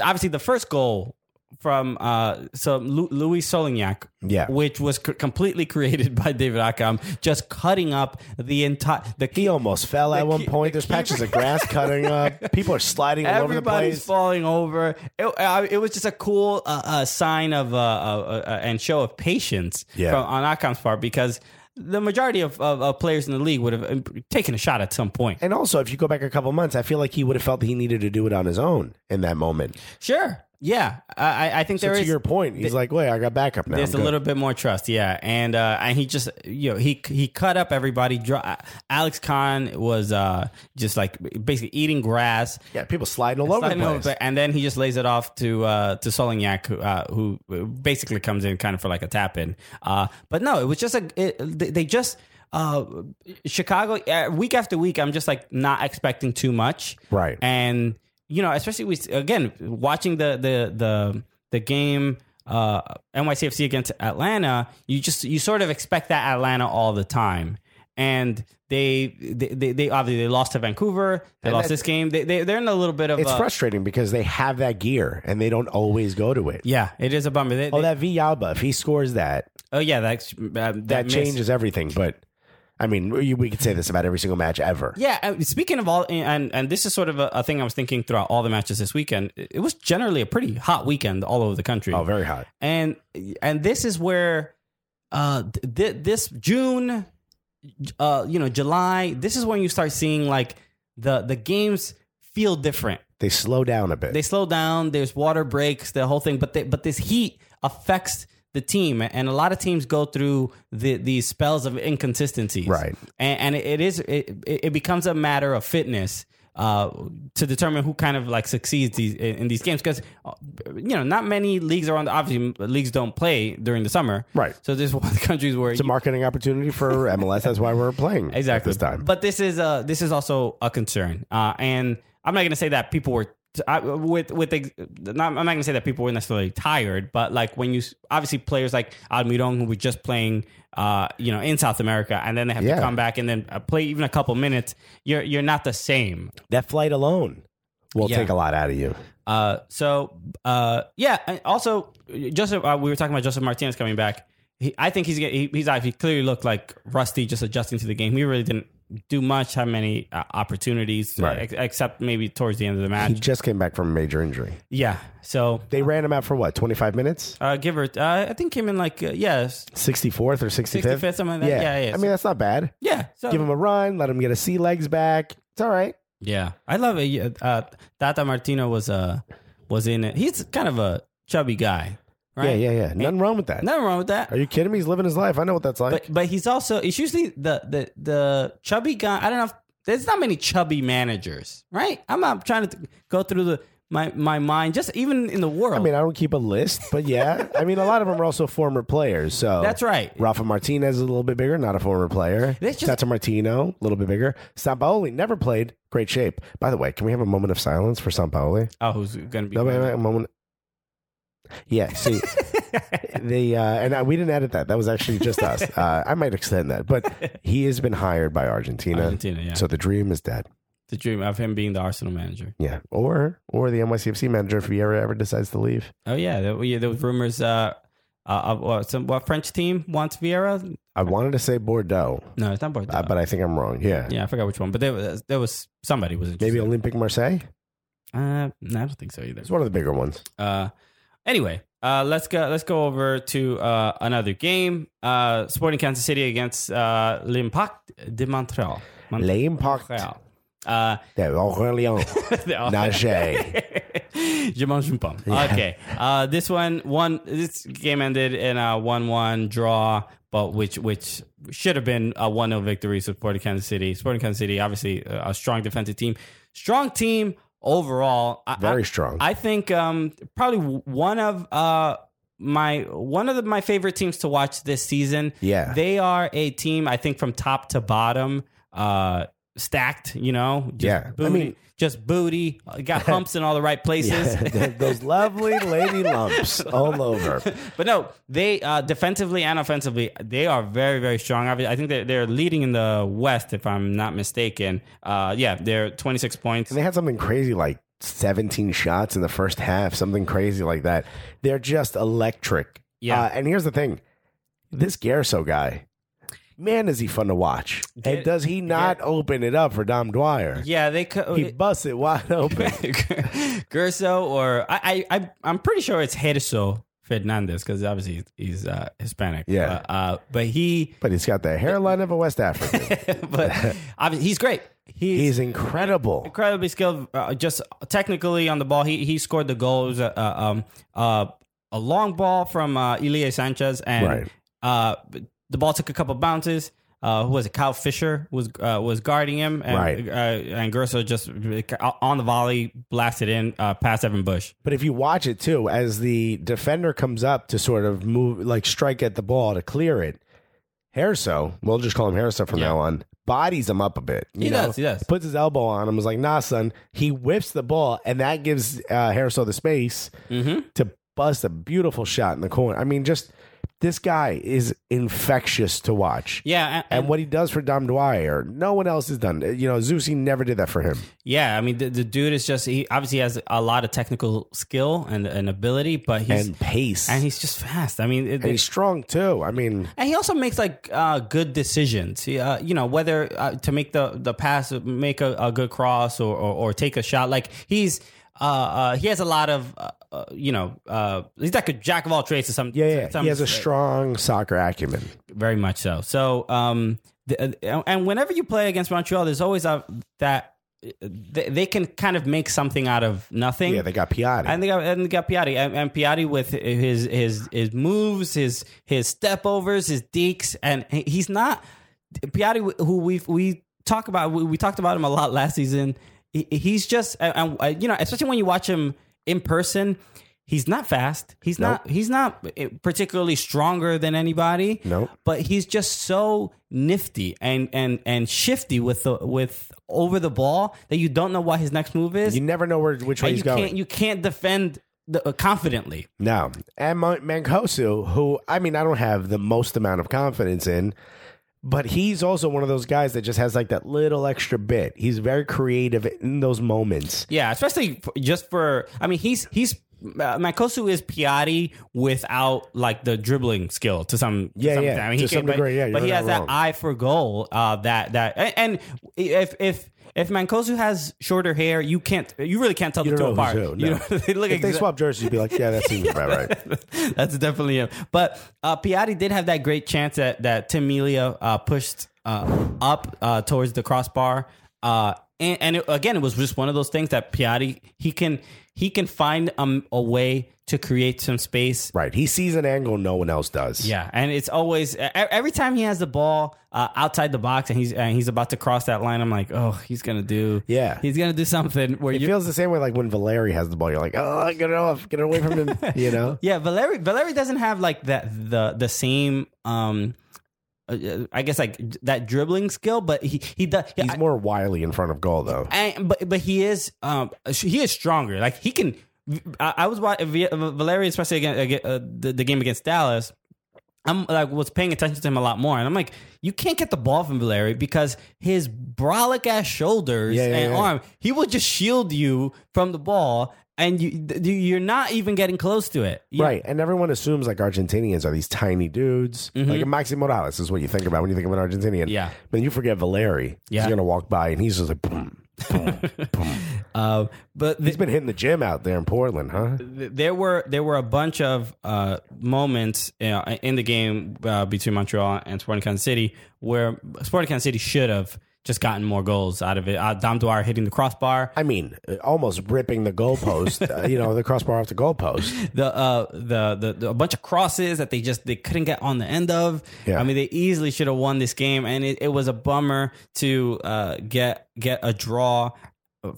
B: obviously, the first goal from uh so Lu- Luis Solignac
A: Yeah.
B: which was c- completely (laughs) created by David Akam just cutting up the entire the
A: he almost fell at one
B: key-
A: point.
B: the
A: There's patches
B: (laughs)
A: of grass cutting up. People are sliding all over the
B: Everybody's
A: place.
B: falling over. It, I- it was just a cool uh, uh, sign of uh, uh, uh, and show of patience
A: Yeah.
B: from, on Akam's part because the majority of, of, of players in the league would have um, taken a shot at some point.
A: and also, if you go back a couple months, I feel like he would have felt that he needed to do it on his own in that moment.
B: Sure. Yeah. I, I- I think
A: So
B: there
A: to
B: is.
A: your point, he's like, "Wait, I got backup now."
B: There's
A: I'm good."
B: a little bit more trust, yeah, and uh, and he just you know he he cut up everybody. Dr- Alex Khan was uh, just like basically eating grass,
A: yeah. People sliding all over
B: Sliding
A: the
B: over
A: place.
B: the- and then he just lays it off to uh, to Solignac, who, uh, who basically comes in kind of for like a tap in. Uh, but no, it was just a it, they they just uh, Chicago uh, week after week. I'm just like not expecting too much,
A: Right.
B: And you know, especially we again watching the the the the game. Uh, NYCFC against Atlanta, you just you sort of expect that Atlanta all the time, and they they they, they obviously they lost to Vancouver, they lost this game, they, they they're in a little bit of
A: It's
B: a,
A: frustrating because they have that gear and they don't always go to it.
B: Yeah, it is a bummer. They,
A: Oh,
B: they-
A: that Vialba, if he scores that,
B: oh yeah, that's, uh, that
A: that
B: miss.
A: changes everything. But I mean, we we could say this about every single match ever.
B: Yeah, uh, speaking of all, and and this is sort of a, a thing I was thinking throughout all the matches this weekend. It it was generally a pretty hot weekend all over the country.
A: Oh, very hot.
B: and and this is where uh th- th- this June uh you know July this is when you start seeing like the the games feel different
A: They slow down a bit.
B: they slow down there's water breaks the whole thing but they, but this heat affects the team, and a lot of teams go through the these spells of inconsistencies,
A: Right.
B: And, and it is it, it becomes a matter of fitness. Uh, to determine who kind of like succeeds these in, in these games, because you know not many leagues are on the obviously leagues don't play during the summer,
A: Right.
B: So there's (laughs) one of the countries where
A: It's a marketing opportunity for MLS. That's why we're playing at
B: exactly
A: this time.
B: But this is uh this is also a concern, uh, and I'm not going to say that people were. I, with with ex- not, I'm not gonna say that people were necessarily tired, but like when you s- obviously players like Almiron who were just playing, uh, you know, in South America, and then they have
A: Yeah.
B: to come back and then uh, play even a couple minutes. You're you're not the same.
A: that flight alone will
B: Yeah.
A: take a lot out of you.
B: Uh, so uh, yeah. and Also, Joseph, uh, we were talking about Joseph Martinez coming back. He, I think he's get- he, he's out. He clearly looked like rusty, just adjusting to the game. He really didn't do much, have many uh, opportunities, uh,
A: Right.
B: ex- except maybe towards the end of the
A: He
B: match.
A: (laughs) just came back from a major injury.
B: Yeah. So
A: They ran him out for what, 25 minutes?
B: uh, give her. Uh, I think came in like uh, yes,
A: 64th or 65th?
B: sixty fifth, something like that. Yeah, yeah.
A: I mean, that's not bad.
B: yeah. So
A: Give him a run, let him get his sea legs back. It's all right.
B: yeah, I love it. Yeah, Uh, Tata Martino was uh was in it. He's kind of a chubby guy, right?
A: Yeah, yeah, yeah. Nothing wrong with that.
B: Nothing wrong with that.
A: Are you kidding me? He's living his life. I know what that's like.
B: But but he's also it's usually the the the chubby guy. I don't know. If, there's not many chubby managers, right? I'm not trying to go through the my my mind. Just even in the world,
A: I mean, I don't keep a list, but
B: (laughs)
A: yeah. I mean, a lot of them are also former players. So
B: that's right.
A: Rafa Martinez is a little bit bigger, not a former player.
B: That's just-
A: Tata Martino, a little bit bigger. Sampaoli never played. Great shape. By the way, can we have a moment of silence for Sampaoli?
B: Oh, who's gonna be?
A: No, wait, wait, a moment. Yeah, (laughs) see, the uh, and I, we didn't edit that. That was actually just (laughs) us. Uh, I might extend that, but he has been hired by Argentina,
B: Argentina, yeah.
A: so the dream is dead.
B: the dream of him being the Arsenal manager.
A: Yeah, or or the NYCFC manager if he ever ever decides to leave.
B: Oh yeah, there, yeah, there was rumors. Uh, uh, of uh, some what French team wants Vieira?
A: I wanted to say Bordeaux,
B: No, it's not Bordeaux.
A: uh, but I think I'm wrong. Yeah,
B: yeah, I forgot which one. But there was there was somebody was
A: maybe
B: interested.
A: Olympic Marseille.
B: Uh, no, I don't think so either.
A: It's one of the bigger ones.
B: Uh, anyway, uh, let's go. Let's go over to uh, another game. Uh, Sporting Kansas City against uh, L'Impact de Montreal. Mon-
A: L'impact
B: Montreal. Uh, (laughs)
A: de Orléans. (laughs) Nage.
B: Je mange une pomme. Okay. Uh, this one, one. This game ended in a one-one draw, but which which should have been a one-0 victory. So Sporting Kansas City. Sporting Kansas City, obviously a a strong defensive team, strong team overall. I-
A: Very
B: I-
A: strong.
B: I think um, probably one of uh, my one of the, my favorite teams to watch this season.
A: Yeah.
B: they are a team I think from top to bottom uh, stacked. You know, just
A: Yeah. I
B: booty,
A: mean-
B: just booty uh,
A: (laughs)
B: got humps in all the right places.
A: Those lovely lady lumps all (laughs) over.
B: (laughs) but no, they uh, defensively and offensively, they are very, very strong. Obvi- I think they're, they're leading in the West, if I'm not mistaken. Uh, yeah, they're 26 points.
A: And they had something crazy like 17 shots in the first half, something crazy like that. They're just electric.
B: Yeah.
A: Uh, and here's the thing this Garso guy, man, is he fun to watch.
B: Get-
A: and does he not open it up for Dom Dwyer?
B: Yeah, they co-
A: He busts it wide (laughs) open.
B: (laughs) Gerso or I, I, I I'm pretty sure it's Gerso Fernandez because obviously he's uh, Hispanic.
A: Yeah.
B: Uh, uh, but he, (laughs)
A: but he's got the hairline of a West African. (laughs)
B: but obviously he's great. He's,
A: He's incredible.
B: incredibly skilled, uh, just technically on the ball. He he scored the goals. Uh, uh, um, uh, a long ball from uh, Ilya Sanchez, and
A: Right.
B: uh, the ball took a couple bounces. Uh, who was it? Kyle Fisher was uh, was guarding him, and,
A: Right.
B: uh, and Gerso just uh, on the volley blasted in uh, past Evan Bush.
A: But if you watch it too, as the defender comes up to sort of move, like strike at the ball to clear it, Harriso, we'll just call him Harriso from
B: Yeah.
A: now on, bodies him up a bit. you
B: He
A: know?
B: does, he does.
A: Puts his elbow on him, is like, nah, son. He whips the ball, and that gives uh, Harriso the space
B: Mm-hmm.
A: to bust a beautiful shot in the corner. I mean, just this guy is infectious to watch.
B: Yeah, and,
A: And what he does for Dom Dwyer, no one else has done. You know, Zusi never did that for him.
B: yeah, I mean the, the dude is just he obviously has a lot of technical skill and, and ability, but he's
A: and
B: and,
A: pace.
B: he's just fast. I mean, it,
A: and he's strong too. I mean,
B: and he also makes like uh, good decisions. He, uh, you know, whether uh, to make the the pass, make a, a good cross, or, or or take a shot. Like he's uh, uh, he has a lot of uh, uh, you know uh, he's like a jack of all trades. To some
A: Yeah, yeah.
B: some-
A: he has a strong soccer acumen.
B: very much so. So, um, the, uh, and whenever you play against Montreal, there's always a, that they, they can kind of make something out of nothing.
A: Yeah, they got Piatti.
B: And they got and they got Piatti and, and Piatti with his his his moves, his his step overs, his deeks, and he's not Piatti who we we talk about. We, we talked about him a lot last season. He, he's just and, and, you know, especially when you watch him in person. He's not fast. He's not. He's not particularly stronger than anybody.
A: Nope.
B: But he's just so nifty and and and shifty with the with over the ball that you don't know what his next move is
A: You never know where which way
B: and
A: he's
B: you
A: going.
B: can't you can't defend the, uh, confidently.
A: No. And Man- Mancosu, who I mean, I don't have the most amount of confidence in, but he's also one of those guys that just has like that little extra bit. He's very creative in those moments.
B: Yeah, especially f just for I mean he's he's uh, Makosu is Piatti without like the dribbling skill to some to
A: Yeah,
B: some
A: yeah,
B: extent. I mean, he
A: to some
B: but-
A: degree, yeah,
B: but,
A: you're
B: he
A: not
B: has that
A: wrong.
B: eye for goal uh, that that and, and if if. If Mankosu has shorter hair, you can't. You really can't tell the
A: You
B: two
A: don't know
B: apart.
A: who's who.
B: You
A: no.
B: know, (laughs) they look
A: if they
B: exa-
A: swap jerseys, you'd be like, yeah, that
B: (laughs)
A: seems about right.
B: That's definitely him. But uh, Piatti did have that great chance that that Tim Melia uh, pushed uh, up uh, towards the crossbar, uh, and, and it, again, it was just one of those things that Piatti he can he can find um, a way to create some space.
A: Right. He sees an angle no one else does.
B: Yeah, and it's always e- every time he has the ball uh, outside the box and he's and he's about to cross that line, I'm like, oh, he's gonna do
A: Yeah.
B: he's gonna do something where
A: It
B: you
A: feels the same way like when Valeri has the ball. You're like, oh, get it off, get it away from
B: (laughs)
A: him. you know?
B: Yeah, Valeri Valeri doesn't have like that the the same um uh, I guess like that dribbling skill, but he he does.
A: He's
B: I-
A: more wily in front of goal, though.
B: and, but but he is um he is stronger. Like he can. I, I was watching Valeri, especially against uh, the, the game against Dallas. I'm like was paying attention to him a lot more, and I'm like, you can't get the ball from Valeri because his brolic ass shoulders
A: Yeah, yeah,
B: and
A: yeah.
B: arm, he will just shield you from the ball, and you th- you're not even getting close to it. You-
A: Right. And everyone assumes like Argentinians are these tiny dudes. Like Maxi Morales is what you think about when you think of an Argentinian.
B: Mm-hmm. Yeah.
A: But you forget Valeri.
B: Yeah.
A: He's going to walk by and he's just like, boom, boom, boom.
B: Um, but
A: He's
B: th-
A: been hitting the gym out there in Portland, huh?
B: th- there were there were a bunch of uh, moments you know, in the game uh, between Montreal and Sporting Kansas City where Sporting Kansas City should have just gotten more goals out of it. Uh, Dom Dwyer hitting the crossbar.
A: I mean, uh, almost ripping the
B: (laughs)
A: goalpost, uh, you know, the crossbar off the goalpost.
B: the uh the, the the a bunch of crosses that they just they couldn't get on the end of.
A: Yeah.
B: I mean, they easily should have won this game, and it, it was a bummer to uh get get a draw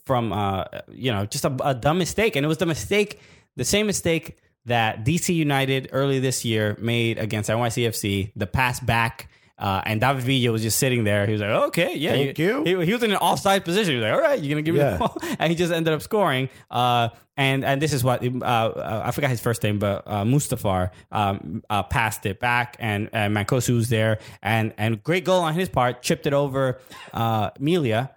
B: from uh you know just a, a dumb mistake, and it was the mistake the same mistake that DC United early this year made against NYCFC, the pass back. Uh, and David Villa was just sitting there. He was like, "Okay, yeah,
A: Thank you.
B: He, he was in an offside position. He was like, "All right, you're gonna give me the
A: Yeah.
B: ball." (laughs) and he just ended up scoring. Uh, and and this is what uh, uh, I forgot his first name, but uh, Mustafar um, uh, passed it back, and uh, Mancosu was there, and and great goal on his part, chipped it over uh, Melia.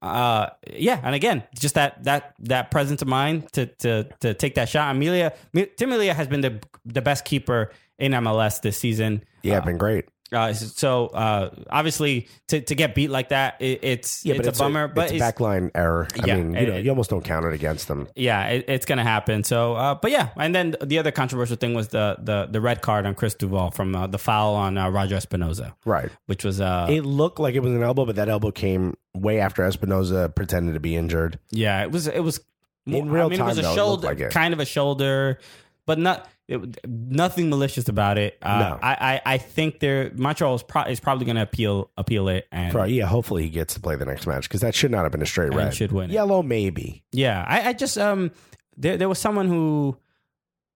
B: Uh, yeah, and again, just that that that presence of mind to to to take that shot. Amelia Tim Melia has been the the best keeper in MLS this season.
A: Yeah, been great.
B: Uh, so uh, obviously, to, to get beat like that, it, it's it's, a bummer, but
A: it's a backline error. I
B: Yeah,
A: mean, you
B: it-
A: know, you almost don't count it against them.
B: yeah, it, it's gonna happen. So, uh, but yeah, and then the other controversial thing was the the, the red card on Chris Duval from uh, the foul on uh, Roger Espinoza,
A: Right.
B: which was uh,
A: It looked like it was an elbow, but that elbow came way after Espinoza pretended to be injured.
B: yeah, it was it was
A: In real
B: I mean, it was
A: time, though,
B: a
A: it looked
B: shoulder,
A: like it.
B: kind of a shoulder, but not it, nothing malicious about it. Uh,
A: No.
B: I, I I think there Montreal is, pro- is probably gonna appeal appeal it and
A: Right, yeah, hopefully he gets to play the next match because that should not have been a straight
B: And
A: red.
B: should win it.
A: Yellow, maybe.
B: Yeah, I, I just um, there there was someone who,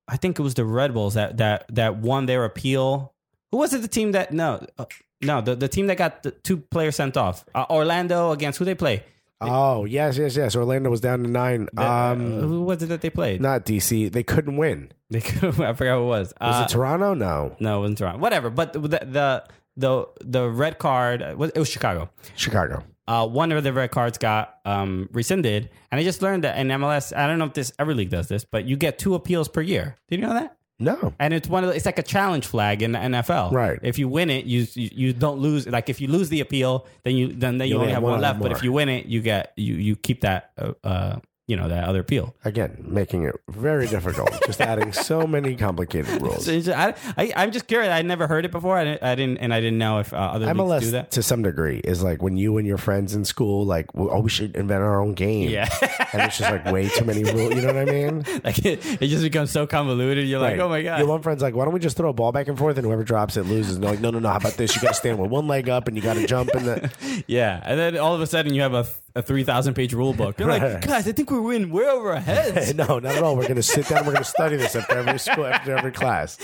B: I think it was the Red Bulls that that that won their appeal. Who was it? The team that no, uh, no, the the team that got the two players sent off. Uh, Orlando against who they play?
A: Oh, yes, yes, yes. Orlando was down to nine.
B: The- uh,
A: um,
B: who was it that they played?
A: not DC. They couldn't win.
B: (laughs) They could, I forgot who it was.
A: Was
B: Uh,
A: it Toronto? No,
B: no, it wasn't Toronto. Whatever. But the the the, the red card uh, was it was Chicago.
A: Chicago.
B: uh, one of the red cards got um, rescinded. And I just learned that in MLS, I don't know if this every league does this, but you get two appeals per year. Did you know that?
A: No,
B: And it's one of the, it's like a challenge flag in the NFL.
A: Right.
B: If you win it, you you, you don't lose. Like if you lose the appeal, then you then, then you, only have one, left. But
A: more.
B: if you win it, you get you you keep that uh, uh, you know that other appeal.
A: Again, making it very difficult. just adding so many complicated rules.
B: So it's- I, I, am just curious. I never heard it before. I didn't, I didn't and I didn't know if uh, other leagues
A: MLS
B: do that.
A: to some degree is like when you and your friends in school like well, oh we should invent our own game
B: Yeah.
A: and it's just like way too
B: (laughs)
A: many rules you know what I mean
B: Like it, it just becomes so convoluted. You're like, oh my god.
A: Your one friend's like, why don't we just throw a ball back and forth and whoever drops it loses? And they're like, no, no, no. How about this? You got to stand with one leg up and you got to jump. And the...
B: Yeah, and then all of a sudden you have a, a three thousand page rule book. You're
A: Right.
B: like, guys, I think we're in way over
A: (laughs)
B: our heads.
A: no, not at all. We're going to sit down. We're going to study this after every school, after every class.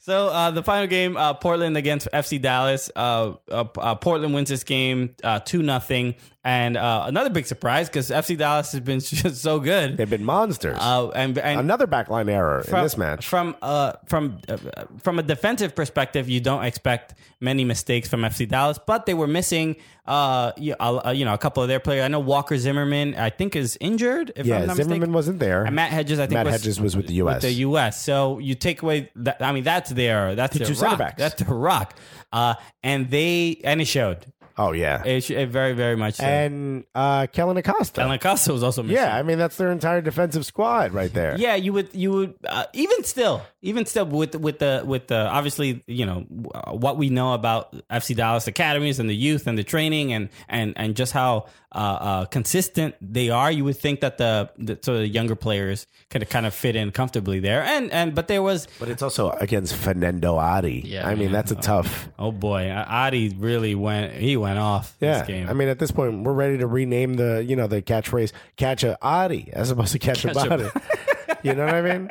B: so uh, the final game, uh, Portland against FC Dallas. Uh, uh, uh, Portland wins this game uh, two nothing, and uh, another big surprise because FC Dallas has been (laughs) just so good.
A: They've been monsters.
B: Uh, and and
A: Another backline error in this match.
B: From uh, from uh, from a defensive perspective, you don't expect many mistakes from FC Dallas, but they were missing uh, you, uh, you know a couple of their players. I know Walker Zimmerman, I think, is injured. If
A: Yeah,
B: I'm not
A: Zimmerman
B: mistaken.
A: wasn't there.
B: And Matt Hedges, I think,
A: Matt
B: was,
A: Hedges was with the U.S.
B: with the U.S. So you take away that. I mean, that's their that's their
A: two center
B: rock.
A: backs.
B: That's their rock. Uh, and they and it showed.
A: oh, yeah.
B: It, sh- it very very much. So.
A: and uh, Kellen Acosta.
B: Alan Costa was also missing.
A: yeah, I mean, that's their entire defensive squad right there.
B: Yeah, you would. You would uh, even still, even still with with the with the obviously you know uh, what we know about FC Dallas academies and the youth and the training and and and just how uh, uh, consistent they are. You would think that the, the sort of younger players could kind of fit in comfortably there. And and but there was
A: But it's also against Fernando Adi.
B: Yeah,
A: I mean,
B: man.
A: that's a tough.
B: oh boy, Adi really went. He went off
A: Yeah,
B: this game.
A: I mean, at this point, we're ready to rename the you know the catchphrase "catch a oddy" as opposed to "catch a
B: Catch a-
A: body." (laughs) you know what I
B: (laughs)
A: mean?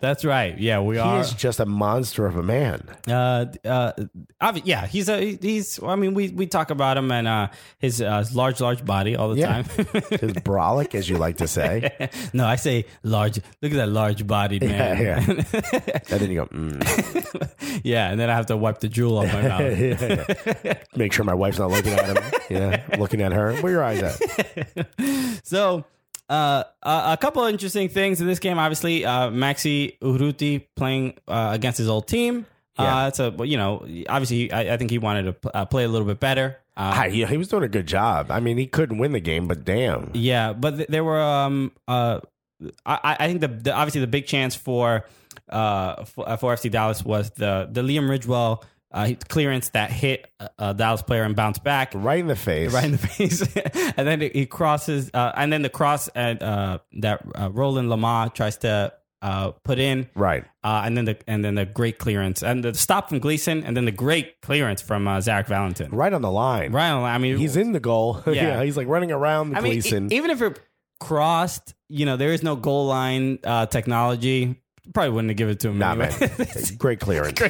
B: that's right. Yeah, we
A: He
B: are.
A: is just a monster of a man.
B: uh, uh, obvi- yeah, he's a he's. I mean, we we talk about him and uh, his uh, his large large body all the
A: Yeah.
B: time. (laughs)
A: His brolic, as you like to say.
B: no, I say large. Look at that large bodied man.
A: Yeah, And then you go,
B: (laughs)
A: mm.
B: Yeah, and then I have to wipe the jewel off my mouth.
A: (laughs) make sure my wife's not looking at him. Yeah, looking at her. Where are your eyes at?
B: So, uh, a, a couple of interesting things in this game. Obviously, uh, Maxi Urruti playing uh, against his old team. Uh, it's a well, you know obviously I, I think he wanted to pl- uh, play a little bit better. Uh,
A: Hi, Ah, he, he was doing a good job. I mean, he couldn't win the game, but damn,
B: Yeah, but th- there were um uh I I think the, the obviously the big chance for uh for, uh, for FC Dallas was the the Liam Ridgewell uh, clearance that hit a- a Dallas player and bounced back
A: right in the face.
B: (laughs) right in the face, (laughs) and then he crosses, uh, and then the cross at, uh, that uh, Roland Lamar tries to uh, put in,
A: Right.
B: uh, and then the and then the great clearance and the stop from Gleason, and then the great clearance from uh, Zarek Valentin.
A: Right on the line.
B: Right, I mean
A: He's in the goal. (laughs) Yeah,
B: Yeah.
A: he's like running around the
B: I mean, e-
A: Gleason.
B: even if it crossed, you know, there is no goal line uh, technology. Probably wouldn't have given it to him. (laughs)
A: Nah, man.
B: anyway.
A: Great clearance.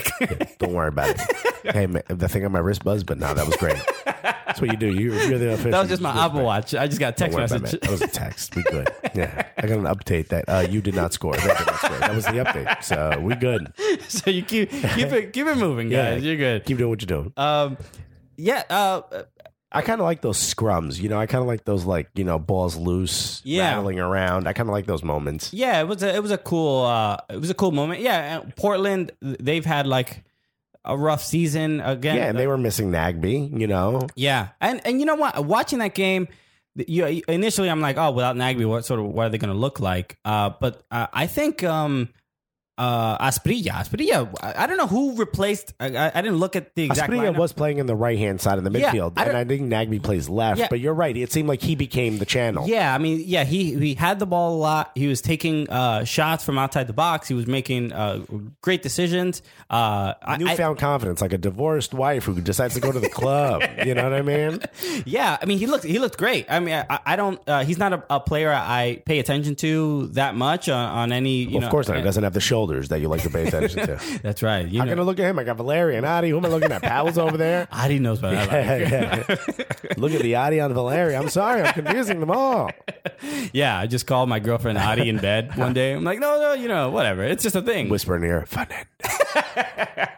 A: Don't worry about it. Hey, man, the thing on my wrist buzzed, but no, that was great. That's what you do. You, you're the official.
B: that was just my Apple
A: Don't
B: Watch. I just got a text
A: worry about
B: message.
A: it. That was a text. We
B: (laughs)
A: good. Yeah. I got an update that uh, you did not score. That, did not score. that was the update. So we good.
B: (laughs) so you keep keep it keep it moving, guys. You're good.
A: Keep doing what you're doing.
B: Um, yeah. Uh,
A: I kind of like those scrums. You know, I kind of like those, like, you know, balls loose,
B: Yeah.
A: rattling around. I kind of like those moments.
B: Yeah, it was a it was a cool uh, it was a cool moment. Yeah, and Portland they've had like a rough season again.
A: Yeah. And they were missing Nagby, you know.
B: Yeah, and and you know what? Watching that game, th- you initially I'm like, oh, without Nagby, what sort of what are they going to look like? Uh, but uh, I think um, uh, Asprilla, Asprilla, I I don't know who replaced. I, I, I didn't look at the exact.
A: Aspria
B: lineup.
A: was playing in the right hand side of the
B: Yeah,
A: midfield,
B: I
A: and
B: don't-
A: I think Nagby plays left.
B: Yeah.
A: But you're right; it seemed like he became the channel.
B: Yeah, I mean, yeah, he he had the ball a lot. He was taking uh, shots from outside the box. He was making uh, great decisions. Uh, I- I,
A: newfound confidence, like a divorced wife who decides to go to the
B: (laughs)
A: club. You know what I mean?
B: Yeah, I mean, he looked he looked great. I mean, I, I don't. Uh, he's not a, a player I pay attention to that much on, on any. You know, eh,
A: of course not. He doesn't have the shoulders that you like to pay attention to.
B: (laughs)
A: I'm
B: That's right. You
A: gonna
B: know,
A: look at him. I got Valeria and Adi. Who am I looking at? Powell's over there. (laughs)
B: Adi knows what I like. (laughs)
A: look at the Adi on Valeria. I'm sorry, I'm confusing them all. (laughs)
B: Yeah, I just called my girlfriend Adi in bed one day. I'm like, no, no, you know, whatever. It's just a thing.
A: Whisper in the ear, Fernando.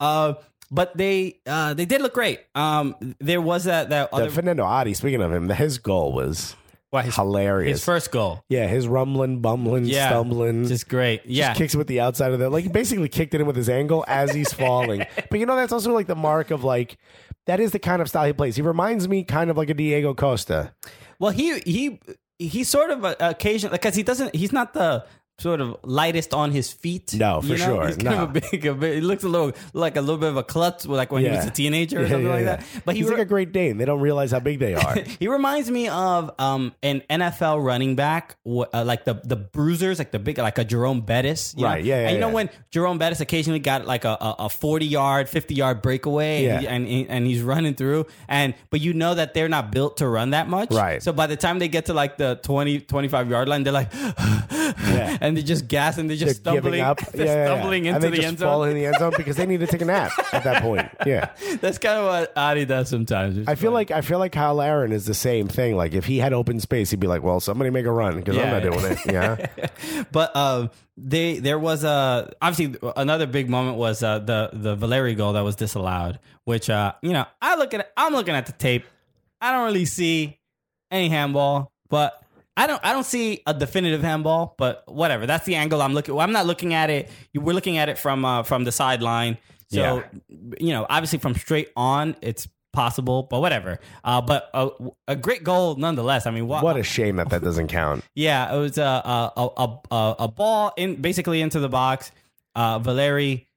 B: Uh, but they uh, they did look great. Um, there was that that
A: Uh,
B: other
A: Fernando Adi. Speaking of him, his goal was
B: well, his,
A: hilarious.
B: his first goal.
A: yeah, his rumbling, bumbling,
B: Yeah,
A: stumbling,
B: just great. Yeah,
A: Just kicks it with the outside
B: (laughs)
A: of the like he basically kicked it in with his angle as he's falling. but you know that's also like the mark of like that is the kind of style he plays. He reminds me kind of like a Diego Costa.
B: Well, he he he sort of uh, occasionally because he doesn't. He's not the sort of lightest on his feet.
A: No, for
B: you know?
A: sure,
B: He's kind
A: no.
B: of a (laughs) big. A bit, he looks a little like a little bit of a klutz, like when he was
A: Yeah.
B: a teenager
A: (laughs)
B: or
A: Yeah,
B: something
A: yeah,
B: like
A: yeah.
B: that. But he
A: he's
B: re-
A: like a Great Dane. They don't realize how big they
B: (laughs)
A: are.
B: he reminds me of um, an NFL running back, wh- uh, like the the bruisers, like the big, like a Jerome Bettis, you
A: Right,
B: Know?
A: yeah, yeah,
B: And you know
A: yeah.
B: when Jerome Bettis occasionally got like a, a, a forty yard, fifty yard breakaway, and,
A: Yeah.
B: he, and he- and he's running through, and but you know that they're not built to run that much,
A: Right.
B: So by the time they get to like the 20, 25 yard line, they're
A: (laughs)
B: like, (laughs) and they just gas and they're just
A: They're
B: stumbling,
A: giving up.
B: (laughs) they're
A: Yeah, yeah, yeah.
B: stumbling
A: and
B: into
A: they
B: the
A: just
B: end
A: fall
B: zone.
A: in the end zone because they need to take a nap at that point. Yeah.
B: (laughs) That's kind of what Adi does sometimes. It's
A: I feel like I feel like Kyle Aaron is the same thing. Like if he had open space, he'd be like, "Well, somebody make a run because
B: Yeah.
A: I'm not doing it."
B: (laughs)
A: Yeah,
B: But uh, they there was a obviously another big moment was uh, the the Valeri goal that was disallowed, which uh, you know I look at I'm looking at the tape, I don't really see any handball, but I don't I don't see a definitive handball, but whatever. That's the angle I'm looking. Well, I'm not looking at it. You- We're looking at it from uh, from the sideline. So
A: Yeah.
B: you know, obviously from straight on, it's possible, but whatever. Uh, but a, a great goal nonetheless. I mean, wha-
A: what a shame that that doesn't count.
B: yeah, it was a a a, a, a ball in basically into the box. Uh, Valeri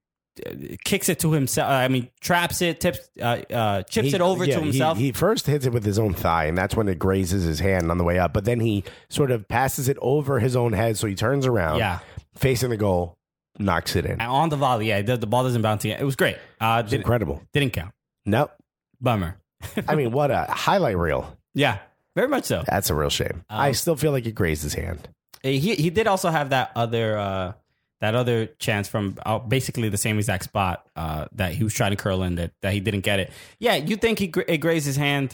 B: uh, kicks it to himself. I mean, traps it, tips, uh, uh, chips
A: He-
B: it over
A: yeah,
B: to
A: he-
B: himself.
A: He, first hits it with his own thigh, and that's when it grazes his hand on the way up. But then he sort of passes it over his own head, so he turns around,
B: yeah,
A: facing the goal, knocks it in.
B: and on the volley. Yeah, the, the ball doesn't bounce again. It was great. Uh,
A: It's
B: didn't,
A: incredible.
B: didn't count. (laughs)
A: Nope.
B: Bummer.
A: I mean, what a highlight reel.
B: Yeah, very much so.
A: That's a real shame.
B: Um,
A: I still feel like it grazed his hand.
B: He he did also have that other uh, that other chance from uh, basically the same exact spot uh, that he was trying to curl in that that he didn't get it. Yeah, you think he gra- it grazed his hand?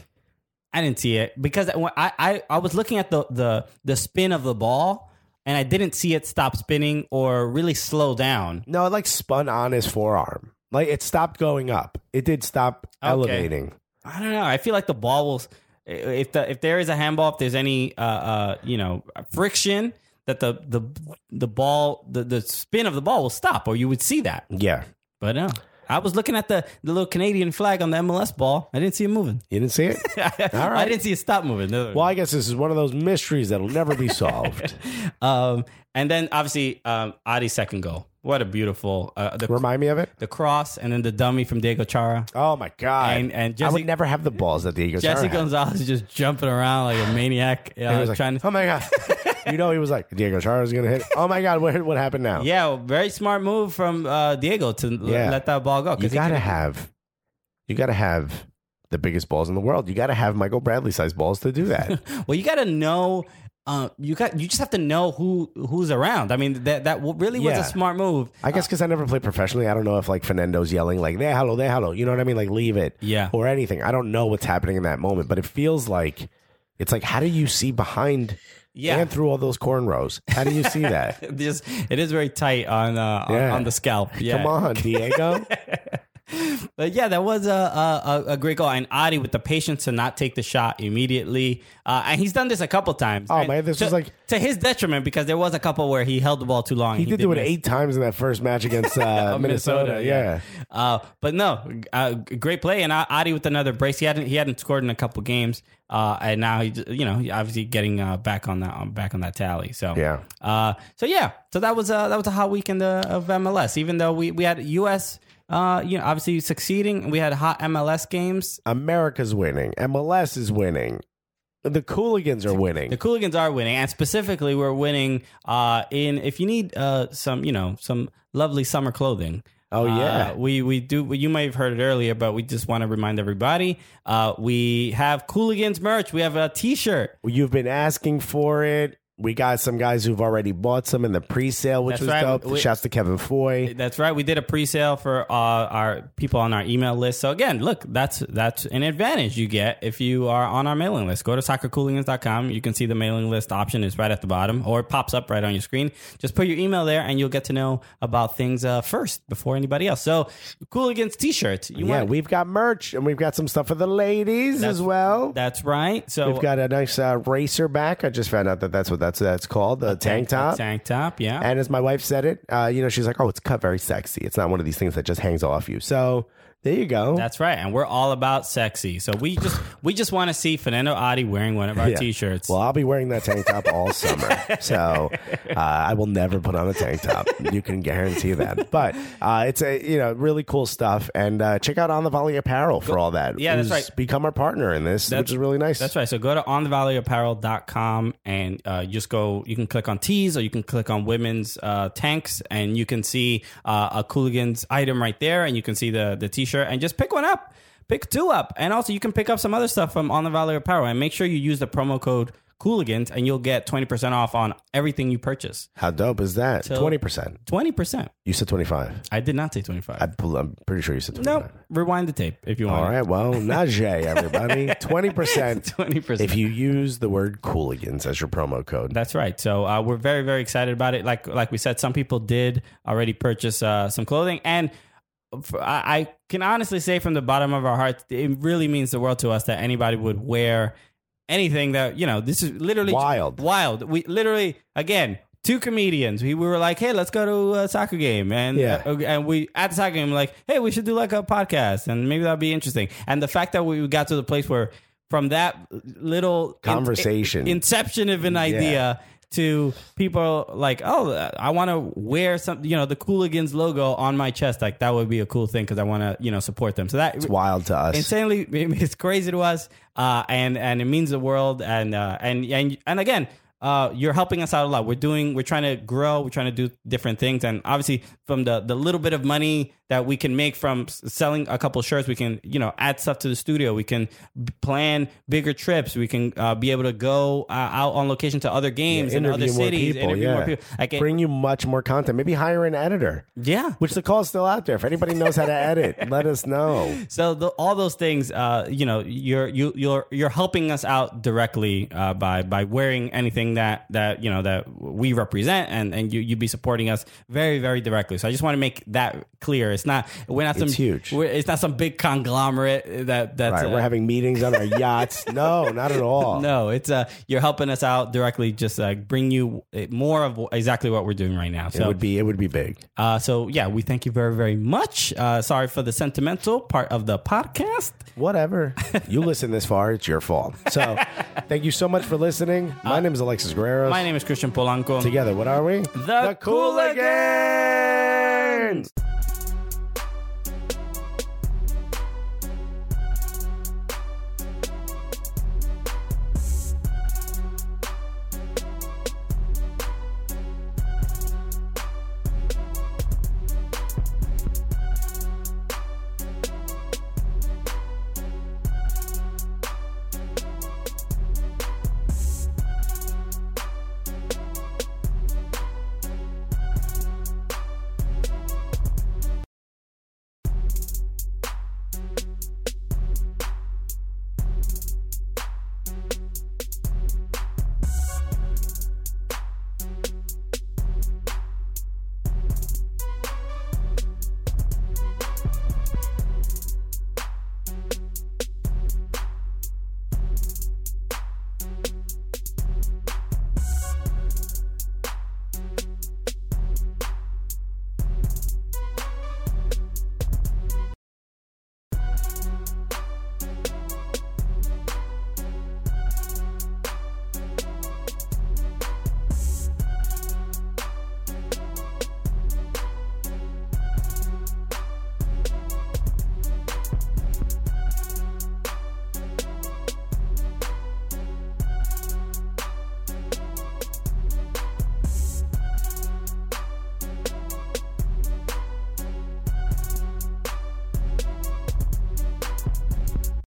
B: I didn't see it because when I, I I was looking at the the the spin of the ball and I didn't see it stop spinning or really slow down.
A: No, it like spun on his forearm. Like it stopped going up. It did stop
B: Okay.
A: elevating.
B: I don't know. I feel like the ball will if the if there is a handball if there's any uh, uh you know friction that the the the ball the the spin of the ball will stop or you would see that.
A: Yeah.
B: But no, I was looking at the, the little Canadian flag on the MLS ball. I didn't see it
A: (laughs)
B: moving.
A: You didn't
B: (laughs)
A: see it?
B: I didn't see it stop moving. No.
A: well, I guess this is one of those mysteries that'll never be
B: (laughs)
A: solved.
B: um, and then obviously um, Adi's second goal. What a beautiful uh, the
A: Remind me of it?
B: the cross and then the dummy from Diego Chara.
A: Oh my god.
B: And- and
A: I
B: Jesse-
A: would never have the balls that the Eagles are
B: Jesse
A: having.
B: Gonzalez is just jumping around like a maniac,
A: And (laughs) he
B: uh,
A: was like,
B: trying to.
A: Oh my god.
B: (laughs)
A: you know he was like Diego Chara's gonna hit. it. Oh my god, what what happened now?
B: Yeah, well, very smart move from uh, Diego to l-
A: "Oh." Yeah.
B: let that ball go. 'cause
A: You
B: he
A: gotta
B: could-
A: have you gotta have the biggest balls in the world. You gotta have Michael Bradley sized balls to do
B: (laughs)
A: that.
B: Well, you got to know. Uh, you got. You just have to know who who's around. I mean, that that w- really
A: Yeah.
B: was a smart move.
A: I guess because I never played professionally, I don't know if like Fernando's yelling like "There, hello, there, hello," you know what I mean, like leave it,
B: Yeah.
A: or anything. I don't know what's happening in that moment, but it feels like it's like how do you see behind
B: Yeah.
A: and through all those cornrows? How do you
B: (laughs)
A: see that?
B: This it is very tight on uh, on-
A: Yeah.
B: on, the scalp. Yeah.
A: Come
B: (laughs)
A: on, Diego.
B: But yeah, that was a, a a- a great goal, and Adi with the patience to not take the shot immediately, uh, and he's done this a couple times.
A: Oh,
B: And
A: man, this
B: to,
A: was like-
B: to his detriment because there was a couple where he held the ball too long.
A: he did do it
B: miss.
A: eight times in that first match
B: (laughs)
A: against uh, Minnesota. Yeah.
B: Uh, but no, uh, g- great play, and uh, Adi with another brace. He hadn't he hadn't scored in a couple games, uh, and now he j- you know he obviously getting uh, back on that on, back on that tally. So
A: Yeah.
B: uh, so yeah, so that was uh, that was a hot weekend uh, of MLS. Even though we we had U.S. Uh, you know, obviously succeeding. We had hot MLS games.
A: America's winning. MLS is winning. The Cooligans are winning.
B: The Cooligans are winning, and specifically, we're winning uh, in. If you need uh, some, you know, some lovely summer clothing.
A: Oh, yeah.
B: uh, we we do. You may have heard it earlier, but we just want to remind everybody. Uh, we have Cooligans merch. We have a T-shirt.
A: You've been asking for it. We got some guys who've already bought some in the pre-sale, which
B: That's
A: was
B: right.
A: dope.
B: We-
A: Shouts to Kevin Foy.
B: That's right. We did a pre-sale for uh, our people on our email list. So again, look, that's that's an advantage you get if you are on our mailing list. Go to soccercooligans.com. You can see the mailing list option is right at the bottom or it pops up right on your screen. Just put your email there and you'll get to know about things uh, first before anybody else. So Cooligans t-shirts. You
A: yeah,
B: want-
A: we've got merch and we've got some stuff for the ladies as well.
B: That's right. So
A: we've got a nice uh, racer back. I just found out that that's what that's that's called, the tank top.
B: Tank top, yeah.
A: And as my wife said it, uh, you know, she's like, "Oh, it's cut very sexy. It's not one of these things that just hangs off you." So
G: There you go.
B: That's right, and we're all about sexy. So we just we just want to see Fernando Adi wearing one of our
A: Yeah.
B: t-shirts.
A: Well, I'll be wearing that tank top all
B: (laughs)
A: summer. So uh, I will never put on a tank top. You can guarantee that. But uh, it's a you know really cool stuff. And uh, check out On the Volley Apparel for all that.
B: Yeah, that's
A: Who's
B: right.
A: Become our partner in this,
B: That's-
A: which is really nice.
B: That's right. So go to onthevalleyapparel.com and uh, just go. You can click on tees or you can click on women's uh, tanks, and you can see uh, a Cooligans item right there, and you can see the the t-shirt, and just pick one up, pick two up, and also you can pick up some other stuff from On the Valley Apparel, and make sure you use the promo code Cooligans, and you'll get twenty percent off on everything you purchase.
A: How dope is that?
B: So-
A: Twenty percent.
B: Twenty percent.
A: You said twenty five.
B: I did not say twenty five.
A: I'm pretty sure you said twenty
B: No,
A: five.
B: nope. rewind the tape if you
A: All
B: want.
A: right. Well, Najee, everybody, twenty percent.
B: (laughs) twenty percent.
A: If you use the word "cooligans" as your promo code,
B: That's right. So uh, we're very, very excited about it. Like like we said, some people did already purchase uh, some clothing, and f- I, I can honestly say from the bottom of our hearts, it really means the world to us that anybody would wear anything that you know. This is literally
A: Wild.
B: wild. We literally again. Two comedians. We, we were like, "Hey, let's go to a soccer game," and
A: Yeah.
B: uh, and we at the soccer game like, "Hey, we should do like a podcast, and maybe that'll be interesting." And the fact that we got to the place where, from that little in-
A: Conversation.
B: inception of an idea to people like, oh, I want to wear some, you know, the Cooligans logo on my chest. Like that would be a cool thing because I want to, you know, support them. So that
A: it's wild to us.
B: insanely, (laughs) it's crazy to us, uh, and and it means the world. And uh, and and and again. Uh, you're helping us out a lot. We're doing, we're trying to grow. We're trying to do different things, and obviously, from the the little bit of money that we can make from s- selling a couple shirts, we can you know add stuff to the studio. We can b- plan bigger trips. We can uh, be able to go uh, out on location to other games in other cities, interview more people. Like, it-
A: Bring you much more content. Maybe hire an editor.
B: yeah,
A: Which the call's still out there. If anybody knows how to
B: (laughs)
A: edit, let us know.
B: So the, all those things, uh, you know, you're you, you're you're helping us out directly uh, by by wearing anything that that you know that we represent, and and you you'd be supporting us very very directly. So I just want to make that clear. It's not we're not some
A: It's huge.
B: We're, it's not some big conglomerate that that's
A: All right,
B: uh,
A: we're having meetings on our
B: (laughs)
A: yachts. No, not at all.
B: no, it's uh, you're helping us out directly. Just uh, bring you uh, more of exactly what we're doing right now. So
A: It would be it would be big.
B: uh, so yeah, we thank you very very much. Uh, sorry for the sentimental part of the podcast.
A: Whatever. You listen this far, it's your fault.
B: (laughs)
A: So thank you so much for listening.
B: Uh,
A: My name is Alexis Guerrero.
B: My name is Christian Polanco.
A: Together, what are we?
B: The Cooligans!
A: Cooligans!